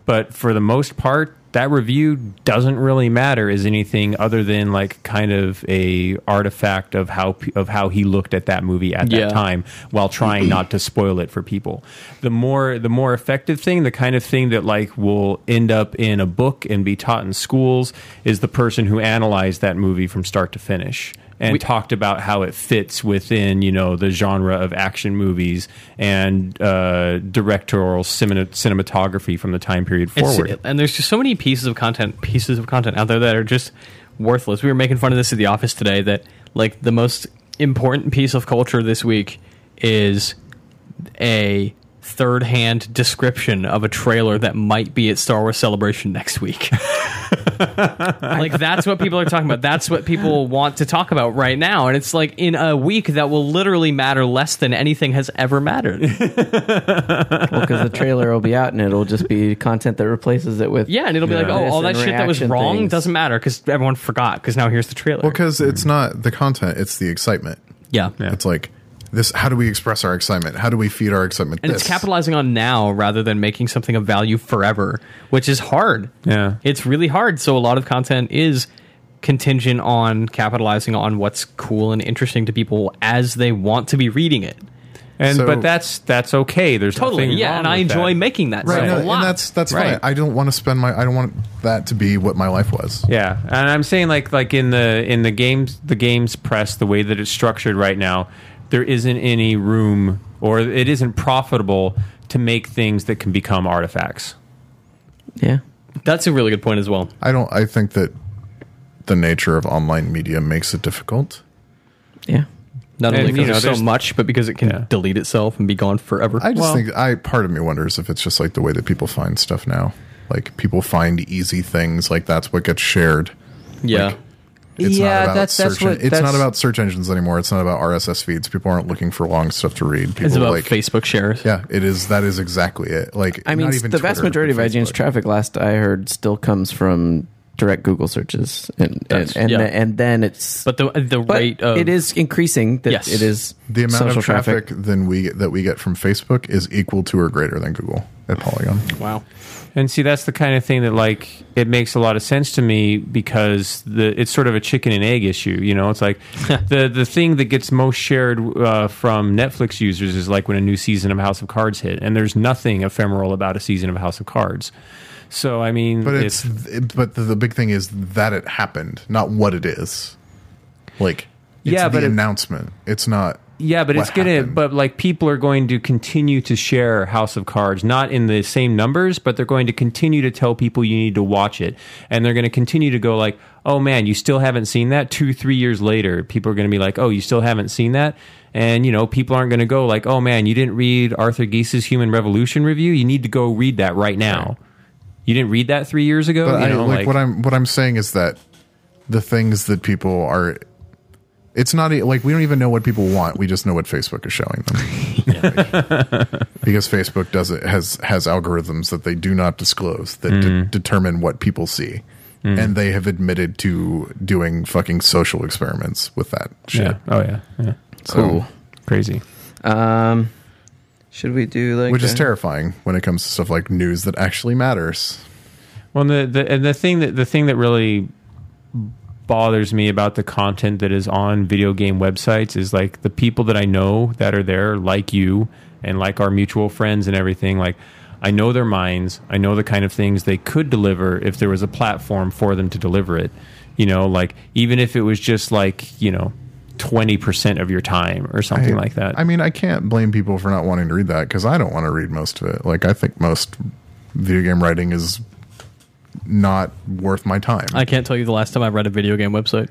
Speaker 4: But for the most part, that review doesn't really matter as anything other than like kind of a artifact of how pe- of how he looked at that movie at
Speaker 2: Yeah.
Speaker 4: that time while trying not to spoil it for people. The more the more effective thing, the kind of thing that like will end up in a book and be taught in schools is the person who analyzed that movie from start to finish and talked about how it fits within you know the genre of action movies and uh, directorial cine- cinematography from the time period
Speaker 2: It's-
Speaker 4: forward.
Speaker 2: and there's just so many pieces of content, pieces of content out there that are just worthless. We were making fun of this at the office today. That like the most important piece of culture this week is a third-hand description of a trailer that might be at Star Wars Celebration next week. like that's what people are talking about. That's what people want to talk about right now. And it's like in a week that will literally matter less than anything has ever mattered.
Speaker 1: Well, because the trailer will be out and it'll just be content that replaces it with.
Speaker 2: Yeah, and it'll be like,
Speaker 1: Yeah.
Speaker 2: oh, all that
Speaker 1: This and
Speaker 2: shit that was
Speaker 1: reaction
Speaker 2: wrong
Speaker 1: things.
Speaker 2: doesn't matter because everyone forgot because now here's the trailer.
Speaker 3: because it's not the content; it's the excitement.
Speaker 2: yeah.
Speaker 3: It's like this. How do we express our excitement? How do we feed our excitement?
Speaker 2: And it's
Speaker 3: This.
Speaker 2: capitalizing on now rather than making something of value forever, which is hard.
Speaker 4: Yeah.
Speaker 2: It's really hard. So a lot of content is contingent on capitalizing on what's cool and interesting to people as they want to be reading it.
Speaker 4: And
Speaker 3: So-
Speaker 4: but that's that's okay. There's
Speaker 2: Totally.
Speaker 4: nothing
Speaker 2: Yeah,
Speaker 4: wrong
Speaker 2: and I
Speaker 4: with
Speaker 2: enjoy
Speaker 4: that.
Speaker 2: making that
Speaker 3: right?
Speaker 2: stuff
Speaker 3: no,
Speaker 2: a lot.
Speaker 3: and that's that's
Speaker 4: Right.
Speaker 3: fine. I don't want to spend my. I don't want that to be what my life was.
Speaker 4: Yeah, and I'm saying like like in the in the games the games press the way that it's structured right now, there isn't any room or it isn't profitable to make things that can become artifacts.
Speaker 1: Yeah.
Speaker 2: that's a really good point as well.
Speaker 3: I don't. I think that the nature of online media makes it difficult.
Speaker 1: Yeah.
Speaker 2: Not
Speaker 4: And,
Speaker 2: only
Speaker 4: you know,
Speaker 2: because there's
Speaker 4: there's-
Speaker 2: so much, but because it can
Speaker 4: Yeah.
Speaker 2: delete itself and be gone forever.
Speaker 3: I just
Speaker 4: Well-
Speaker 3: think I part of me wonders if it's just like the way that people find stuff now. Like people find easy things, like that's what gets shared.
Speaker 2: yeah.
Speaker 3: It's
Speaker 4: Yeah,
Speaker 3: not about
Speaker 4: that's- that's
Speaker 3: search. en-
Speaker 4: what-
Speaker 3: it's not
Speaker 4: that's-
Speaker 3: about search engines anymore. It's not about RSS feeds. People aren't looking for long stuff to read. People
Speaker 2: it's about
Speaker 3: like
Speaker 2: Facebook shares.
Speaker 3: Yeah, it is. That is exactly it. Like
Speaker 1: I mean,
Speaker 3: not
Speaker 1: the
Speaker 3: even
Speaker 1: vast
Speaker 3: Twitter,
Speaker 1: majority of
Speaker 3: but
Speaker 1: IGN's
Speaker 3: Facebook.
Speaker 1: traffic, last I heard, still comes from direct Google searches, and and and,
Speaker 2: yeah.
Speaker 1: and then it's
Speaker 2: But the the
Speaker 1: but
Speaker 2: rate of
Speaker 1: it is increasing. That
Speaker 2: Yes.
Speaker 1: it is
Speaker 3: The amount
Speaker 1: social
Speaker 3: of traffic, than we that we get from Facebook is equal to or greater than Google at Polygon.
Speaker 2: wow.
Speaker 4: And see, that's the kind of thing that like it makes a lot of sense to me because the it's sort of a chicken and egg issue. You know, it's like the the thing that gets most shared uh, from Netflix users is like when a new season of House of Cards hit, and there's nothing ephemeral about a season of House of Cards. So I mean,
Speaker 3: But it's it, but the, the big thing is that it happened, not what it is. Like it's
Speaker 4: Yeah,
Speaker 3: the
Speaker 4: but it-
Speaker 3: announcement. it's not.
Speaker 4: Yeah, but
Speaker 3: what
Speaker 4: it's gonna.
Speaker 3: happened.
Speaker 4: But like people are going to continue to share House of Cards, not in the same numbers, but they're going to continue to tell people you need to watch it, and they're going to continue to go like, "Oh man, you still haven't seen that." Two, three years later, people are going to be like, "Oh, you still haven't seen that," and you know, people aren't going to go like, "Oh man, you didn't read Arthur Geese's Human Revolution review. You need to go read that right now. You didn't read that three years ago."
Speaker 3: But
Speaker 4: you
Speaker 3: I,
Speaker 4: know,
Speaker 3: like, what I'm what I'm saying is that the things that people are it's not e- like we don't even know what people want. We just know what Facebook is showing them. Like, because Facebook does it has has algorithms that they do not disclose that de-
Speaker 4: Mm.
Speaker 3: determine what people see. And they have admitted to doing fucking social experiments with that shit.
Speaker 4: yeah. Oh yeah. Yeah.
Speaker 1: traffic.
Speaker 4: Crazy.
Speaker 1: Cool. Um, should we do like
Speaker 3: Which is
Speaker 1: a-
Speaker 3: terrifying when it comes to stuff like news that actually matters.
Speaker 4: Well, and the, the and the thing that the thing that really bothers me about the content that is on video game websites is like the people that I know that are there, like you and like our mutual friends and everything. Like, I know their minds. I know the kind of things they could deliver if there was a platform for them to deliver it. You know, like even if it was just like you know. 20% of your time or something
Speaker 3: I-
Speaker 4: like that.
Speaker 3: I mean, I can't blame people for not wanting to read that because I don't want to read most of it. Like, I think most video game writing is not worth my time.
Speaker 2: I can't tell you the last time I read a video game website.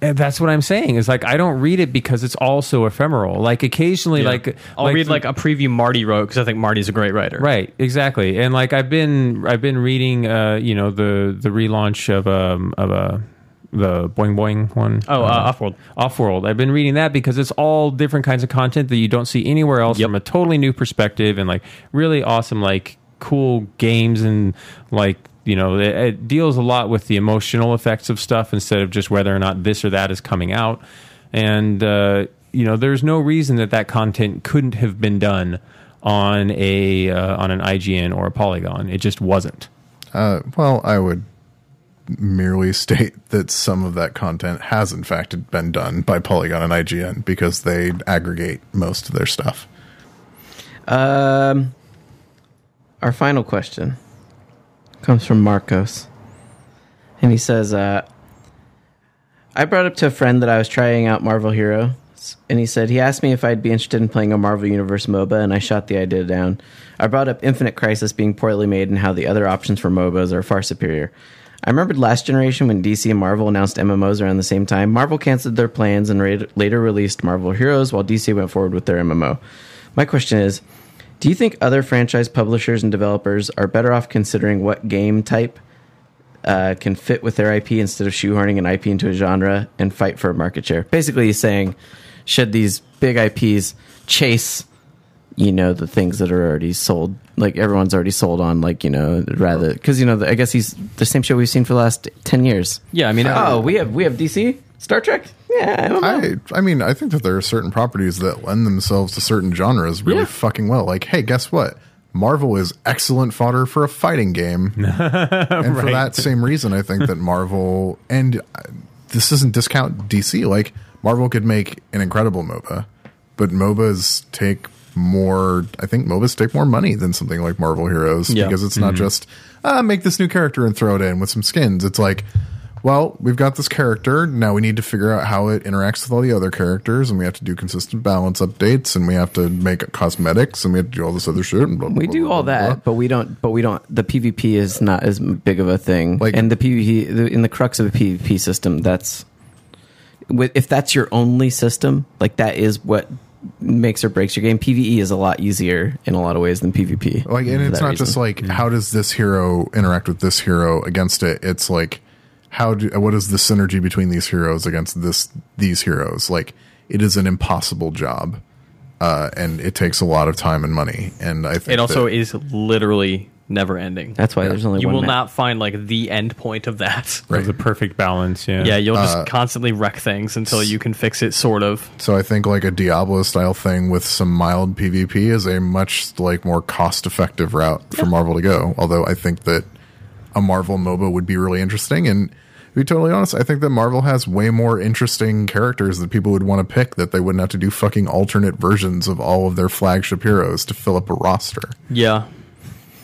Speaker 4: And that's what I'm saying. Is like I don't read it because it's also ephemeral. Like occasionally like
Speaker 2: I'll read like a preview Marty wrote because I think Marty's a great writer.
Speaker 4: Right, exactly. And like I've been I've been reading uh, you know, the the relaunch of um of a the boing boing one.
Speaker 2: Oh, uh, Offworld.
Speaker 4: Offworld. I've been reading that because it's all different kinds of content that you don't see anywhere else from a totally new perspective and like really awesome, like cool games and like you know it, it deals a lot with the emotional effects of stuff instead of just whether or not this or that is coming out. And uh, you know, there's no reason that that content couldn't have been done on a uh, on an IGN or a Polygon. It just wasn't.
Speaker 3: Uh, well, I would merely state that some of that content has in fact been done by Polygon and IGN because they aggregate most of their stuff.
Speaker 1: Um, our final question comes from Marcos. And he says, uh, I brought up to a friend that I was trying out Marvel Hero. And he said, he asked me if I'd be interested in playing a Marvel Universe MOBA, and I shot the idea down. I brought up Infinite Crisis being poorly made and how the other options for MOBAs are far superior. I remembered last generation when DC and Marvel announced MMOs around the same time. Marvel canceled their plans and ra- later released Marvel Heroes, while DC went forward with their MMO. My question is, do you think other franchise publishers and developers are better off considering what game type uh, can fit with their IP instead of shoehorning an IP into a genre and fight for market share? Basically, he's saying, should these big IPs chase, you know, the things that are already sold? Like everyone's already sold on, like you know, rather because you know, the, I guess he's the same show we've seen for the last ten years.
Speaker 2: Yeah, I mean,
Speaker 1: Oh, we have we have DC Star Trek. Yeah, MMO.
Speaker 3: I, I mean, I think that there are certain properties that lend themselves to certain genres really
Speaker 2: Yeah.
Speaker 3: fucking well. Like, hey, guess what? Marvel is excellent fodder for a fighting game. and for that same reason, I think that Marvel, and uh, this isn't discount DC, like, Marvel could make an incredible MOBA, but MOBAs take more, I think MOBAs take more money than something like Marvel Heroes
Speaker 2: Yeah.
Speaker 3: because it's not
Speaker 1: Mm-hmm.
Speaker 3: just, ah, make this new character and throw it in with some skins. It's like, well, we've got this character. Now we need to figure out how it interacts with all the other characters, and we have to do consistent balance updates, and we have to make cosmetics, and we have to do all this other shit. And blah, blah,
Speaker 1: We
Speaker 3: blah,
Speaker 1: do
Speaker 3: blah,
Speaker 1: all
Speaker 3: blah,
Speaker 1: that,
Speaker 3: blah.
Speaker 1: but we don't. But we don't. The PvP is not as m- big of a thing,
Speaker 3: Like-
Speaker 1: and the PvP the, in the crux of a PvP system. That's wi- if that's your only system, like that is what makes or breaks your game. PVE is a lot easier in a lot of ways than PvP.
Speaker 3: Like, and
Speaker 1: for
Speaker 3: it's
Speaker 1: that reason.
Speaker 3: not
Speaker 1: Mm-hmm.
Speaker 3: just like how does this hero interact with this hero against it. It's like how do what is the synergy between these heroes against this these heroes? Like, it is an impossible job, uh, and it takes a lot of time and money. And I think
Speaker 2: it also
Speaker 3: that-
Speaker 2: is literally never ending.
Speaker 1: that's why there's only
Speaker 2: you
Speaker 1: one
Speaker 2: will
Speaker 1: map.
Speaker 2: not find like the end point of that.
Speaker 4: It was the perfect balance. Yeah.
Speaker 2: Yeah, you'll
Speaker 1: Uh,
Speaker 2: just constantly wreck things until you can fix it, sort of.
Speaker 3: So I think like a Diablo style thing with some mild PvP is a much like more cost effective route for Marvel to go. Although I think that a Marvel MOBA would be really interesting and to be totally honest, I think that Marvel has way more interesting characters that people would want to pick that they wouldn't have to do fucking alternate versions of all of their flagship heroes to fill up a roster.
Speaker 2: Yeah,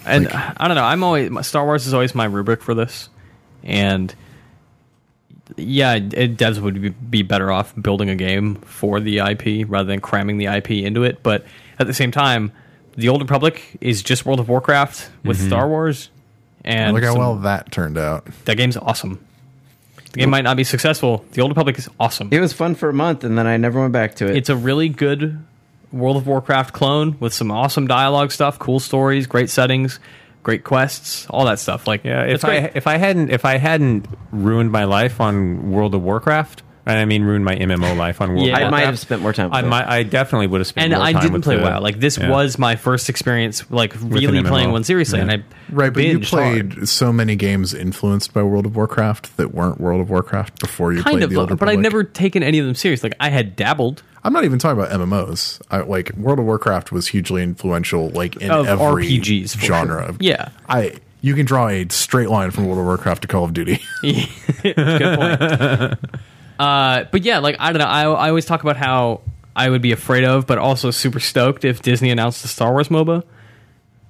Speaker 2: and I don't know. I'm always my, Star Wars is always my rubric for this, and yeah, it, devs would be, be better off building a game for the IP rather than cramming the IP into it. But at the same time, the Old Republic is just World of Warcraft with Star Wars, and
Speaker 3: Look how
Speaker 2: some-
Speaker 3: well that turned out.
Speaker 2: that game's awesome. The game might not be successful. The Old Republic is awesome.
Speaker 1: It was fun for a month, and then I never went back to it.
Speaker 2: It's a really good World of Warcraft clone with some awesome dialogue stuff, cool stories, great settings, great quests, all that stuff. Like,
Speaker 4: Yeah,
Speaker 2: it's
Speaker 4: if I
Speaker 2: great.
Speaker 4: if I hadn't if I hadn't ruined my life on World of Warcraft, and I mean ruined my MMO life on World
Speaker 2: Yeah.
Speaker 4: of
Speaker 1: I
Speaker 4: Warcraft,
Speaker 1: might have spent more time. With
Speaker 4: I
Speaker 1: it.
Speaker 4: might I definitely would have spent.
Speaker 2: and
Speaker 4: more
Speaker 2: I
Speaker 4: time
Speaker 2: didn't
Speaker 4: with
Speaker 2: play
Speaker 4: the-
Speaker 2: WoW. Like, this
Speaker 4: yeah.
Speaker 2: was my first experience, like really
Speaker 4: MMO.
Speaker 2: playing one seriously,
Speaker 4: Yeah.
Speaker 2: and I
Speaker 3: Right, but you
Speaker 2: binged
Speaker 3: played
Speaker 2: hard.
Speaker 3: so many games influenced by World of Warcraft that weren't World of Warcraft before you
Speaker 2: kind
Speaker 3: played
Speaker 2: of,
Speaker 3: the Old
Speaker 2: but I'd
Speaker 3: Republic.
Speaker 2: never taken any of them serious. Like, I had dabbled.
Speaker 3: I'm not even talking about MMOs. I, like World of Warcraft was hugely influential, like in
Speaker 2: Of
Speaker 3: every
Speaker 2: RPGs, for sure.
Speaker 3: genre. Of,
Speaker 2: Yeah.
Speaker 3: I you can draw a straight line from World of Warcraft to Call of Duty.
Speaker 2: Good point. uh, but yeah, like I don't know. I, I always talk about how I would be afraid of, but also super stoked if Disney announced the Star Wars MOBA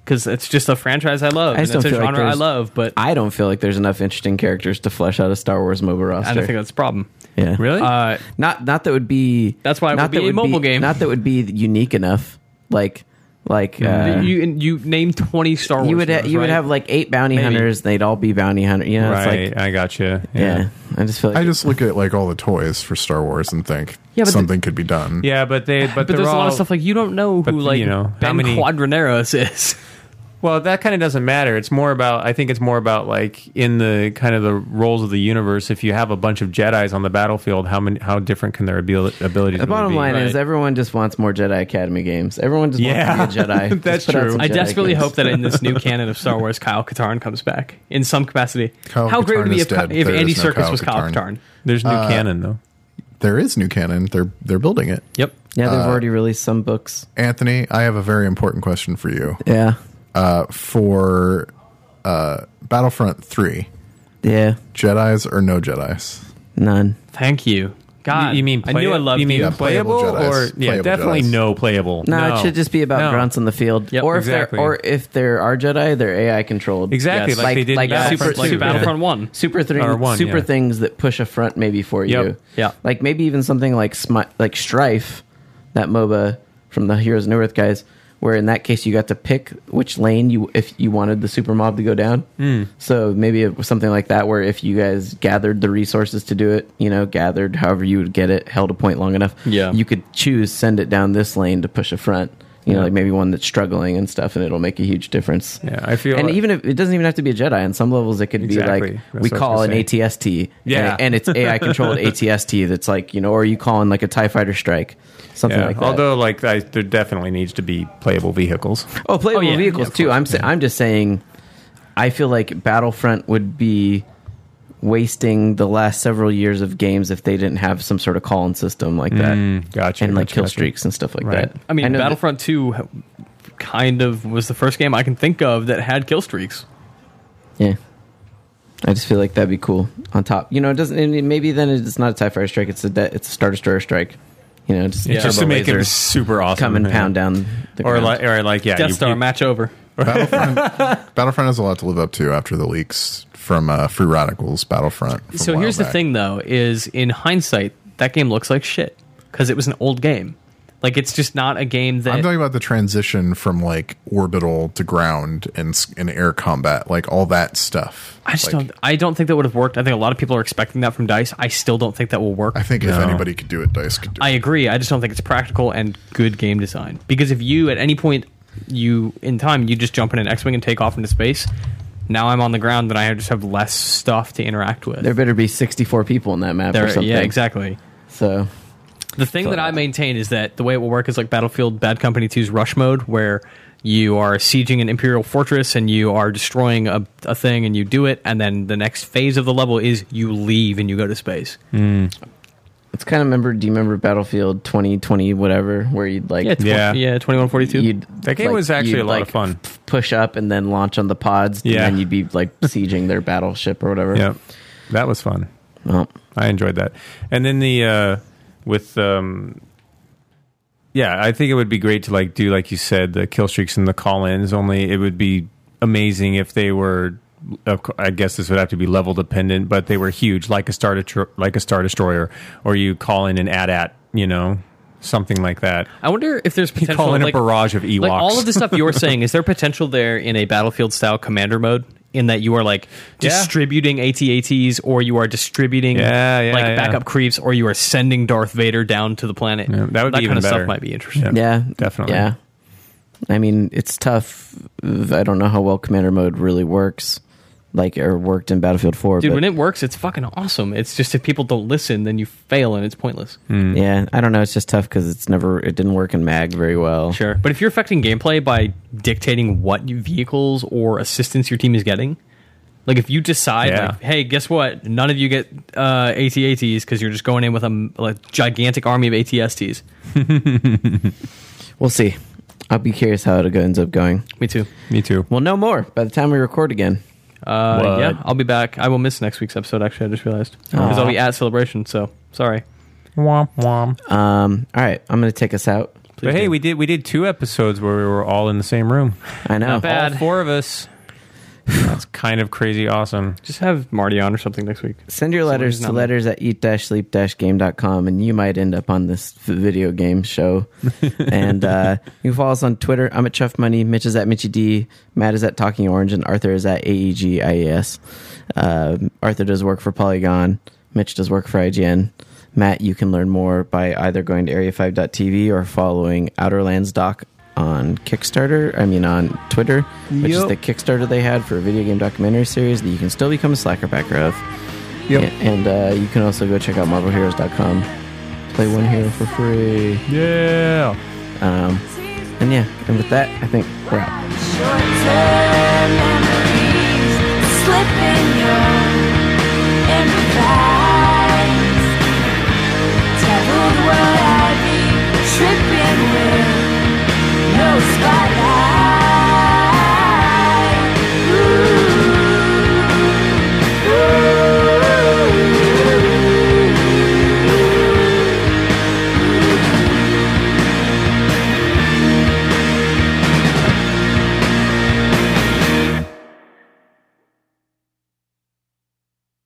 Speaker 2: because it's just a franchise I love.
Speaker 1: I just
Speaker 2: and
Speaker 1: don't
Speaker 2: it's a
Speaker 1: feel like
Speaker 2: genre I
Speaker 1: there's-
Speaker 2: love, but I,
Speaker 1: I don't feel like there's enough interesting characters to flesh out a Star Wars MOBA roster.
Speaker 2: don't think that's a problem.
Speaker 1: yeah.
Speaker 4: really.
Speaker 2: Uh,
Speaker 1: Not not that would be.
Speaker 2: That's why it
Speaker 1: not
Speaker 2: would be
Speaker 1: that
Speaker 2: a mobile game.
Speaker 1: Not that would be unique enough. Like like uh, you,
Speaker 2: Mm-hmm. you and you name twenty Star Wars.
Speaker 1: would ha-
Speaker 2: heroes,
Speaker 1: you would
Speaker 2: right?
Speaker 1: have like eight bounty
Speaker 2: Maybe.
Speaker 1: hunters. They'd all be bounty hunter. You know, it's
Speaker 4: right,
Speaker 1: like
Speaker 4: I got you. Yeah.
Speaker 1: yeah.
Speaker 4: yeah.
Speaker 1: I just feel like
Speaker 3: I just look at like all the toys for Star Wars and think
Speaker 2: Yeah, but
Speaker 3: something could be done.
Speaker 4: but they but,
Speaker 2: But
Speaker 4: they're
Speaker 2: there's a lot
Speaker 4: all-
Speaker 2: of stuff like you don't know
Speaker 4: but,
Speaker 2: who like
Speaker 4: you know, how
Speaker 2: Ben
Speaker 4: many-
Speaker 2: Quadraneros is.
Speaker 4: Well, that kind of doesn't matter. It's more about I think it's more about like in the kind of the roles of the universe. If you have a bunch of Jedi's on the battlefield, how many how different can their abil- abilities?
Speaker 1: The bottom line is
Speaker 2: right.
Speaker 1: everyone just wants more Jedi Academy games. Everyone just
Speaker 4: Yeah.
Speaker 1: wants to be a Jedi. Just
Speaker 4: That's
Speaker 1: put out
Speaker 4: true.
Speaker 1: some
Speaker 2: I
Speaker 1: Jedi
Speaker 2: desperately
Speaker 1: games.
Speaker 2: hope that in this new canon of Star Wars, Kyle Katarn comes back in some capacity.
Speaker 3: Kyle
Speaker 2: How great
Speaker 3: Katarn
Speaker 2: would it be
Speaker 3: is
Speaker 2: if, Ka-
Speaker 3: dead.
Speaker 2: if
Speaker 3: There
Speaker 2: Andy
Speaker 3: is no
Speaker 2: Circus
Speaker 3: Kyle
Speaker 2: was Kyle
Speaker 3: Katarn.
Speaker 2: Katarn?
Speaker 4: There's new canon though.
Speaker 3: There is new canon. They're they're building it.
Speaker 2: Yep.
Speaker 1: Yeah,
Speaker 4: Uh,
Speaker 1: they've already released some books.
Speaker 3: Anthony, I have a very important question for you.
Speaker 1: Yeah,
Speaker 3: Uh, for uh, Battlefront Three,
Speaker 1: yeah,
Speaker 3: Jedi's or no Jedi's?
Speaker 1: none.
Speaker 2: Thank you. God,
Speaker 4: You, you mean
Speaker 2: I knew I
Speaker 4: play-
Speaker 2: loved
Speaker 4: you
Speaker 2: you.
Speaker 4: mean playable,
Speaker 3: playable Jedis.
Speaker 4: or yeah,
Speaker 3: Playable
Speaker 4: definitely
Speaker 3: Jedis.
Speaker 4: no playable.
Speaker 1: No, it should just be about
Speaker 4: No.
Speaker 1: grunts on the field.
Speaker 2: Yep,
Speaker 1: or if
Speaker 4: exactly.
Speaker 1: there, or if there are Jedi, they're AI controlled.
Speaker 4: Exactly,
Speaker 2: Yes.
Speaker 4: like,
Speaker 1: Like-
Speaker 4: they did
Speaker 1: like
Speaker 4: in
Speaker 2: super,
Speaker 4: Battlefront
Speaker 1: Battlefront
Speaker 2: like
Speaker 1: two.
Speaker 2: Battlefront One.
Speaker 1: super thing,
Speaker 4: Or one,
Speaker 1: super
Speaker 4: yeah.
Speaker 1: things that push a front maybe for
Speaker 4: Yep.
Speaker 1: you.
Speaker 2: Yeah.
Speaker 1: like maybe even something like Smi- like Strife, that MOBA from the Heroes of New Earth guys, where in that case you got to pick which lane you if you wanted the super mob to go down.
Speaker 4: Hmm.
Speaker 1: So maybe it was something like that, where if you guys gathered the resources to do it, you know, gathered however you would get it, held a point long enough,
Speaker 2: Yeah.
Speaker 1: you could choose send it down this lane to push a front. You know,
Speaker 2: Yeah.
Speaker 1: like maybe one that's struggling and stuff, and it'll make a huge difference
Speaker 4: Yeah, I feel
Speaker 1: and
Speaker 4: like-
Speaker 1: even if it doesn't even have to be a Jedi, on some levels it could
Speaker 4: Exactly.
Speaker 1: be like
Speaker 4: That's
Speaker 1: we
Speaker 4: what I was
Speaker 1: call an
Speaker 4: gonna say.
Speaker 1: ATST,
Speaker 4: Yeah.
Speaker 1: and, and it's AI controlled ATST that's like you know, or you call in like a Tie Fighter strike, something
Speaker 4: Yeah,
Speaker 1: like that.
Speaker 4: although like I, there definitely needs to be playable vehicles.
Speaker 1: oh, playable
Speaker 2: yeah,
Speaker 1: vehicles
Speaker 2: yeah, of
Speaker 1: too. I'm sa- I'm just saying, I feel like Battlefront would be wasting the last several years of games if they didn't have some sort of call in system like that,
Speaker 4: Gotcha.
Speaker 1: Mm. and like
Speaker 4: Mm. gotcha,
Speaker 1: kill
Speaker 4: gotcha.
Speaker 1: streaks and stuff like
Speaker 4: Right.
Speaker 1: that.
Speaker 2: I mean,
Speaker 1: know that-
Speaker 2: Battlefront Two kind of was the first game I can think of that had kill streaks.
Speaker 1: Yeah. I just feel like that'd be cool on top. You know, it doesn't. And it- maybe then it's not a Tie Fighter strike. It's a de- it's a Star Destroyer strike. You know, just,
Speaker 2: Yeah.
Speaker 4: Just to
Speaker 1: turbo
Speaker 4: make
Speaker 1: laser,
Speaker 4: it super awesome.
Speaker 1: come and
Speaker 4: yeah.
Speaker 1: pound down the
Speaker 4: Or
Speaker 1: ground.
Speaker 4: like, or like, yeah,
Speaker 2: Death
Speaker 4: you-
Speaker 2: Star
Speaker 4: you-
Speaker 2: match over.
Speaker 3: Battlefront has a lot to live up to after the leaks from uh, Free Radicals Battlefront. from a
Speaker 2: So
Speaker 3: while
Speaker 2: here's the
Speaker 3: back.
Speaker 2: thing, though: is in hindsight, that game looks like shit because it was an old game. Like it's just not a game that
Speaker 3: I'm talking about the transition from like orbital to ground and s- and air combat, like all that stuff.
Speaker 2: I just
Speaker 3: Like,
Speaker 2: don't. I don't think that would have worked. I think a lot of people are expecting that from Dice. I still don't think that will work.
Speaker 3: I think if
Speaker 4: No.
Speaker 3: anybody could do it, Dice could do
Speaker 2: I
Speaker 3: it.
Speaker 2: agree. I just don't think it's practical and good game design. Because if you at any point you in time you just jump in an X-wing and take off into space, now I'm on the ground and I just have less stuff to interact with.
Speaker 1: there better be sixty four people in that map
Speaker 2: There-
Speaker 1: or something.
Speaker 2: yeah, exactly.
Speaker 1: So
Speaker 2: The thing that I maintain is that the way it will work is like Battlefield Bad Company 2's Rush Mode, where you are sieging an Imperial fortress and you are destroying a, a thing and you do it, and then the next phase of the level is you leave and you go to space.
Speaker 1: it's kind of remember. Do you remember Battlefield twenty twenty whatever where you'd like
Speaker 2: Yeah, tw-
Speaker 4: Yeah.
Speaker 2: yeah, twenty one forty two.
Speaker 1: you'd
Speaker 4: That game was actually
Speaker 1: you'd,
Speaker 4: a lot of fun.
Speaker 1: f- Push up and then launch on the pods.
Speaker 4: Yeah.
Speaker 1: and then you'd be like sieging their battleship or whatever.
Speaker 4: Yeah, that was fun.
Speaker 1: Well,
Speaker 4: I enjoyed that. And then the uh, with um, yeah, I think it would be great to like do like you said the kill streaks and the call ins. Only it would be amazing if they were. of cou- I guess this would have to be level dependent, but they were huge, like a star Detro- like a star destroyer, or you call in an at at, you know, something like that.
Speaker 2: I wonder if there's
Speaker 4: You
Speaker 2: potential.
Speaker 4: call in
Speaker 2: like-
Speaker 4: a barrage of Ewoks.
Speaker 2: Like all of the stuff you're saying, is there potential there in a battlefield style commander mode? In that you are like
Speaker 4: Yeah.
Speaker 2: distributing AT-ATs, or you are distributing
Speaker 4: Yeah, yeah,
Speaker 2: like
Speaker 4: yeah.
Speaker 2: backup creeps, or you are sending Darth Vader down to the planet.
Speaker 4: Yeah, that would be even
Speaker 2: kind of
Speaker 4: better.
Speaker 2: stuff might be interesting.
Speaker 1: Yeah,
Speaker 4: Definitely.
Speaker 1: Yeah, I mean it's tough. I don't know how well commander mode really works, like or worked in Battlefield Four.
Speaker 2: Dude,
Speaker 1: but
Speaker 2: when it works, it's fucking awesome. It's just if people don't listen, then you fail and it's pointless.
Speaker 1: yeah, I don't know. It's just tough because it's never it didn't work in Mag very well.
Speaker 2: Sure, but if you're affecting gameplay by dictating what vehicles or assistance your team is getting, like if you decide,
Speaker 4: Yeah.
Speaker 2: like, hey, guess what? None of you get uh, AT-ATs because you're just going in with a m- like, gigantic army of ATSTs.
Speaker 1: We'll see. I'll be curious how it ends up going.
Speaker 2: Me too.
Speaker 4: me too.
Speaker 1: Well, no more by the time we record again.
Speaker 2: Uh,
Speaker 4: What?
Speaker 2: yeah, I'll be back. I will miss next week's episode. Actually, I just realized because I'll be at Celebration. So sorry.
Speaker 4: Womp womp.
Speaker 1: Um, all right, I'm going to take us out.
Speaker 4: But hey, we did we did two episodes where we were all in the same room.
Speaker 1: I know.
Speaker 2: bad.
Speaker 4: All four of us. That's kind of crazy awesome.
Speaker 2: Just have Marty on or something next week.
Speaker 1: Send your letters to
Speaker 2: not-
Speaker 1: letters at eat sleep game.com and you might end up on this f- video game show. and uh, you can follow us on Twitter. I'm at Chuff Money. Mitch is at Mitchy D. Matt is at Talking Orange. And Arthur is at E AEGIES. Uh, Arthur does work for Polygon. Mitch does work for IGN. Matt, you can learn more by either going to area5.tv or following Outerlands Doc on Kickstarter. I mean, on Twitter, which is
Speaker 2: Yep.
Speaker 1: the Kickstarter they had for a video game documentary series that you can still become a slacker backer of.
Speaker 3: Yep.
Speaker 1: A- And uh, you can also go check out MarvelHeroes.com. Play one hero for free.
Speaker 4: Yeah.
Speaker 1: Um, and yeah, and with that, I think we're out.
Speaker 5: Short-term memories slipping your and back.